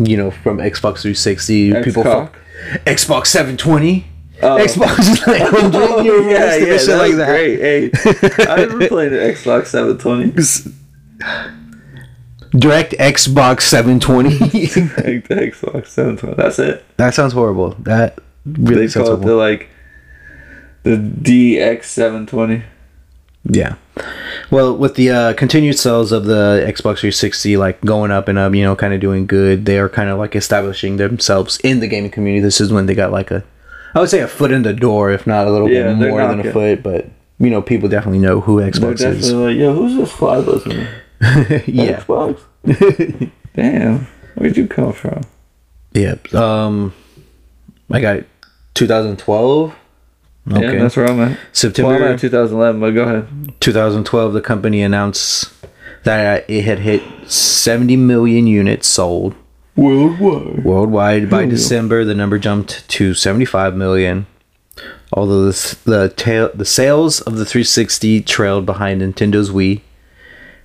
Speaker 2: You know, from Xbox 360, people
Speaker 1: Xbox.
Speaker 2: fuck Xbox 720.
Speaker 1: Oh.
Speaker 2: Xbox like
Speaker 1: Oh, yeah, yeah, that
Speaker 2: like
Speaker 1: was
Speaker 2: that.
Speaker 1: great. Hey, I never played an Xbox 720.
Speaker 2: Direct Xbox 720.
Speaker 1: Like, the Xbox 720. That's it.
Speaker 2: that sounds horrible. That really
Speaker 1: They
Speaker 2: sounds
Speaker 1: call it the
Speaker 2: horrible.
Speaker 1: like the DX 720.
Speaker 2: yeah. Well, with the uh, continued sales of the Xbox 360 like going up and up, you know, kind of doing good, they are kind of like establishing themselves in the gaming community. This is when they got like a, I would say a foot in the door, if not a little
Speaker 1: Yeah,
Speaker 2: bit
Speaker 1: they're
Speaker 2: more than a
Speaker 1: knocking.
Speaker 2: foot, but you know, people definitely know who
Speaker 1: They're
Speaker 2: Xbox
Speaker 1: definitely like, yo, who's this fly listening?
Speaker 2: is. yeah.
Speaker 1: Xbox? Damn. Where'd you come from?
Speaker 2: Yep. Um, I got 2012. Okay.
Speaker 1: Yeah, that's where I'm at.
Speaker 2: September.
Speaker 1: Well, I'm at 2011, but go ahead.
Speaker 2: 2012, the company announced that it had hit 70 million units sold
Speaker 1: Worldwide.
Speaker 2: worldwide. By December, the number jumped to 75 million. Although the s- the, tail, the sales of the 360 trailed behind Nintendo's Wii,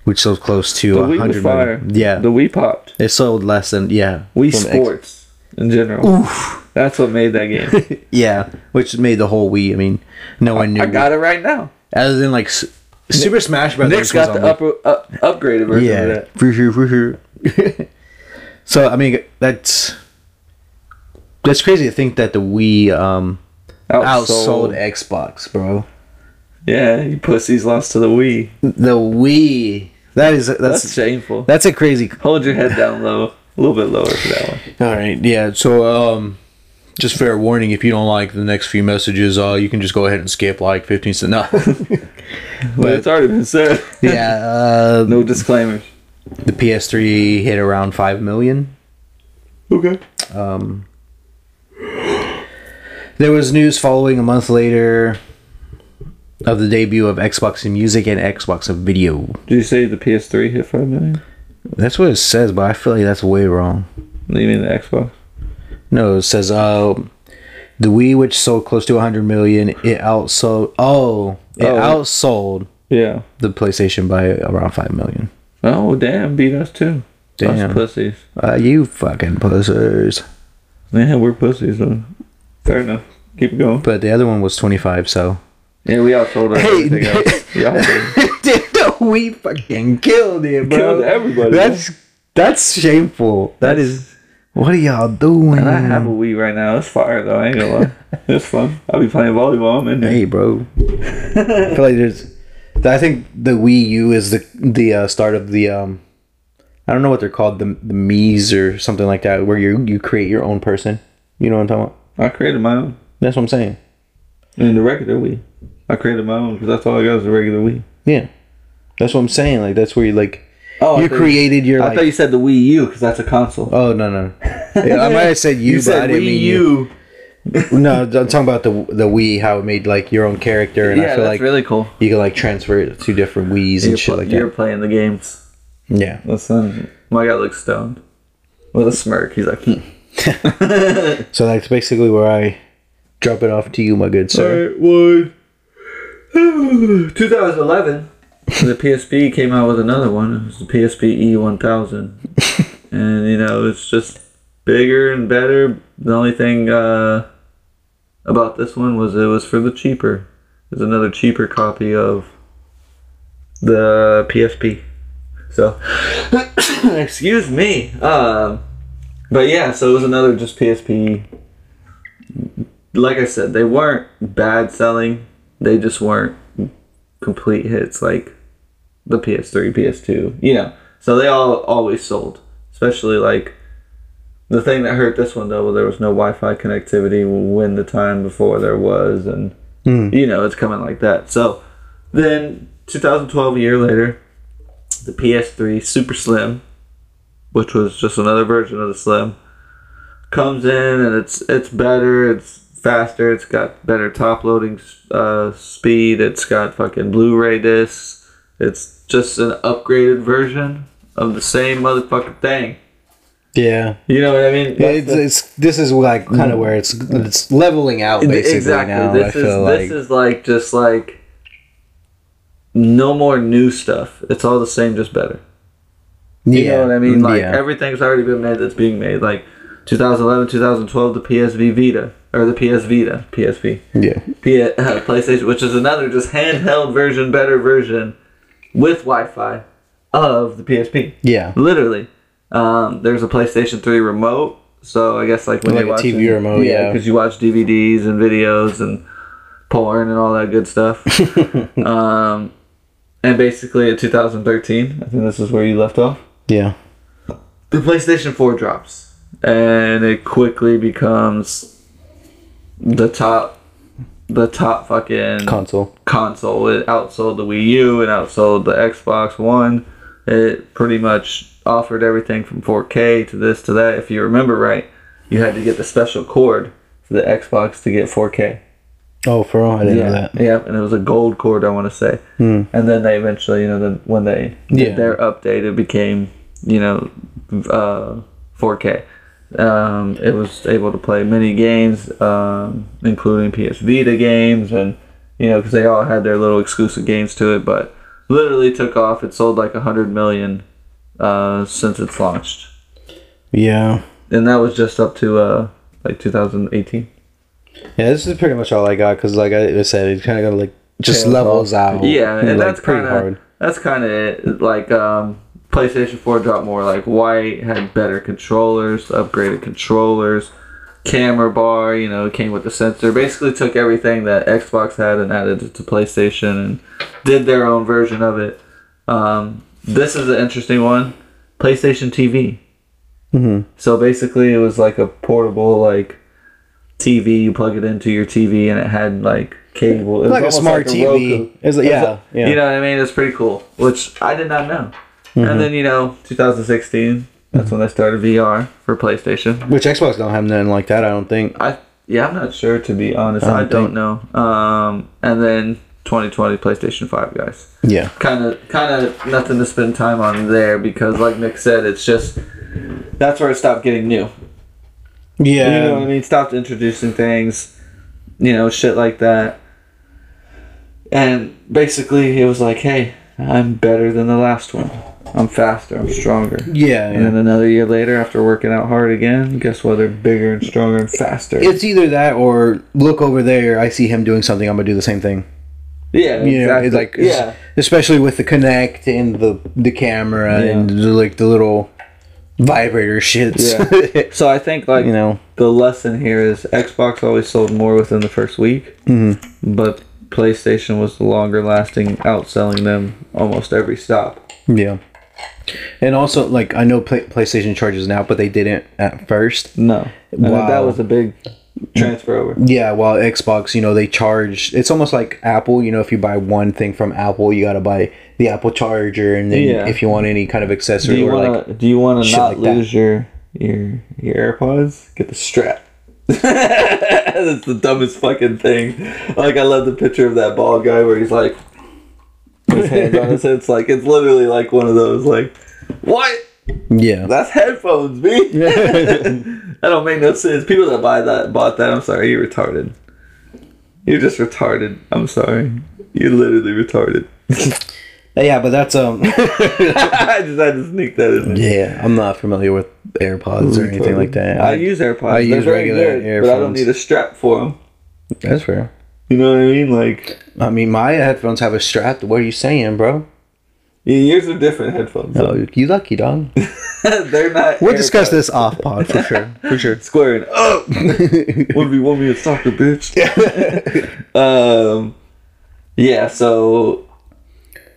Speaker 2: which sold close to
Speaker 1: The Wii was
Speaker 2: 100
Speaker 1: fire.
Speaker 2: million. Yeah,
Speaker 1: The Wii popped.
Speaker 2: it sold less than yeah.
Speaker 1: Wii
Speaker 2: from X-
Speaker 1: Sports in general. That's what made that game.
Speaker 2: yeah, which made the whole Wii. I mean, no one knew.
Speaker 1: I got it right now.
Speaker 2: Other than like S- Super Smash Brothers.
Speaker 1: Nick's got
Speaker 2: was on
Speaker 1: the upper, up, upgraded version
Speaker 2: yeah,
Speaker 1: of that.
Speaker 2: for sure, for sure. so I mean, that's that's crazy to think that the Wii um, outsold Xbox, bro.
Speaker 1: Yeah, you pussies lost to the Wii.
Speaker 2: The Wii. That is
Speaker 1: That's,
Speaker 2: that's
Speaker 1: shameful.
Speaker 2: that's a crazy.
Speaker 1: Hold your head down low. A little bit lower for that one.
Speaker 2: All right, yeah. So um, just fair warning: if you don't like the next few messages, uh, you can just go ahead and skip like fifteen. So no,
Speaker 1: But it's already been said.
Speaker 2: yeah. Uh,
Speaker 1: No disclaimers.
Speaker 2: The PS3 hit around five million.
Speaker 1: Okay.
Speaker 2: Um, there was news following a month later of the debut of Xbox in Music and Xbox of Video.
Speaker 1: Did you say the PS3 hit 5 million?
Speaker 2: That's what it says, but I feel like that's way wrong.
Speaker 1: You mean the Xbox?
Speaker 2: No, it says uh, the Wii, which sold close to 100 million, it outsold. Oh, it
Speaker 1: Oh.
Speaker 2: outsold
Speaker 1: Yeah.
Speaker 2: the PlayStation by around 5 million.
Speaker 1: Oh, damn. Beat us too.
Speaker 2: Damn.
Speaker 1: Us pussies.
Speaker 2: Uh, you fucking pussies.
Speaker 1: Yeah, we're pussies. So. Fair enough. Keep going.
Speaker 2: But the other one was 25, so.
Speaker 1: Yeah, we outsold
Speaker 2: Hey,
Speaker 1: everything else. Y'all did.
Speaker 2: Dude, the Wii fucking killed it, bro.
Speaker 1: Killed everybody.
Speaker 2: That's that's shameful. That's, what are y'all
Speaker 1: And I have a
Speaker 2: doing?
Speaker 1: Wii right now. It's fire though. I ain't gonna lie. It's fun. I'll be playing volleyball. I'm in there.
Speaker 2: Hey, bro. I feel like there's. I think the Wii U is the the uh, start of the um. I don't know what they're called, the the Mii's or something like that, where you you create your own person. You know what I'm talking about?
Speaker 1: I created my own
Speaker 2: That's what I'm saying.
Speaker 1: in the regular Wii. I created my own because that's all I got is a regular Wii.
Speaker 2: Yeah, that's what I'm saying. Like that's where you like
Speaker 1: Oh,
Speaker 2: you created your.
Speaker 1: I
Speaker 2: like,
Speaker 1: thought you said the Wii U because that's a console.
Speaker 2: Oh no no! Yeah, I might have said you, but I didn't mean you. No, I'm talking about the the Wii, how it made like your own character, and
Speaker 1: Yeah,
Speaker 2: I feel
Speaker 1: that's
Speaker 2: like
Speaker 1: really cool.
Speaker 2: you can like transfer it to different Wii's and
Speaker 1: You're,
Speaker 2: shit
Speaker 1: pl-
Speaker 2: like
Speaker 1: you're
Speaker 2: that.
Speaker 1: playing the games.
Speaker 2: Yeah,
Speaker 1: Listen, my guy looks stoned with a smirk. He's like, "Hmm."
Speaker 2: so that's basically where I drop it off to you, my good sir.
Speaker 1: Alright, would 2011, the PSP came out with another one. It was the PSP E1000. E and, you know, it's just bigger and better. The only thing uh, about this one was it was for the cheaper. It was another cheaper copy of the PSP. So, excuse me. Um, but yeah, so it was another just PSP like I said, they weren't bad selling. They just weren't complete hits like the PS3, PS2, you know. So they all always sold. Especially like the thing that hurt this one though, there was no Wi-Fi connectivity when the time before there was, and you know it's coming like that. So then, 2012, a year later, the PS3 Super Slim, which was just another version of the Slim, comes in and it's it's better, it's faster, it's got better top loading uh, speed, it's got fucking Blu-ray discs, it's just an upgraded version of the same motherfucking thing.
Speaker 2: Yeah,
Speaker 1: You know what I mean?
Speaker 2: Yeah, it's, it's this is like kind of where it's it's leveling out basically
Speaker 1: exactly.
Speaker 2: now.
Speaker 1: this
Speaker 2: I
Speaker 1: is
Speaker 2: feel
Speaker 1: this
Speaker 2: like
Speaker 1: is like just like no more new stuff. It's all the same, just better.
Speaker 2: yeah, mm,
Speaker 1: You know what I mean? Like
Speaker 2: yeah.
Speaker 1: everything's already been made that's being made. Like 2011, 2012, the PSV Vita or the PS Vita, PSV,
Speaker 2: yeah,
Speaker 1: P- uh, PlayStation, which is another just handheld version, better version with Wi-Fi of the PSP.
Speaker 2: yeah,
Speaker 1: Literally, um, there's a PlayStation 3 remote. So I guess like when
Speaker 2: Like
Speaker 1: you're
Speaker 2: a
Speaker 1: watching,
Speaker 2: TV remote, yeah.
Speaker 1: because you watch DVDs and videos and porn and all that good stuff. um, and basically, in 2013, I think this is where you left off
Speaker 2: yeah.
Speaker 1: the PlayStation 4 drops and it quickly becomes the top the top fucking
Speaker 2: Console.
Speaker 1: console. It outsold the Wii U, it outsold the Xbox One. It pretty much offered everything from 4K to this to that. If you remember right, you had to get the special cord for the Xbox to get 4K.
Speaker 2: Oh, for all I didn't know
Speaker 1: Yeah,
Speaker 2: that. Hmm.
Speaker 1: yeah, and it was a gold cord, I want to say. And then they eventually, you know, then when they
Speaker 2: Yeah.
Speaker 1: did their update, it became, you know, uh, 4K. Um, it was able to play many games, um, including PS Vita games, and you know, because they all had their little exclusive games to it. But literally took off. It sold like hundred million uh, since it's launched,
Speaker 2: Yeah.
Speaker 1: and that was just up to uh, like 2018.
Speaker 2: Yeah, this is pretty much all I got because, like I said, it kind of got like just
Speaker 1: Tails
Speaker 2: levels out.
Speaker 1: Yeah, and
Speaker 2: like,
Speaker 1: that's kind of that's kind of it. Like um, PlayStation Four dropped more like white had better controllers, upgraded controllers, camera bar. You know, came with the sensor. Basically, took everything that Xbox had and added it to PlayStation and did their own version of it. Um, this is an interesting one. PlayStation TV. Mm-hmm. So basically, it was like a portable like TV. You plug it into your TV, and it had like cable. It was
Speaker 2: Like a
Speaker 1: almost
Speaker 2: smart TV.
Speaker 1: Roku.
Speaker 2: It's like-
Speaker 1: It was
Speaker 2: yeah, yeah.
Speaker 1: You know what I mean? It's pretty cool, which I did not know.
Speaker 2: Mm-hmm.
Speaker 1: And then you know, 2016. That's when they started VR for PlayStation.
Speaker 2: Which Xbox don't have nothing like that, I don't think.
Speaker 1: I yeah, I'm not sure to be honest.
Speaker 2: I
Speaker 1: I
Speaker 2: don't
Speaker 1: don't know. Um, and then 2020 PlayStation 5, guys
Speaker 2: Yeah.
Speaker 1: kind of kind of nothing to spend time on there because like Nick said it's just that's where it stopped getting new
Speaker 2: Yeah.
Speaker 1: you know what I mean stopped introducing things you know shit like that and basically it was like hey I'm better than the last one I'm faster I'm stronger
Speaker 2: Yeah.
Speaker 1: and then another year later after working out hard again guess what they're bigger and stronger and faster
Speaker 2: It's either that or look over there. I see him doing something. I'm gonna do the same thing.
Speaker 1: yeah
Speaker 2: You know, it's like
Speaker 1: exactly. yeah
Speaker 2: especially with the Kinect and the the camera
Speaker 1: Yeah.
Speaker 2: and the, like the little vibrator shits.
Speaker 1: so I think like
Speaker 2: you know.
Speaker 1: the lesson here is Xbox always sold more within the first week,
Speaker 2: Mm-hmm.
Speaker 1: but PlayStation was the longer lasting, outselling them almost every stop.
Speaker 2: Yeah. And also, like I know Play- PlayStation charges now, but they didn't at first.
Speaker 1: No, I mean,
Speaker 2: Wow.
Speaker 1: that was a big transfer over.
Speaker 2: Yeah, while Xbox, you know, they charge. It's almost like Apple. You know, if you buy one thing from Apple, you gotta buy the Apple charger, and then
Speaker 1: Yeah.
Speaker 2: if you want any kind of
Speaker 1: Do
Speaker 2: accessory
Speaker 1: you
Speaker 2: or
Speaker 1: wanna
Speaker 2: like,
Speaker 1: do you wanna
Speaker 2: shit
Speaker 1: not
Speaker 2: like that.
Speaker 1: lose your your your AirPods? Get the strap. That's the dumbest fucking thing. Like I love the picture of that bald guy where he's like his hands on his head. It's like it's literally like one of those like what?
Speaker 2: yeah,
Speaker 1: That's headphones, B. that don't make no sense. People that buy that bought that, I'm sorry, you're retarded. You're just retarded. I'm sorry. You're literally retarded.
Speaker 2: yeah, but that's um,
Speaker 1: I just had to sneak that in there.
Speaker 2: yeah, I'm not familiar with AirPods or anything like that.
Speaker 1: I use AirPods.
Speaker 2: I
Speaker 1: They're
Speaker 2: use
Speaker 1: very
Speaker 2: regular
Speaker 1: good, but I don't
Speaker 2: earphones.
Speaker 1: need a strap for them.
Speaker 2: that's fair.
Speaker 1: You know what I mean? Like
Speaker 2: I mean, my headphones have a strap. What are you saying, bro?
Speaker 1: yeah, yours are different headphones.
Speaker 2: Oh, you lucky dog.
Speaker 1: They're not.
Speaker 2: We'll discuss
Speaker 1: AirPods.
Speaker 2: this off pod for sure. For sure.
Speaker 1: Squaring up. One v one me in soccer, bitch. um, yeah. So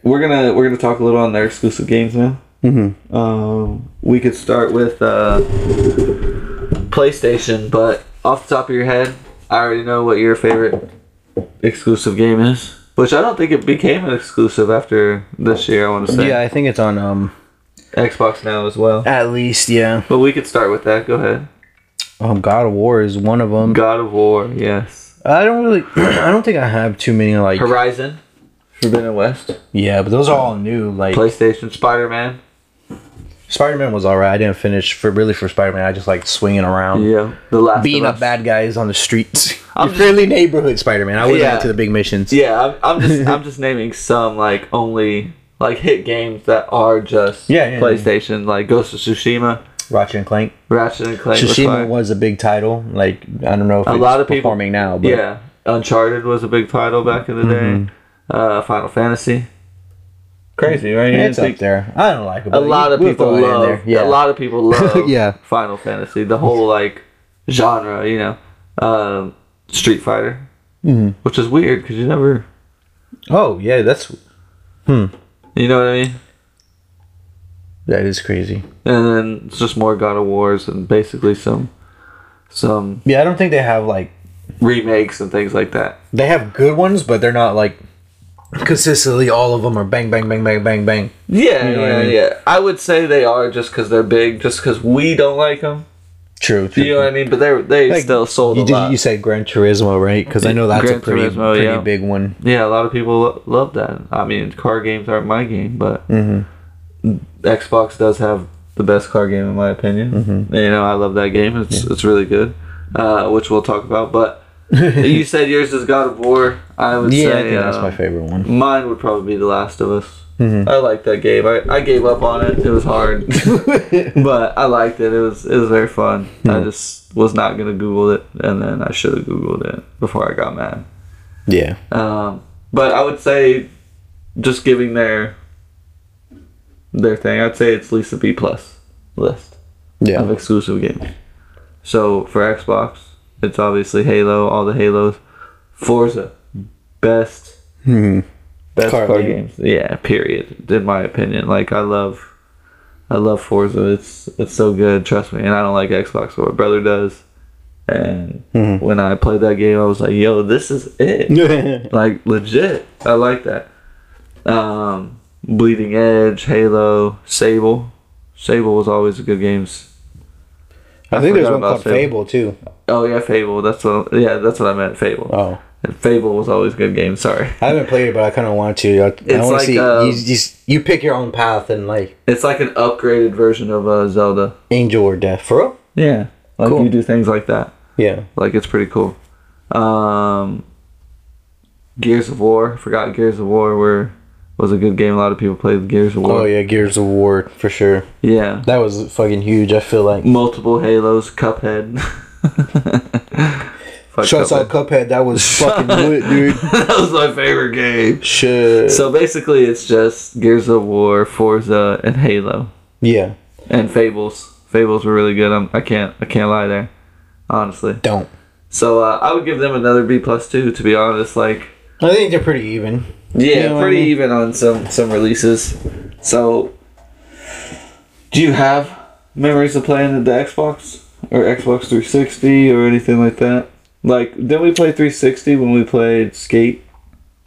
Speaker 1: we're gonna we're gonna talk a little on their exclusive games now. Mm-hmm. Um, we could start with uh, PlayStation, but off the top of your head, I already know what your favorite exclusive game is. Which I don't think it became an exclusive after this year. I want to say
Speaker 2: Yeah, I think it's on um
Speaker 1: Xbox now as well.
Speaker 2: at least yeah.
Speaker 1: But we could start with that. Go ahead.
Speaker 2: Um, God of War is one of them.
Speaker 1: God of War. Yes.
Speaker 2: I don't really. I don't think I have too many like.
Speaker 1: Horizon, Forbidden West,
Speaker 2: Yeah, but those are all new. Like
Speaker 1: PlayStation, Spider Man.
Speaker 2: Spider Man was alright. I didn't finish for really for Spider Man. I just like swinging around,
Speaker 1: Yeah, the last
Speaker 2: beating
Speaker 1: of
Speaker 2: up
Speaker 1: Us.
Speaker 2: bad guys on the streets.
Speaker 1: I'm
Speaker 2: Your friendly neighborhood Spider Man. I wasn't
Speaker 1: Yeah.
Speaker 2: into the big missions.
Speaker 1: Yeah, I'm, I'm just I'm just naming some like only like hit games that are just
Speaker 2: Yeah, yeah, yeah.
Speaker 1: PlayStation like Ghost of Tsushima,
Speaker 2: Ratchet and Clank.
Speaker 1: Ratchet and Clank. was
Speaker 2: Tsushima
Speaker 1: fire.
Speaker 2: was a big title. Like I don't know if
Speaker 1: A
Speaker 2: it's
Speaker 1: lot of people-
Speaker 2: performing now, but
Speaker 1: yeah, Uncharted was a big title back in the day. Uh, Final Fantasy. Crazy, right? You
Speaker 2: it's
Speaker 1: didn't
Speaker 2: up
Speaker 1: think-
Speaker 2: there. I don't like it.
Speaker 1: a
Speaker 2: but
Speaker 1: lot of
Speaker 2: we'll
Speaker 1: people
Speaker 2: throw it in
Speaker 1: love
Speaker 2: there. Yeah.
Speaker 1: a lot of people love
Speaker 2: Yeah.
Speaker 1: Final Fantasy, the whole like genre, you know. Um, Street Fighter, mm-hmm. which is weird because you never,
Speaker 2: Oh yeah, that's
Speaker 1: you know what I mean.
Speaker 2: that is crazy.
Speaker 1: And then it's just more God of Wars and basically some some
Speaker 2: Yeah, I don't think they have like
Speaker 1: remakes and things like that.
Speaker 2: they have good ones, but they're not like consistently all of them are bang bang bang bang bang bang.
Speaker 1: Yeah,
Speaker 2: You know what
Speaker 1: yeah,
Speaker 2: I mean?
Speaker 1: yeah. I would say they are just because they're big, just because we don't like them.
Speaker 2: True. true.
Speaker 1: You know what I mean? But they they
Speaker 2: Like,
Speaker 1: still sold a
Speaker 2: you, did-
Speaker 1: lot.
Speaker 2: you said Gran Turismo, right? Because I know that's
Speaker 1: Gran
Speaker 2: a pretty
Speaker 1: Turismo,
Speaker 2: pretty
Speaker 1: yeah.
Speaker 2: big one.
Speaker 1: Yeah, a lot of people lo- love that. I mean, car games aren't my game, but
Speaker 2: Mm-hmm.
Speaker 1: Xbox does have the best car game in my opinion.
Speaker 2: Mm-hmm.
Speaker 1: You know, I love that game. It's it's really good, uh, which we'll talk about. But you said yours is God of War. I would
Speaker 2: Yeah, I
Speaker 1: say
Speaker 2: think that's
Speaker 1: uh,
Speaker 2: my favorite one.
Speaker 1: Mine would probably be The Last of Us. I like that game. I, I gave up on it. It was hard, but I liked it. It was it was very fun. I just was not gonna Google it, and then I should have Googled it before I got mad.
Speaker 2: Yeah.
Speaker 1: Um, but I would say, just giving their their thing, I'd say it's Lisa B plus list of
Speaker 2: Yeah.
Speaker 1: exclusive games. So for Xbox, it's obviously Halo, all the Halos, Forza, best
Speaker 2: Hmm.
Speaker 1: best
Speaker 2: Car
Speaker 1: car,
Speaker 2: game.
Speaker 1: games. Yeah, period. In my opinion, like I love, I love Forza. It's it's so good. Trust me. And I don't like Xbox, but my brother does. And
Speaker 2: Mm-hmm.
Speaker 1: when I played that game, I was like, "Yo, this is it." like legit. I like that. Um, Bleeding Edge, Halo, Sable. Sable was always a good games.
Speaker 2: I think there's
Speaker 1: forgot
Speaker 2: one
Speaker 1: about
Speaker 2: called Fable. too.
Speaker 1: Oh yeah, Fable. That's what. Yeah, that's what I meant. Fable.
Speaker 2: Oh,
Speaker 1: And Fable was always a good game. Sorry.
Speaker 2: I haven't played it, but I kind of want to. I, I
Speaker 1: It's
Speaker 2: want to
Speaker 1: like,
Speaker 2: see.
Speaker 1: uh,
Speaker 2: you, just, you pick your own path and like
Speaker 1: It's like an upgraded version of uh, Zelda.
Speaker 2: angel or death. For real?
Speaker 1: Yeah. Like
Speaker 2: Cool.
Speaker 1: you do things like that.
Speaker 2: Yeah.
Speaker 1: Like it's pretty cool. Um, Gears of War. Forgot Gears of War were was a good game. A lot of people played Gears of War.
Speaker 2: Oh yeah, Gears of War for sure.
Speaker 1: yeah.
Speaker 2: That was fucking huge. I feel like.
Speaker 1: multiple Halos, Cuphead. Fuck
Speaker 2: Shots out Cuphead.
Speaker 1: Cuphead.
Speaker 2: That was fucking lit, dude.
Speaker 1: that was my favorite game.
Speaker 2: Shit.
Speaker 1: So basically, it's just Gears of War, Forza, and Halo,
Speaker 2: yeah.
Speaker 1: and Fables. Fables were really good. I'm, I can't I can't lie there, honestly.
Speaker 2: Don't.
Speaker 1: So uh, I would give them another B plus two. To be honest, like
Speaker 2: I think they're pretty even.
Speaker 1: yeah,
Speaker 2: You know what I
Speaker 1: pretty
Speaker 2: mean?
Speaker 1: even on some some releases. So do you have memories of playing the Xbox or Xbox 360 or anything like that? Like, didn't we play 360 when we played Skate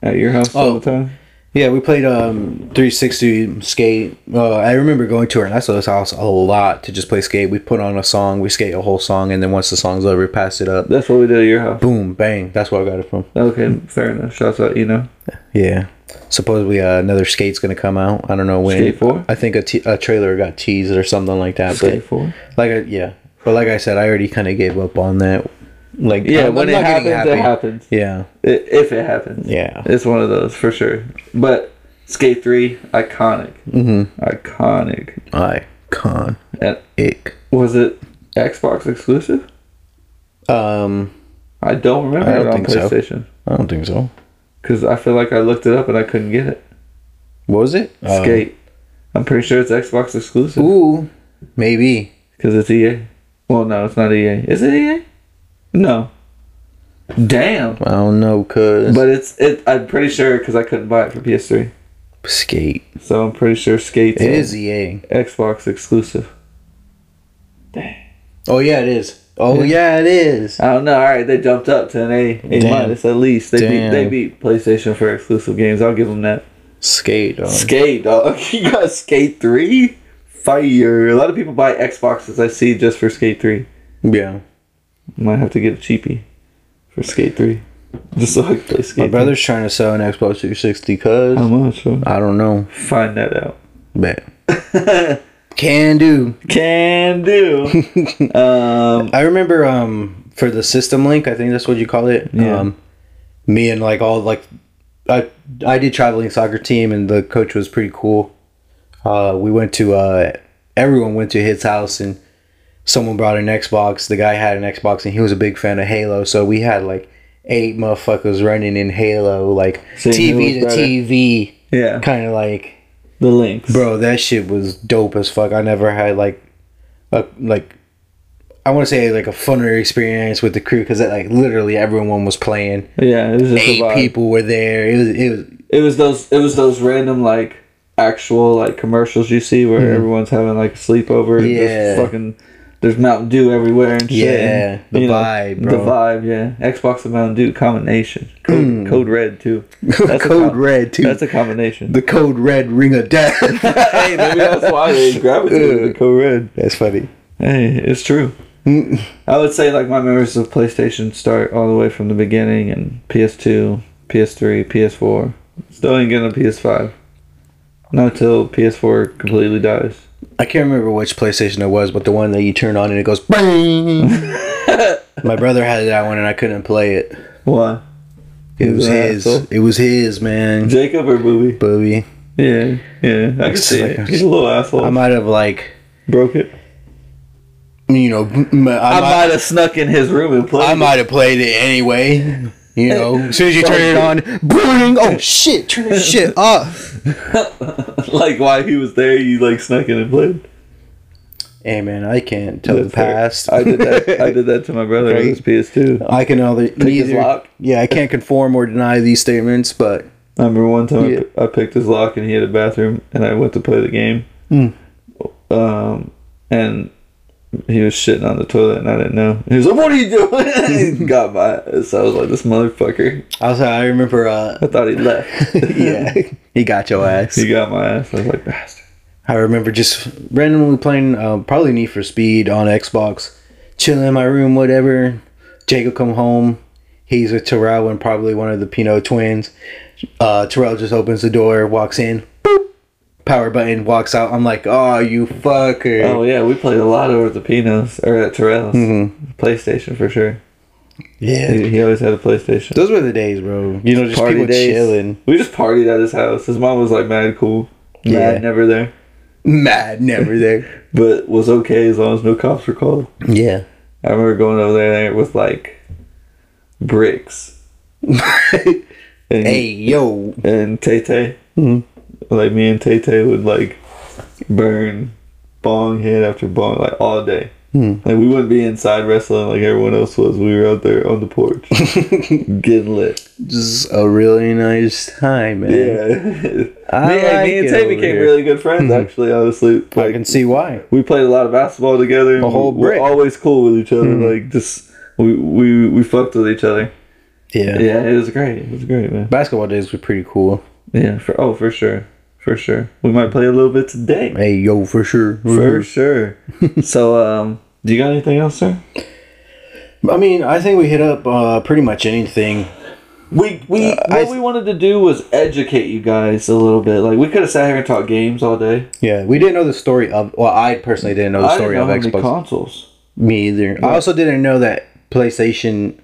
Speaker 1: at your house all
Speaker 2: Oh.
Speaker 1: the time?
Speaker 2: Yeah, we played um 360 skate. Uh, I remember going to Ernesto's house a lot to just play skate. We put on a song, we skate a whole song, and then once the song's over, pass it up.
Speaker 1: That's what we did at your house.
Speaker 2: Boom, bang. That's where I got it from.
Speaker 1: Okay, fair enough. Shouts out, you know.
Speaker 2: Yeah. Supposedly uh, another skate's gonna come out. I don't know when.
Speaker 1: Skate 4?
Speaker 2: I think a, t- a trailer got teased or something like that.
Speaker 1: Skate
Speaker 2: But
Speaker 1: 4.
Speaker 2: like, I, yeah. But like I said, I already kind of gave up on that. Like,
Speaker 1: Yeah,
Speaker 2: I'm-
Speaker 1: when
Speaker 2: I'm not
Speaker 1: it
Speaker 2: getting
Speaker 1: happens, it
Speaker 2: happy.
Speaker 1: happens.
Speaker 2: Yeah.
Speaker 1: I- if it happens.
Speaker 2: Yeah.
Speaker 1: It's one of those, for sure. But Skate 3, iconic. Mm-hmm. Iconic.
Speaker 2: I con
Speaker 1: And
Speaker 2: ick.
Speaker 1: was it Xbox exclusive?
Speaker 2: Um,
Speaker 1: I don't remember
Speaker 2: I don't
Speaker 1: it on
Speaker 2: think so.
Speaker 1: PlayStation.
Speaker 2: I don't think so.
Speaker 1: Because I feel like I looked it up and I couldn't get it.
Speaker 2: What was it? Um,
Speaker 1: Skate. I'm pretty sure it's Xbox exclusive.
Speaker 2: Ooh, maybe.
Speaker 1: Because it's EA. Well, no, it's not EA. Is it EA? No. Damn.
Speaker 2: I don't know, cause
Speaker 1: But it's it. I'm pretty sure because I couldn't buy it for PS3.
Speaker 2: skate.
Speaker 1: So I'm pretty sure Skate's
Speaker 2: It
Speaker 1: a
Speaker 2: is E EA.
Speaker 1: Xbox exclusive.
Speaker 2: Oh yeah, it is. Oh yeah, it is.
Speaker 1: I don't know. All right, they jumped up to an A, A
Speaker 2: Damn.
Speaker 1: minus at least. They beat they
Speaker 2: Damn.
Speaker 1: beat PlayStation for exclusive games. I'll give them that.
Speaker 2: Skate. dog.
Speaker 1: Skate dog. you got Skate Three. Fire. A lot of people buy Xboxes. I see just for Skate Three.
Speaker 2: yeah.
Speaker 1: Might have to get a cheapie for Skate Three. Just so I can play Skate.
Speaker 2: My brother's trying to sell an Xbox 360 cuz
Speaker 1: 3. How much? huh?
Speaker 2: I don't know.
Speaker 1: Find that out.
Speaker 2: Bet. Can do.
Speaker 1: Can do. um.
Speaker 2: I remember um for the system link, I think that's what you call it.
Speaker 1: Yeah.
Speaker 2: Um me and like all like I I did traveling soccer team and the coach was pretty cool. Uh we went to uh everyone went to his house and someone brought an Xbox. The guy had an Xbox and he was a big fan of Halo, so we had like eight motherfuckers running in Halo like
Speaker 1: So you knew it
Speaker 2: TV to
Speaker 1: was better.
Speaker 2: TV
Speaker 1: Yeah.
Speaker 2: kind of like
Speaker 1: The links.
Speaker 2: Bro, that shit was dope as fuck. I never had like a like I want to say like a funner experience with the crew because like literally everyone was playing.
Speaker 1: Yeah. It was just a
Speaker 2: Eight
Speaker 1: vibe.
Speaker 2: people were there. It was it was
Speaker 1: It was those. It was those random like actual like commercials you see where everyone's having like a sleepover. Yeah.
Speaker 2: Hmm. Yeah.
Speaker 1: There's fucking. There's Mountain Dew everywhere and shit.
Speaker 2: Yeah,
Speaker 1: and,
Speaker 2: the
Speaker 1: you know,
Speaker 2: vibe,
Speaker 1: The
Speaker 2: bro. Hmm.
Speaker 1: vibe, yeah. Xbox and Mountain Dew combination. Code, code red too. That's a
Speaker 2: Code
Speaker 1: com-
Speaker 2: Red too.
Speaker 1: That's a combination.
Speaker 2: the code red ring of death. hey,
Speaker 1: Maybe that's why they gravitated to code red.
Speaker 2: That's funny.
Speaker 1: Hey, it's true. I would say like my memories of PlayStation start all the way from the beginning and PS2, PS3, PS4. Still ain't getting a PS5. Not till PS4 completely dies.
Speaker 2: I can't remember which PlayStation it was, but the one that you turn on and it goes bang. My brother had that one and I couldn't play it.
Speaker 1: Why?
Speaker 2: It was
Speaker 1: an
Speaker 2: his.
Speaker 1: asshole.
Speaker 2: It was his, man.
Speaker 1: Jacob or Booby?
Speaker 2: Booby.
Speaker 1: Yeah, yeah. I can see it. He's a little asshole.
Speaker 2: I might have like
Speaker 1: Broke it.
Speaker 2: you know, m- I, might,
Speaker 1: I might have snuck in his room and played.
Speaker 2: I might have played it anyway. You know, as soon as you turn it on, boing! Oh shit! Turn this shit off.
Speaker 1: like while he was there, you like snuck in and played.
Speaker 2: Hey man, I can't tell the
Speaker 1: That's fair.
Speaker 2: past.
Speaker 1: I did that. I did that to my brother on
Speaker 2: Right.
Speaker 1: his PS2.
Speaker 2: I can only
Speaker 1: his
Speaker 2: neither.
Speaker 1: lock.
Speaker 2: Yeah, I can't conform or deny these statements, but
Speaker 1: I remember one time I
Speaker 2: Yeah.
Speaker 1: p- I, picked his lock and he had a bathroom and I went to play the game.
Speaker 2: Hmm.
Speaker 1: Um, and he was shitting on the toilet and I didn't know. He was like, What are you doing? he got my So I was like, This motherfucker.
Speaker 2: also I remember.
Speaker 1: I
Speaker 2: uh
Speaker 1: thought he left.
Speaker 2: Yeah, he got your ass.
Speaker 1: he got my ass. I was like, Bastard.
Speaker 2: I remember just randomly playing uh, probably Need for Speed on Xbox, chilling in my room, whatever. Jacob come home. He's with Terrell and probably one of the Pinot twins. Uh, Terrell just opens the door, walks in, boop, power button, walks out. I'm like, oh, you fucker.
Speaker 1: Oh, yeah. We played a lot over at the Pinos or at Terrell's.
Speaker 2: Mm-hmm.
Speaker 1: PlayStation for sure.
Speaker 2: yeah.
Speaker 1: He, he always had a PlayStation.
Speaker 2: Those were the days, bro. You know, just people chilling.
Speaker 1: We just partied at his house. His mom was like mad cool. Mad
Speaker 2: Yeah.
Speaker 1: never there.
Speaker 2: Mad, never there.
Speaker 1: But was okay as long as no cops were called.
Speaker 2: yeah.
Speaker 1: I remember going over there with like bricks and
Speaker 2: hey, yo.
Speaker 1: and Tay Tay.
Speaker 2: Mm-hmm.
Speaker 1: Like me and Tay Tay would like burn bong hit after bong like all day.
Speaker 2: Hmm.
Speaker 1: Like we wouldn't be inside wrestling like everyone else was. We were out there on the porch getting lit.
Speaker 2: Just a really nice time, man.
Speaker 1: Yeah, me,
Speaker 2: I
Speaker 1: and-
Speaker 2: like
Speaker 1: me and
Speaker 2: it
Speaker 1: Tay
Speaker 2: over
Speaker 1: became
Speaker 2: here.
Speaker 1: really good friends. Actually, honestly,
Speaker 2: I
Speaker 1: like
Speaker 2: can see why.
Speaker 1: we played a lot of basketball together. and
Speaker 2: A whole
Speaker 1: we- we're
Speaker 2: brick. Hmm.
Speaker 1: always cool with each other. Like just we we we fucked with each other.
Speaker 2: Yeah.
Speaker 1: Yeah, it was great. It was great, man.
Speaker 2: Basketball days were pretty cool.
Speaker 1: Yeah, for oh for sure, for sure. We might play a little bit today.
Speaker 2: Hey, yo, for sure.
Speaker 1: For sure. so, um, do you got anything else, sir?
Speaker 2: I mean, I think we hit up uh, pretty much anything.
Speaker 1: We we
Speaker 2: Uh, I-
Speaker 1: what we wanted to do was educate you guys a little bit. Like we could have sat here and talked games all day.
Speaker 2: Yeah, we didn't know the story of. Well, I personally didn't know the
Speaker 1: I
Speaker 2: story
Speaker 1: didn't know how
Speaker 2: of
Speaker 1: many
Speaker 2: Xbox.
Speaker 1: consoles.
Speaker 2: Me either. I also didn't know that PlayStation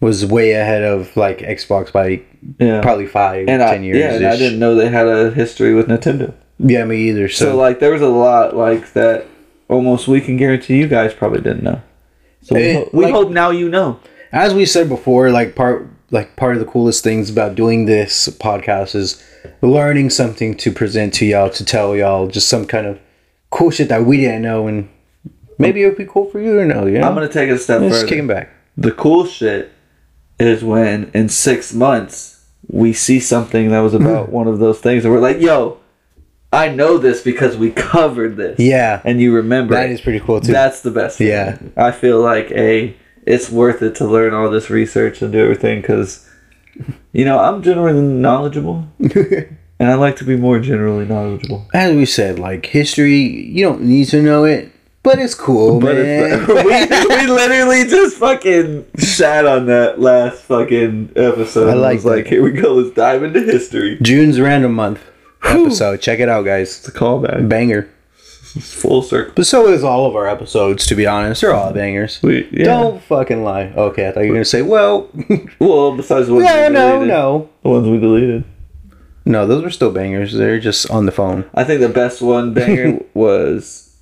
Speaker 2: was way ahead of like Xbox by
Speaker 1: Yeah,
Speaker 2: probably five, ten
Speaker 1: and I,
Speaker 2: years.
Speaker 1: Yeah, and I didn't know they had a history with Nintendo.
Speaker 2: Yeah, me either. So,
Speaker 1: So like there was a lot like that. Almost we can guarantee you guys probably didn't know. So we,
Speaker 2: Eh,
Speaker 1: ho- we
Speaker 2: like-
Speaker 1: hope now you know.
Speaker 2: as we said before, like part like part of the coolest things about doing this podcast is learning something to present to y'all to tell y'all just some kind of cool shit that we didn't know and maybe it would be cool for you to know. Yeah,
Speaker 1: I'm gonna take it a step
Speaker 2: just
Speaker 1: further.
Speaker 2: kicking back.
Speaker 1: The cool shit is when in six months we see something that was
Speaker 2: Hmm.
Speaker 1: about one of those things, and we're like, "Yo, I know this because we covered this."
Speaker 2: Yeah,
Speaker 1: and you remember
Speaker 2: that
Speaker 1: it.
Speaker 2: is pretty cool too.
Speaker 1: That's the best. thing.
Speaker 2: Yeah.
Speaker 1: I feel like a it's worth it to learn all this research and do everything because, you know, I'm generally knowledgeable, and I like to be more generally knowledgeable.
Speaker 2: as we said, like history, you don't need to know it, but it's cool,
Speaker 1: But
Speaker 2: man.
Speaker 1: it's, we, we literally just fucking sat on that last fucking episode.
Speaker 2: I
Speaker 1: I
Speaker 2: like
Speaker 1: like like
Speaker 2: that.
Speaker 1: here we go. Let's dive into history.
Speaker 2: June's random month episode. Check it out, guys.
Speaker 1: It's a callback.
Speaker 2: Banger.
Speaker 1: Full circle.
Speaker 2: But so is all of our episodes, to be honest. They're all bangers.
Speaker 1: We, yeah.
Speaker 2: Don't fucking lie. Okay, I thought you were gonna say, well,
Speaker 1: Well, besides the ones
Speaker 2: no,
Speaker 1: we
Speaker 2: no,
Speaker 1: deleted.
Speaker 2: no,
Speaker 1: the ones we deleted.
Speaker 2: no. Those were still bangers. They're just on the phone.
Speaker 1: I think the best one banger was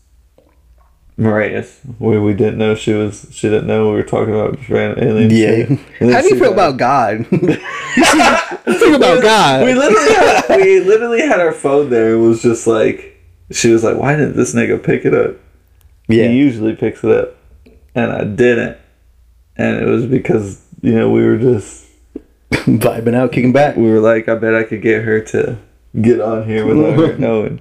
Speaker 1: Marias, where we didn't know she was. She didn't know we were talking about ran- alien shit. And then
Speaker 2: How do you
Speaker 1: she
Speaker 2: feel
Speaker 1: got-
Speaker 2: about God? think about God.
Speaker 1: We literally, had, we literally had our phone there. It was just like she was like, "Why didn't this nigga pick it up?
Speaker 2: yeah,
Speaker 1: He usually picks it up, and I didn't. And it was because you know we were just
Speaker 2: vibing out, kicking back.
Speaker 1: we were like, I bet I could get her to get on here without her knowing,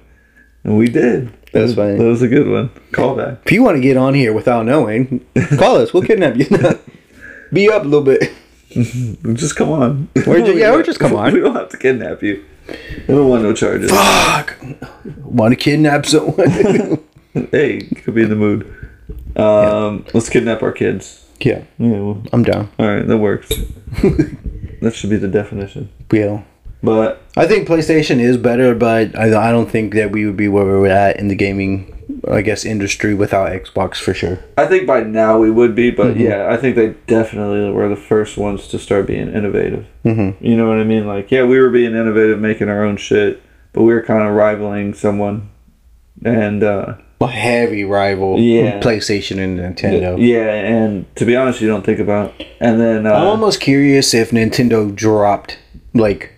Speaker 1: and we did.
Speaker 2: That's funny.
Speaker 1: That was a good one. Callback.
Speaker 2: If you want to get on here without knowing, call us. We'll kidnap you. Be up a little bit.
Speaker 1: Just come on.
Speaker 2: Or ju- yeah, or just come on.
Speaker 1: We don't have to kidnap you. We don't want no charges.
Speaker 2: Fuck. Want to kidnap someone?
Speaker 1: Hey, you could be in the mood. Um, Let's kidnap our kids.
Speaker 2: yeah,
Speaker 1: Yeah, well,
Speaker 2: I'm down.
Speaker 1: all right, that works. that should be the definition.
Speaker 2: Yeah.
Speaker 1: But
Speaker 2: I think PlayStation is better, but I, I don't think that we would be where we're at in the gaming, I guess, industry without Xbox for sure.
Speaker 1: I think by now we would be.
Speaker 2: Mm-hmm.
Speaker 1: But yeah, I think they definitely were the first ones to start being innovative. Mm-hmm. You know what I mean? Like, yeah, we were being innovative, making our own shit, but we were kind of rivaling someone. And uh,
Speaker 2: A heavy rival,
Speaker 1: Yeah.
Speaker 2: PlayStation and Nintendo.
Speaker 1: yeah, and to be honest, you don't think about. And then uh,
Speaker 2: I'm almost curious if Nintendo dropped like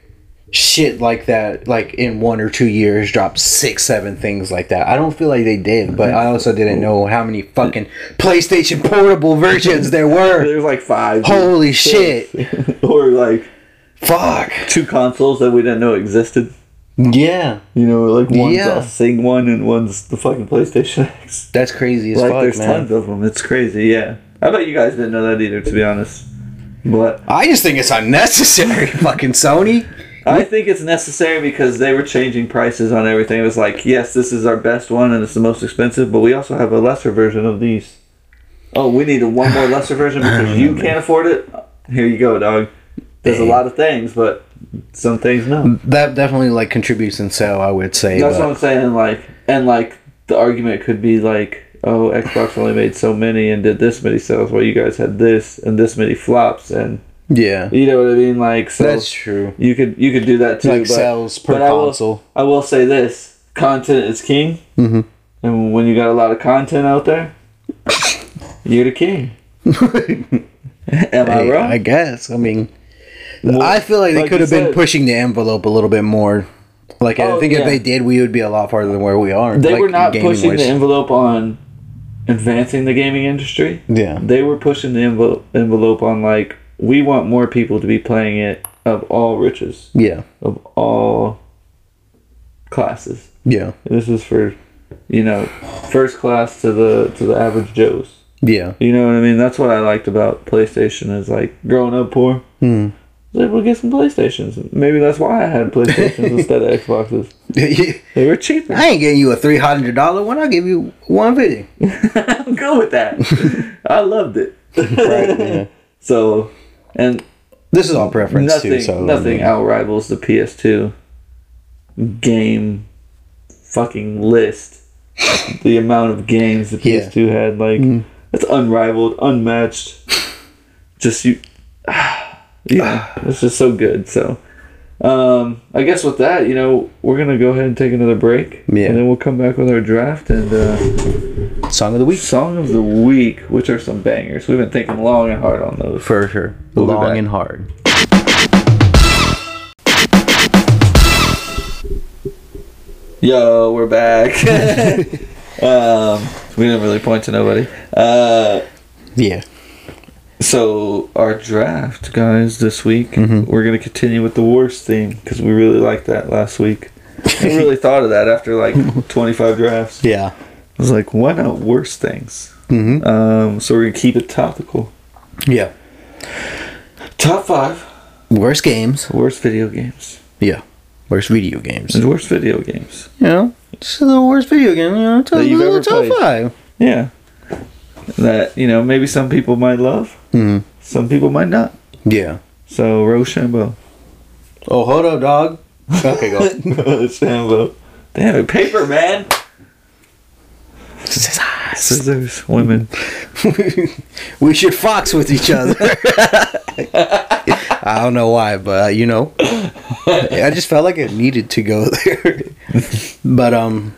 Speaker 2: shit like that, like in one or two years, dropped six, seven things like that. I don't feel like they did, but I also didn't know how many fucking PlayStation Portable versions there were.
Speaker 1: There's like five.
Speaker 2: Holy shit!
Speaker 1: or like
Speaker 2: Fuck.
Speaker 1: two consoles that we didn't know existed.
Speaker 2: Yeah,
Speaker 1: You know, like one's
Speaker 2: Yeah.
Speaker 1: a Sing one and one's the fucking PlayStation X.
Speaker 2: that's crazy as
Speaker 1: Like
Speaker 2: fuck,
Speaker 1: there's
Speaker 2: man.
Speaker 1: tons of them. It's crazy. Yeah, I bet you guys didn't know that either, to be honest. But
Speaker 2: I just think it's unnecessary, fucking Sony.
Speaker 1: I think it's necessary because they were changing prices on everything. It was like, yes, this is our best one and it's the most expensive, but we also have a lesser version of these. Oh, we need one more lesser version because you can't afford it. Here you go, dog. There's a lot of things, but some things no.
Speaker 2: That definitely like contributes in sale, I would say.
Speaker 1: That's what
Speaker 2: but-
Speaker 1: I'm saying. Like, and like the argument could be like, oh, Xbox only made so many and did this many sales, while you guys had this and this many flops, and
Speaker 2: yeah,
Speaker 1: you know what I mean. Like, so
Speaker 2: that's true.
Speaker 1: you could you could do that too.
Speaker 2: Like
Speaker 1: but-
Speaker 2: sales per
Speaker 1: but I will-
Speaker 2: console.
Speaker 1: I will say this: content is king,
Speaker 2: Mhm.
Speaker 1: and when you got a lot of content out there, you're the king. Am I
Speaker 2: Hey,
Speaker 1: wrong?
Speaker 2: I guess. I mean, I feel like they
Speaker 1: like
Speaker 2: could
Speaker 1: you
Speaker 2: have been
Speaker 1: said-
Speaker 2: pushing the envelope a little bit more. Like I
Speaker 1: Oh,
Speaker 2: think if
Speaker 1: yeah.
Speaker 2: they did, we would be a lot farther than where we are.
Speaker 1: they
Speaker 2: like,
Speaker 1: were not
Speaker 2: gaming
Speaker 1: pushing
Speaker 2: wise.
Speaker 1: the envelope on advancing the gaming industry.
Speaker 2: Yeah.
Speaker 1: They were pushing the envelope, envelope on like we want more people to be playing it of all riches,
Speaker 2: Yeah.
Speaker 1: of all classes.
Speaker 2: Yeah.
Speaker 1: This is for, you know, first class to the to the average Joes.
Speaker 2: Yeah.
Speaker 1: You know what I mean? That's what I liked about PlayStation is like growing up poor.
Speaker 2: Hmm.
Speaker 1: Like, we'll get some PlayStations. Maybe that's why I had PlayStations instead of Xboxes.
Speaker 2: I
Speaker 1: They were cheaper.
Speaker 2: ain't getting you a three hundred dollar one. I'll give you one fifty.
Speaker 1: I'm good with that. I loved it.
Speaker 2: Right. Yeah.
Speaker 1: So, and
Speaker 2: This is all preference
Speaker 1: nothing,
Speaker 2: too. So I
Speaker 1: nothing
Speaker 2: mean,
Speaker 1: outrivals the PS2 game fucking list. the amount of games the
Speaker 2: Yeah. Mm.
Speaker 1: PS2 had, like, it's unrivaled, unmatched. Just you, yeah, it's just so good. So, um, I guess with that, you know, we're gonna go ahead and take another break,
Speaker 2: Yeah.
Speaker 1: and then we'll come back with our draft and uh,
Speaker 2: song of the week
Speaker 1: song of the week, which are some bangers. We've been thinking long and hard on those.
Speaker 2: for sure.
Speaker 1: We'll be
Speaker 2: Long
Speaker 1: back.
Speaker 2: and hard.
Speaker 1: Yo, we're back. um, we didn't really point to nobody. Uh,
Speaker 2: Yeah.
Speaker 1: so our draft, guys, this week we're gonna continue with the worst theme because we really liked that last week. I really thought of that after like 25 drafts.
Speaker 2: Yeah.
Speaker 1: I was like, why not worst things?
Speaker 2: Mm-hmm.
Speaker 1: Um, so we're gonna keep it topical.
Speaker 2: Yeah.
Speaker 1: Top five
Speaker 2: Worst games.
Speaker 1: worst video games.
Speaker 2: Yeah. Worst video games.
Speaker 1: There's worst video games.
Speaker 2: You know, it's the worst video game. You know, top,
Speaker 1: That you've ever
Speaker 2: top
Speaker 1: played.
Speaker 2: five.
Speaker 1: Yeah, that you know maybe some people might love,
Speaker 2: Mm.
Speaker 1: some people might not.
Speaker 2: Yeah.
Speaker 1: So Rochambeau.
Speaker 2: Oh, hold up, dog. Okay, go.
Speaker 1: Sambo. Damn it, paper man. Scissors, women.
Speaker 2: we should fox with each other. I don't know why, but uh, you know, I just felt like it needed to go there. but um,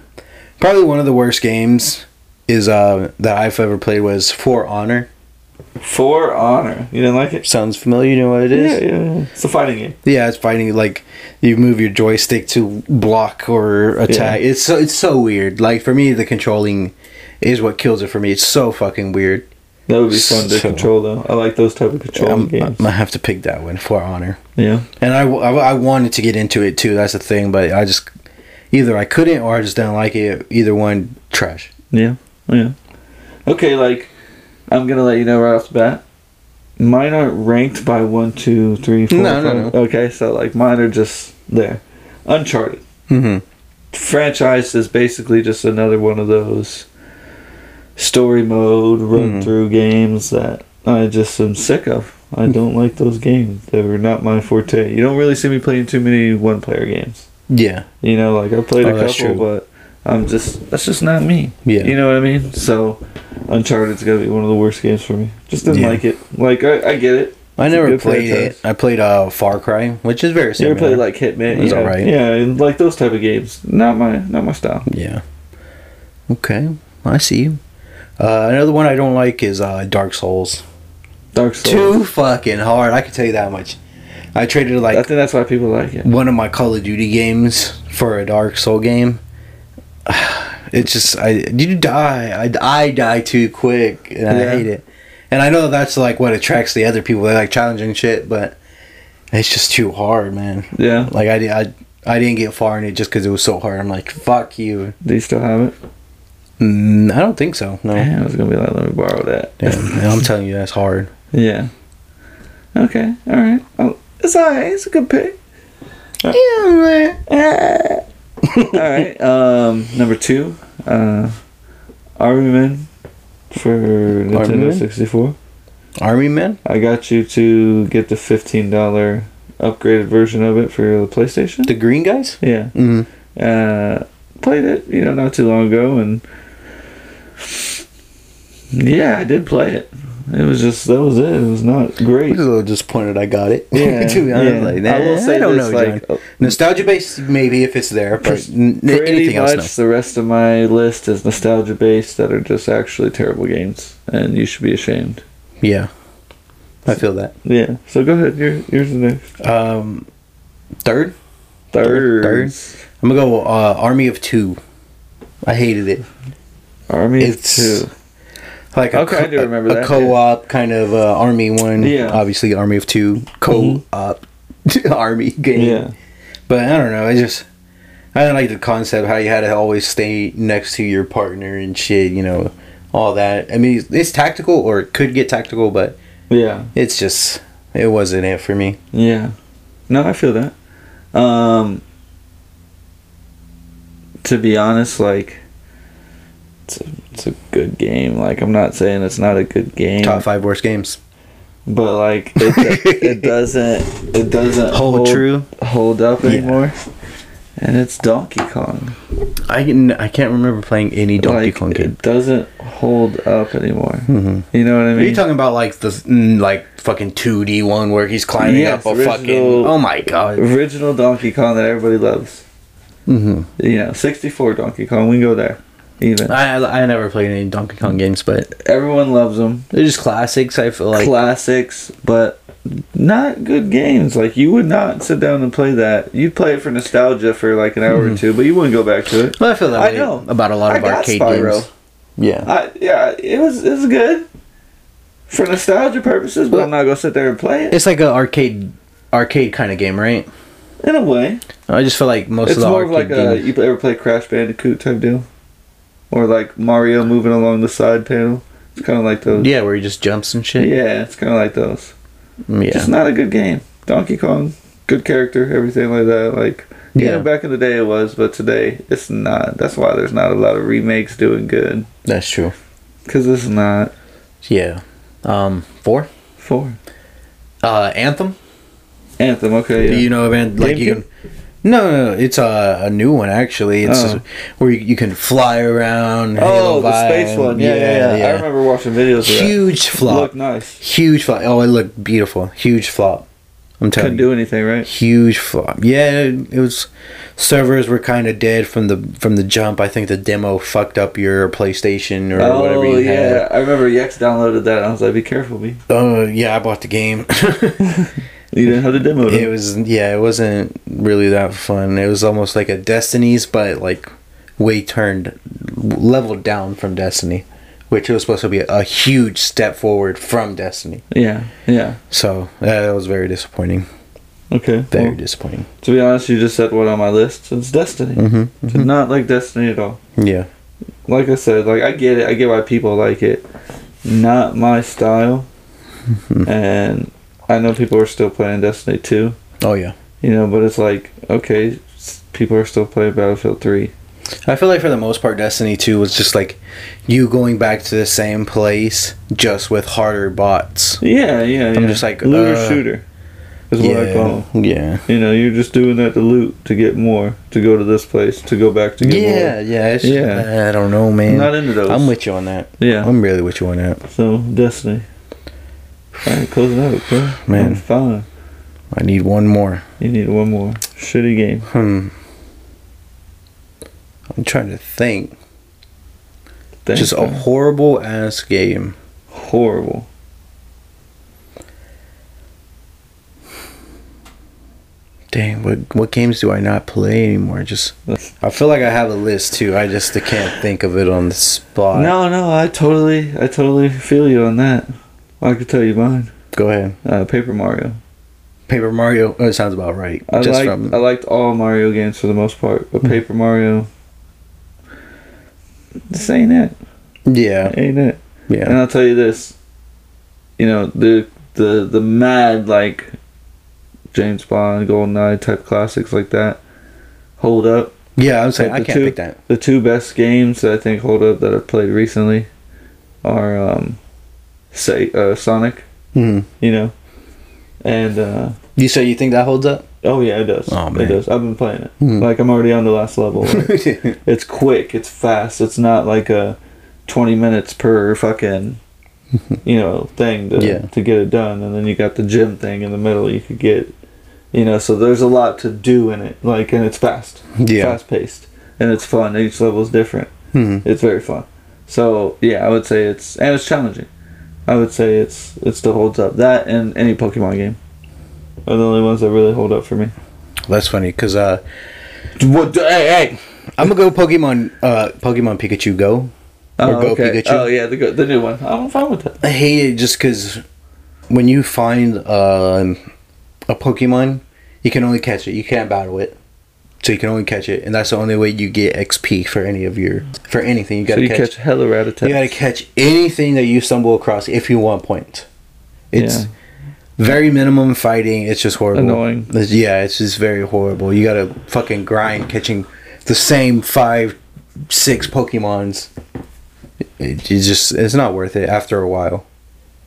Speaker 2: probably one of the worst games is uh that I've ever played was For Honor.
Speaker 1: For honor. You didn't like it?
Speaker 2: Sounds familiar. You know what it is?
Speaker 1: Yeah, yeah, yeah. It's a fighting game.
Speaker 2: Yeah, it's fighting like you move your joystick to block or attack. It's so it's so weird. Like for me, the controlling is what kills it for me. It's so fucking weird.
Speaker 1: That would be fun to
Speaker 2: So-
Speaker 1: control, though. I like those type of controlling
Speaker 2: I'm, I'm
Speaker 1: games.
Speaker 2: gonna have to pick that one for honor.
Speaker 1: yeah.
Speaker 2: And I, w- I w- I wanted to get into it too. That's the thing, but I just either I couldn't or I just didn't like it. Either one, trash.
Speaker 1: Yeah. Oh, Yeah. Okay, like, I'm going to let you know right off the bat. Mine aren't ranked by one, two, three, four,
Speaker 2: No, no,
Speaker 1: five. Okay, so, like, mine are just there. Uncharted.
Speaker 2: Mm-hmm.
Speaker 1: franchise is basically just another one of those story mode
Speaker 2: Mm-hmm.
Speaker 1: run through games that I just am sick of. I don't like those games. They were not my forte. You don't really see me playing too many one player games.
Speaker 2: Yeah,
Speaker 1: You know, like I played
Speaker 2: Oh,
Speaker 1: a
Speaker 2: that's
Speaker 1: couple, but I'm just that's just not me.
Speaker 2: Yeah.
Speaker 1: You know what I mean? So Uncharted's gonna be one of the worst games for me. Just didn't
Speaker 2: Yeah.
Speaker 1: like it. Like I, I get it.
Speaker 2: I
Speaker 1: It's a
Speaker 2: never
Speaker 1: good
Speaker 2: played
Speaker 1: franchise.
Speaker 2: it. I played uh Far Cry, which is very
Speaker 1: You
Speaker 2: similar.
Speaker 1: ever played like Hitman?
Speaker 2: It was
Speaker 1: yeah.
Speaker 2: alright.
Speaker 1: Yeah, and like those type of games. Not my not my style.
Speaker 2: yeah. Okay, I see you. Uh, another one I don't like is uh, Dark Souls.
Speaker 1: Dark Souls.
Speaker 2: Too fucking hard. I can tell you that much. I traded
Speaker 1: I
Speaker 2: like
Speaker 1: think that's why people like it.
Speaker 2: one of my Call of Duty games for a Dark Soul game. It's just I you die. I, I die too quick, and
Speaker 1: Yeah.
Speaker 2: I hate it. And I know that's like what attracts the other people. They like challenging shit, but it's just too hard, man.
Speaker 1: Yeah.
Speaker 2: Like I di- I, I didn't get far in it just because it was so hard. I'm like, fuck you.
Speaker 1: Do you still have it?
Speaker 2: Mm, I don't think so. No.
Speaker 1: Damn, I was gonna be like, let me borrow that.
Speaker 2: Yeah, and I'm telling you, that's hard.
Speaker 1: Yeah. Okay. All right. Oh, it's alright. It's a good pick. all right. Um, number two, uh, Army Men for Nintendo
Speaker 2: Man?
Speaker 1: 64.
Speaker 2: Army man.
Speaker 1: I got you to get the fifteen dollar upgraded version of it for the PlayStation.
Speaker 2: The green guys.
Speaker 1: Yeah.
Speaker 2: Mm.
Speaker 1: uh, played it, you know, not too long ago, and yeah, I did play it. It was just that was it. It was not
Speaker 2: I was
Speaker 1: great.
Speaker 2: a little disappointed I got it.
Speaker 1: Yeah,
Speaker 2: to be honest,
Speaker 1: yeah.
Speaker 2: like that. I,
Speaker 1: will say
Speaker 2: don't
Speaker 1: this,
Speaker 2: know.
Speaker 1: like,
Speaker 2: John. uh, Nostalgia based, maybe if it's there, but
Speaker 1: Pretty
Speaker 2: n- n-
Speaker 1: Pretty
Speaker 2: anything
Speaker 1: much
Speaker 2: else,
Speaker 1: the rest of my list is nostalgia based that are just actually terrible games, and you should be ashamed.
Speaker 2: no. Yeah, I feel that.
Speaker 1: Yeah. So go ahead. Your, yours is next.
Speaker 2: Um, third,
Speaker 1: Third.
Speaker 2: Third. I'm gonna go uh, Army of Two. I hated it.
Speaker 1: Army of
Speaker 2: It's-
Speaker 1: two.
Speaker 2: Like a,
Speaker 1: Okay, I do remember
Speaker 2: a
Speaker 1: that, yeah.
Speaker 2: co-op kind of uh, Army one.
Speaker 1: Yeah. Mm-hmm.
Speaker 2: obviously Army of Two co-op Army game.
Speaker 1: Yeah.
Speaker 2: But I don't know. I just I didn't like the concept how you had to always stay next to your partner and shit. You know, all that. I mean, it's, it's tactical or it could get tactical, but
Speaker 1: Yeah.
Speaker 2: it's just it wasn't it for me.
Speaker 1: Yeah. No, I feel that. Um to be honest, like it's a, it's a good game. Like I'm not saying it's not a good game,
Speaker 2: Top five worst games.
Speaker 1: but like it, do- it doesn't it doesn't
Speaker 2: Hold true.
Speaker 1: hold up
Speaker 2: Yeah.
Speaker 1: anymore. And it's Donkey Kong.
Speaker 2: I can I can't remember playing any Donkey
Speaker 1: like,
Speaker 2: Kong game.
Speaker 1: It doesn't hold up anymore.
Speaker 2: Mhm.
Speaker 1: You know what I
Speaker 2: Are you
Speaker 1: mean?
Speaker 2: talking about like the mm, like fucking two D one where he's climbing
Speaker 1: Yes,
Speaker 2: up a fucking?
Speaker 1: original-
Speaker 2: Oh my god!
Speaker 1: Original Donkey Kong that everybody loves.
Speaker 2: hmm
Speaker 1: You know, 64 Donkey Kong. We can go there. Even
Speaker 2: I I never played any Donkey Kong games, but
Speaker 1: everyone loves them.
Speaker 2: they're just classics. I feel like
Speaker 1: classics, but not good games. Like you would not sit down and play that. You'd play it for nostalgia for like an hour
Speaker 2: Mm-hmm.
Speaker 1: or two, but you wouldn't go back to it.
Speaker 2: Well, I feel that
Speaker 1: I
Speaker 2: way
Speaker 1: know.
Speaker 2: about a lot
Speaker 1: I
Speaker 2: of
Speaker 1: got
Speaker 2: arcade
Speaker 1: Spyro.
Speaker 2: games. Yeah.
Speaker 1: I, yeah, it was it was good for nostalgia purposes, but I'm not gonna sit there and play it
Speaker 2: It's like an arcade arcade kind of game, right?
Speaker 1: in a way.
Speaker 2: I just feel like most
Speaker 1: It's
Speaker 2: of the
Speaker 1: more
Speaker 2: arcade
Speaker 1: of like a
Speaker 2: games.
Speaker 1: you ever play Crash Bandicoot type deal, or like Mario moving along the side panel. It's kind of like those.
Speaker 2: yeah, where he just jumps and shit.
Speaker 1: Yeah, it's kind of like those.
Speaker 2: Mm, Yeah.
Speaker 1: Just not a good game. Donkey Kong, good character, everything like that. Like you
Speaker 2: Yeah.
Speaker 1: know, back in the day it was, but today it's not. That's why there's not a lot of remakes doing good.
Speaker 2: That's true.
Speaker 1: Cause it's not
Speaker 2: Yeah. Um, four.
Speaker 1: for
Speaker 2: Uh, Anthem.
Speaker 1: Anthem. Okay,
Speaker 2: Do
Speaker 1: yeah.
Speaker 2: you know of Anthem? Like you
Speaker 1: GameCube?
Speaker 2: can. No, no, no, it's a, a new one actually. It's
Speaker 1: Oh.
Speaker 2: where you, you can fly around.
Speaker 1: oh,
Speaker 2: Halo
Speaker 1: the
Speaker 2: vibe.
Speaker 1: space one. Yeah yeah, yeah, I remember watching videos. of that.
Speaker 2: Huge flop.
Speaker 1: Looked nice.
Speaker 2: Huge flop. Oh, it looked beautiful. Huge flop. I'm telling
Speaker 1: Couldn't
Speaker 2: you.
Speaker 1: do anything, right?
Speaker 2: huge flop. Yeah, it was servers were kind of dead from the from the jump. I think the demo fucked up your PlayStation or
Speaker 1: Oh
Speaker 2: whatever you
Speaker 1: yeah,
Speaker 2: had.
Speaker 1: I remember Yex downloaded that. and I was like, "Be careful, me."
Speaker 2: Oh yeah, I bought the game.
Speaker 1: You didn't have the demo.
Speaker 2: it
Speaker 1: It,
Speaker 2: was yeah, it wasn't really that fun. It was almost like a Destiny's, but like way turned leveled down from Destiny, which was supposed to be a, a huge step forward from Destiny.
Speaker 1: yeah, yeah.
Speaker 2: So yeah, that was very disappointing.
Speaker 1: Okay.
Speaker 2: Very
Speaker 1: well,
Speaker 2: disappointing.
Speaker 1: to be honest, you just said one on my list. So it's Destiny.
Speaker 2: Mm-hmm.
Speaker 1: Did not like Destiny at all.
Speaker 2: Yeah.
Speaker 1: like I said, like I get it. I get why people like it. Not my style. and I know people are still playing Destiny 2,
Speaker 2: Oh yeah.
Speaker 1: you know, but it's like, okay, s- people are still playing Battlefield 3.
Speaker 2: I feel like for the most part, Destiny 2 was just like you going back to the same place, just with harder bots.
Speaker 1: Yeah, yeah, yeah.
Speaker 2: I'm just like,
Speaker 1: looter
Speaker 2: uh,
Speaker 1: shooter is what I call 'em.
Speaker 2: yeah,
Speaker 1: You know, you're just doing that to loot, to get more, to go to this place, to go back to get
Speaker 2: yeah, yeah. It's,
Speaker 1: Yeah.
Speaker 2: I don't know,
Speaker 1: more.
Speaker 2: man.
Speaker 1: I'm not into those.
Speaker 2: I'm with you on that.
Speaker 1: yeah.
Speaker 2: I'm really with you on that.
Speaker 1: so Destiny. All right, close it out, bro.
Speaker 2: Man.
Speaker 1: I'm fine.
Speaker 2: I need one more.
Speaker 1: You need one more shitty game.
Speaker 2: Hmm. I'm trying to think.
Speaker 1: Thanks,
Speaker 2: just a
Speaker 1: man.
Speaker 2: horrible ass game.
Speaker 1: horrible.
Speaker 2: Dang, what what games do I not play anymore? Just I feel like I have a list too. I just can't think of it on the spot.
Speaker 1: No, no, I totally, I totally feel you on that. I could tell you mine.
Speaker 2: Go ahead.
Speaker 1: Uh, Paper Mario.
Speaker 2: Paper Mario. Oh, it sounds about right.
Speaker 1: I
Speaker 2: just
Speaker 1: liked,
Speaker 2: from Hmm.
Speaker 1: I liked all Mario games for the most part, but Paper Mario. This ain't it.
Speaker 2: yeah,
Speaker 1: Ain't it? And
Speaker 2: yeah.
Speaker 1: I'll tell you this. You know the the the mad like James Bond, GoldenEye type classics like that hold up.
Speaker 2: Yeah, I'm saying I
Speaker 1: Like the
Speaker 2: can't
Speaker 1: two-
Speaker 2: pick that.
Speaker 1: The two best games that I think hold up that I've played recently are um, say uh, Sonic. you know. And uh
Speaker 2: Mm-hmm. You say you think that holds up?
Speaker 1: oh yeah, it does.
Speaker 2: Aw,
Speaker 1: It
Speaker 2: man.
Speaker 1: does. I've been playing it.
Speaker 2: Mhm.
Speaker 1: Like I'm already on the last level. Like, it's quick. It's fast. It's not like a twenty minutes per fucking you know thing to
Speaker 2: Yeah.
Speaker 1: to get it done. And then you got the gym thing in the middle. You could get you know. So there's a lot to do in it. Like and it's fast.
Speaker 2: Yeah.
Speaker 1: Fast paced. And it's fun. Each level is different.
Speaker 2: Hmm.
Speaker 1: It's very fun. So yeah, I would say it's and it's challenging. I would say it's it still holds up. That and any Pokemon game are the only ones that really hold up for me.
Speaker 2: That's funny because uh,
Speaker 1: What? Hey, hey.
Speaker 2: I'm gonna go Pokemon uh Pokemon Pikachu Go. Or
Speaker 1: Oh,
Speaker 2: Go
Speaker 1: okay.
Speaker 2: Pikachu.
Speaker 1: oh yeah, the go- the new one. I'm fine with that.
Speaker 2: I hate it just because when you find um a Pokemon, you can only catch it. You can't battle it. So you can only catch it, and that's the only way you get XP for any of your for anything. You
Speaker 1: So
Speaker 2: gotta
Speaker 1: you
Speaker 2: catch.
Speaker 1: catch hella rat
Speaker 2: you gotta catch anything that you stumble across if you want points. It's
Speaker 1: Yeah.
Speaker 2: very minimum fighting. It's just horrible.
Speaker 1: Annoying.
Speaker 2: It's- yeah, it's just very horrible. You gotta fucking grind catching the same five, six Pokemons. It, it's just it's not worth it after a while.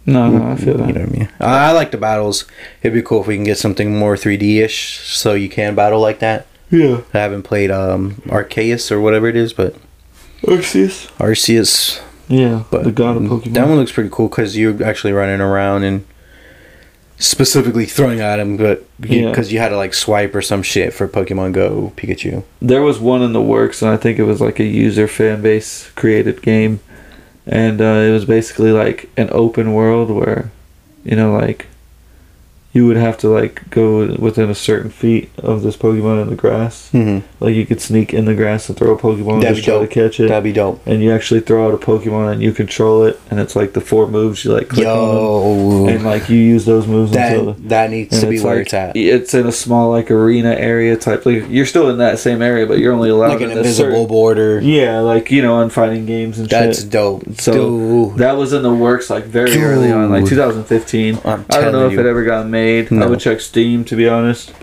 Speaker 1: No, no, I feel
Speaker 2: You know
Speaker 1: that.
Speaker 2: what I mean? I, I like the battles. It'd be cool if we can get something more 3D ish, so you can battle like that.
Speaker 1: Yeah.
Speaker 2: I haven't played um Arceus or whatever it is, but
Speaker 1: Arceus.
Speaker 2: Arceus.
Speaker 1: Yeah.
Speaker 2: But mm,
Speaker 1: the god of Pokemon.
Speaker 2: That one looks pretty cool because you're actually running around and specifically throwing at him, but
Speaker 1: Yeah.
Speaker 2: because you had to like swipe or some shit for Pokemon Go Pikachu.
Speaker 1: there was one in the works, and I think it was like a user fan base created game, and uh, it was basically like an open world where, you know, like you would have to like go within a certain feet of this Pokemon in the grass.
Speaker 2: Mm-hmm.
Speaker 1: Like you could sneak in the grass and throw a Pokemon
Speaker 2: That'd
Speaker 1: and
Speaker 2: be
Speaker 1: just try to
Speaker 2: dope.
Speaker 1: catch it.
Speaker 2: That'd be dope.
Speaker 1: and you actually throw out a Pokemon and you control it, and it's like the four moves you like click on
Speaker 2: Yo,
Speaker 1: them, and like you use those moves until.
Speaker 2: that that needs
Speaker 1: and
Speaker 2: to be
Speaker 1: it's
Speaker 2: where
Speaker 1: like-
Speaker 2: it's at.
Speaker 1: It's in a small like arena area type. Like you're still in that same area, but you're only allowed
Speaker 2: Like an
Speaker 1: in this certain-
Speaker 2: invisible border.
Speaker 1: yeah, like you know, on fighting games and
Speaker 2: That's
Speaker 1: shit.
Speaker 2: dope.
Speaker 1: So
Speaker 2: Dude.
Speaker 1: that was in the works like very early on, like
Speaker 2: Dude.
Speaker 1: 2015.
Speaker 2: I'm
Speaker 1: I don't know
Speaker 2: telling
Speaker 1: if
Speaker 2: you.
Speaker 1: it ever got made. I
Speaker 2: No.
Speaker 1: would check Steam to be honest.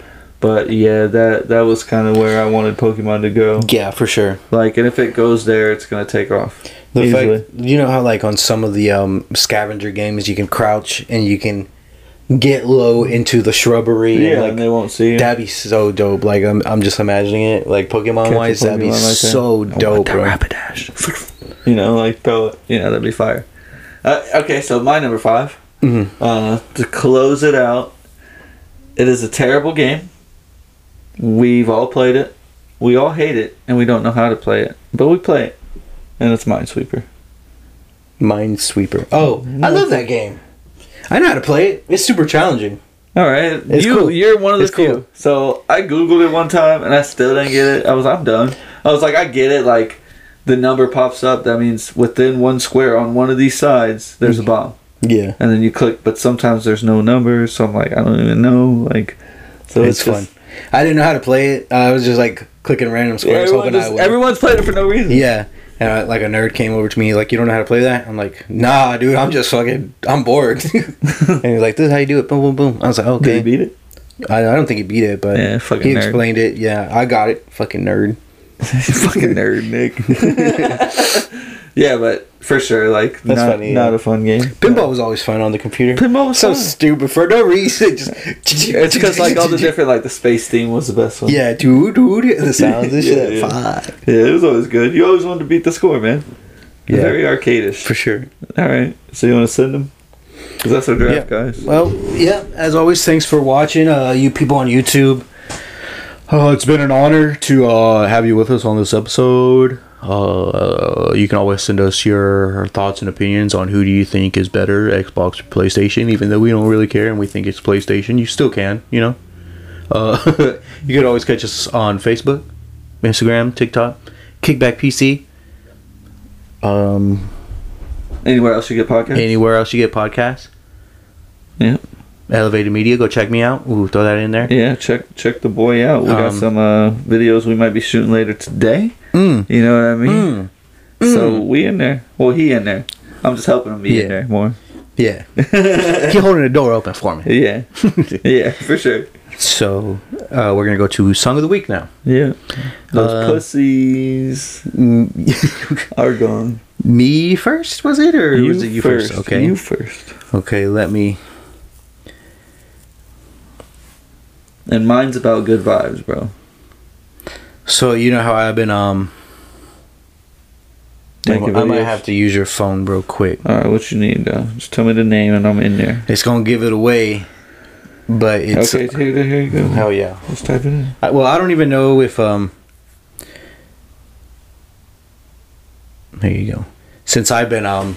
Speaker 1: But yeah, that that was kind of where I wanted Pokemon to go.
Speaker 2: Yeah, for sure.
Speaker 1: Like, and if it goes there, it's gonna take off.
Speaker 2: The
Speaker 1: Easily.
Speaker 2: fact you know how like on some of the um, scavenger games you can crouch and you can get low into the shrubbery.
Speaker 1: yeah,
Speaker 2: and, like,
Speaker 1: and they won't see you.
Speaker 2: that'd be so dope. Like I'm, I'm just imagining it. Like Pokemon
Speaker 1: Catch a
Speaker 2: wise, that'd be
Speaker 1: Pokemon like that.
Speaker 2: so dope. bro.
Speaker 1: you know, like throw it. You know, that'd be fire. Uh, okay, so my number 5
Speaker 2: Mhm.
Speaker 1: Uh, to close it out, it is a terrible game. We've all played it. We all hate it, and we don't know how to play it, but we play it, and it's Minesweeper.
Speaker 2: Minesweeper. Oh, I love that game. I know how to play it. It's super challenging.
Speaker 1: All right,
Speaker 2: It's
Speaker 1: you
Speaker 2: cool.
Speaker 1: you're one of the
Speaker 2: It's
Speaker 1: few.
Speaker 2: cool.
Speaker 1: So I googled it one time, and I still didn't get it. I was I'm done. I was like, I get it. Like the number pops up. That means within one square on one of these sides, there's a
Speaker 2: Mm-hmm.
Speaker 1: bomb.
Speaker 2: Yeah,
Speaker 1: and then you click but sometimes there's no numbers so i'm like i don't even know like so
Speaker 2: it's, fun. I didn't know how to play it. I was just like clicking random
Speaker 1: just-
Speaker 2: squares,
Speaker 1: everyone
Speaker 2: hoping I
Speaker 1: just-
Speaker 2: would.
Speaker 1: everyone's playing it for no reason
Speaker 2: Yeah. And I, like a nerd came over to me, like, you don't know how to play that? I'm like, nah, dude, I'm just fucking, I'm bored. and he's like, this is how you do it. Boom, boom, boom. I was like,
Speaker 1: did
Speaker 2: okay.
Speaker 1: you beat it
Speaker 2: I, I don't think he beat it, but
Speaker 1: Yeah, fucking
Speaker 2: he
Speaker 1: nerd.
Speaker 2: explained it. Yeah, I got it. Fucking nerd.
Speaker 1: fucking nerd nick yeah but for sure like
Speaker 2: That's
Speaker 1: not,
Speaker 2: funny,
Speaker 1: not
Speaker 2: yeah.
Speaker 1: a fun game
Speaker 2: Pinball was always fun on the computer.
Speaker 1: Pinball was
Speaker 2: so
Speaker 1: fun.
Speaker 2: stupid for no reason. Just
Speaker 1: it's because like all the different like the space theme was the best one
Speaker 2: yeah, dude, dude, the sounds and
Speaker 1: Yeah,
Speaker 2: shit.
Speaker 1: yeah.
Speaker 2: Fuck.
Speaker 1: yeah it was always good you always wanted to beat the score man
Speaker 2: Yeah.
Speaker 1: very arcadish
Speaker 2: for sure.
Speaker 1: all right so you want to send them because that's our draft
Speaker 2: Yeah.
Speaker 1: guys
Speaker 2: Well, yeah. As always, thanks for watching, uh, you people on YouTube. Uh, it's been an honor to uh, have you with us on this episode. Uh, you can always send us your thoughts and opinions on who do you think is better, Xbox or PlayStation. Even though we don't really care and we think it's PlayStation, you still can, you know. Uh, you can always catch us on Facebook, Instagram, TikTok, Kickback PC. Um,
Speaker 1: anywhere else you get podcast
Speaker 2: anywhere else you get podcasts.
Speaker 1: yeah
Speaker 2: Elevated Media, go check me out. Ooh, throw that in there.
Speaker 1: Yeah, check check the boy out. We got
Speaker 2: Um,
Speaker 1: some uh, videos we might be shooting later today.
Speaker 2: Mm.
Speaker 1: You know what I mean? So we in there. Well, he in there. I'm just helping him be in
Speaker 2: Yeah.
Speaker 1: there more.
Speaker 2: Yeah. he holding the door open for me.
Speaker 1: Yeah, yeah, for sure.
Speaker 2: So uh, we're gonna go to song of the week now.
Speaker 1: Yeah, those
Speaker 2: Uh, mm.
Speaker 1: pussies are gone.
Speaker 2: me first was it or was it you first? Okay.
Speaker 1: you first.
Speaker 2: Okay, let me.
Speaker 1: And mine's about good vibes, bro.
Speaker 2: So you know how I've been um.
Speaker 1: Making
Speaker 2: I might
Speaker 1: videos.
Speaker 2: have to use your phone real quick.
Speaker 1: All right, what you need? Uh, just tell me the name and I'm in there.
Speaker 2: It's gonna give it away, but it's uh,
Speaker 1: okay, here, here you go.
Speaker 2: hell yeah.
Speaker 1: Let's type it in.
Speaker 2: I, well, I don't even know if um. There you go. Since I've been um,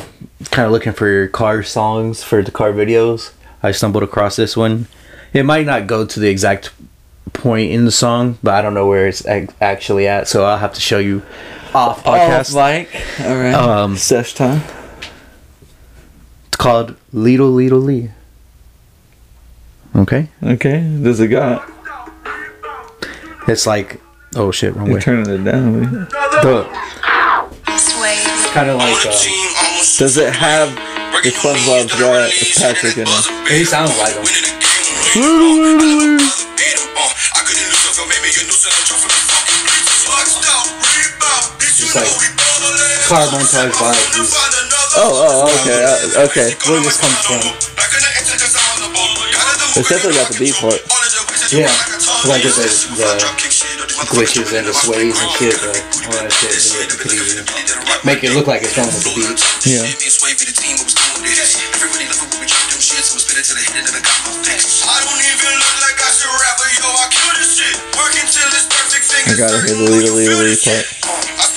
Speaker 2: kind of looking for car songs for the car videos, I stumbled across this one. It might not go to the exact point in the song, but I don't know where it's ac- actually at, so I'll have to show you off podcast.
Speaker 1: like, all right.
Speaker 2: Um,
Speaker 1: Sesh time.
Speaker 2: it's called "Little Little Lee." Okay,
Speaker 1: Okay, does it got?
Speaker 2: it's like Oh shit, wrong
Speaker 1: You're
Speaker 2: way.
Speaker 1: turning it down. man.
Speaker 2: Kind of like uh,
Speaker 1: Does it have the SpongeBob's got Patrick in it?
Speaker 2: it sounds like him.
Speaker 4: It's like car montage vibes.
Speaker 1: Oh, oh, okay, uh, okay.
Speaker 2: Where this comes from?
Speaker 4: It's definitely got the beat for it.
Speaker 2: Yeah. Like the- the glitches and the sways and shit, uh, all that shit, you know, could even make it look like it's going with the beat.
Speaker 1: Yeah.
Speaker 4: I gotta hear the leader, leader, leader part.
Speaker 2: Uh,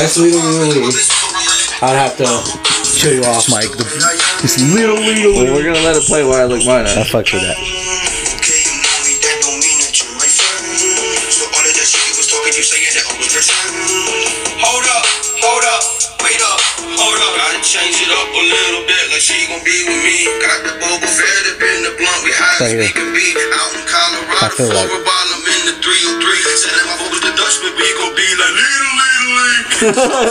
Speaker 2: That's Lita Lita Lee. I'd have to show you off, Mike. The, it's little, little,
Speaker 1: Well, we're gonna let it play while I look mine up.
Speaker 2: fucks with that.
Speaker 4: Hold up, hold up, wait up, hold up. Gotta change it up a little bit, like she gon' be with me. Got the boba fed up in the blunt, we high as we can be. Out in Colorado,
Speaker 2: feel like-
Speaker 4: for a bottle, I'm in the 303. Telling my boba the Dutchman, we gon' be like little, little,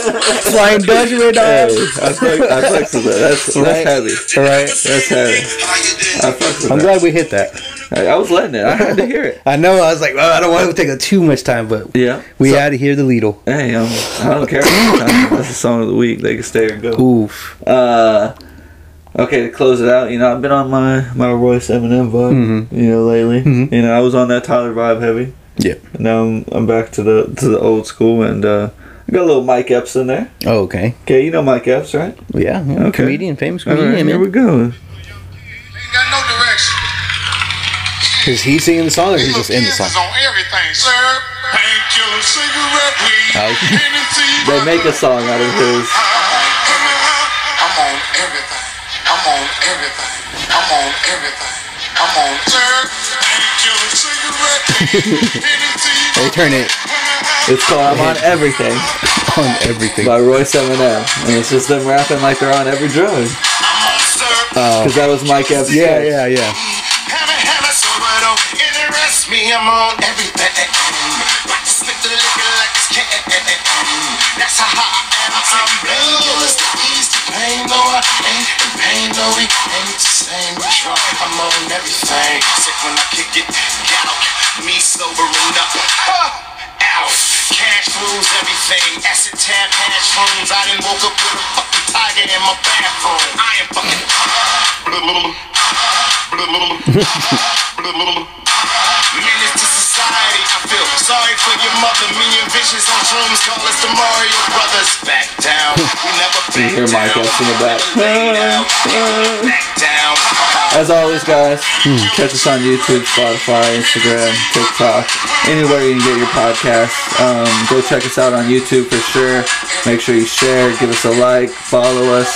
Speaker 4: little.
Speaker 2: Flying Dutchman,
Speaker 1: Hey, I fuck- I fuck with that. That's, that's
Speaker 2: Right.
Speaker 1: heavy.
Speaker 2: Alright.
Speaker 1: That's heavy. I fuck with
Speaker 2: I'm
Speaker 1: that.
Speaker 2: glad we hit that.
Speaker 1: I, I was letting it. I had to hear it.
Speaker 2: I know, I was like, well, I don't want to take up too much time, but
Speaker 1: Yeah.
Speaker 2: we had to hear the Lidl.
Speaker 1: Hey, um, I don't care. That's the song of the week. They can stay or go.
Speaker 2: Oof.
Speaker 1: Uh, okay, to close it out, you know, I've been on my my Royce Eminem vibe, you know, lately. You know, I was on that Tyler vibe heavy.
Speaker 2: Yeah.
Speaker 1: And now I'm, I'm back to the to the old school, and uh, I got a little Mike Epps in there.
Speaker 2: Oh, okay.
Speaker 1: Okay, you know Mike Epps, right?
Speaker 2: Yeah. yeah,
Speaker 1: Okay.
Speaker 2: Comedian, famous
Speaker 1: All
Speaker 2: comedian,
Speaker 1: right, here we
Speaker 2: man.
Speaker 1: go.
Speaker 6: Ain't got no direction.
Speaker 2: Is he singing the song or he's just in the
Speaker 6: Kids is
Speaker 2: song?
Speaker 6: on everything, sir. Painkiller, cigarette, weed,
Speaker 2: Oh.
Speaker 6: anything but
Speaker 1: They make a song out of his.
Speaker 6: I'm on everything. I'm on everything. I'm on everything. I'm on turn. Painkiller, cigarette, weed, anything
Speaker 2: They turn it
Speaker 6: but
Speaker 1: It's called "I'm on Everything"
Speaker 2: on everything.
Speaker 1: by Royce Eminem, and it's just them rapping like they're on every drug. Cause that was Mike Epps.
Speaker 2: Yeah, yeah, yeah.
Speaker 6: Haven't had a sober though. Interest me, I'm on everything. Like to slip the liquor like it's candy. That's how hot I am. I'm blue. Killers to ease the pain, no, I ain't the pain, no, we ain't the same. We try. I'm on everything. Sick when I kick it, get out. Me sobering up. Huh. Out. Cash rules everything. Acid tab, hash rooms. I done woke up with a fucking tiger in my bathroom. I am fucking. Menace to society, I feel sorry for your mother. Me and Vicious on shrooms, call us the Mario Brothers. Back down, we never back
Speaker 1: hear
Speaker 6: down.
Speaker 1: Mike Uh. Epps in the back.
Speaker 6: Lay down, back down.
Speaker 1: As always, guys, catch us on YouTube, Spotify, Instagram, TikTok, anywhere you can get your podcast. Um, go check us out on YouTube for sure. Make sure you share, give us a like, follow us,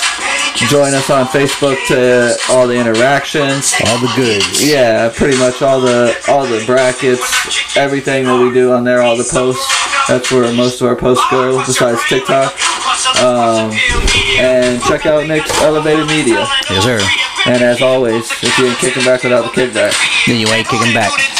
Speaker 1: join us on Facebook to all the interactions.
Speaker 2: All the goods.
Speaker 1: Yeah, pretty much all the all the brackets, everything that we do on there, all the posts. That's where most of our posts go, besides TikTok. Um, and check out Nick's Elevated Media.
Speaker 2: Yes, sir.
Speaker 1: And as always, if you ain't kicking back without the kickback.
Speaker 2: Then you ain't kicking back.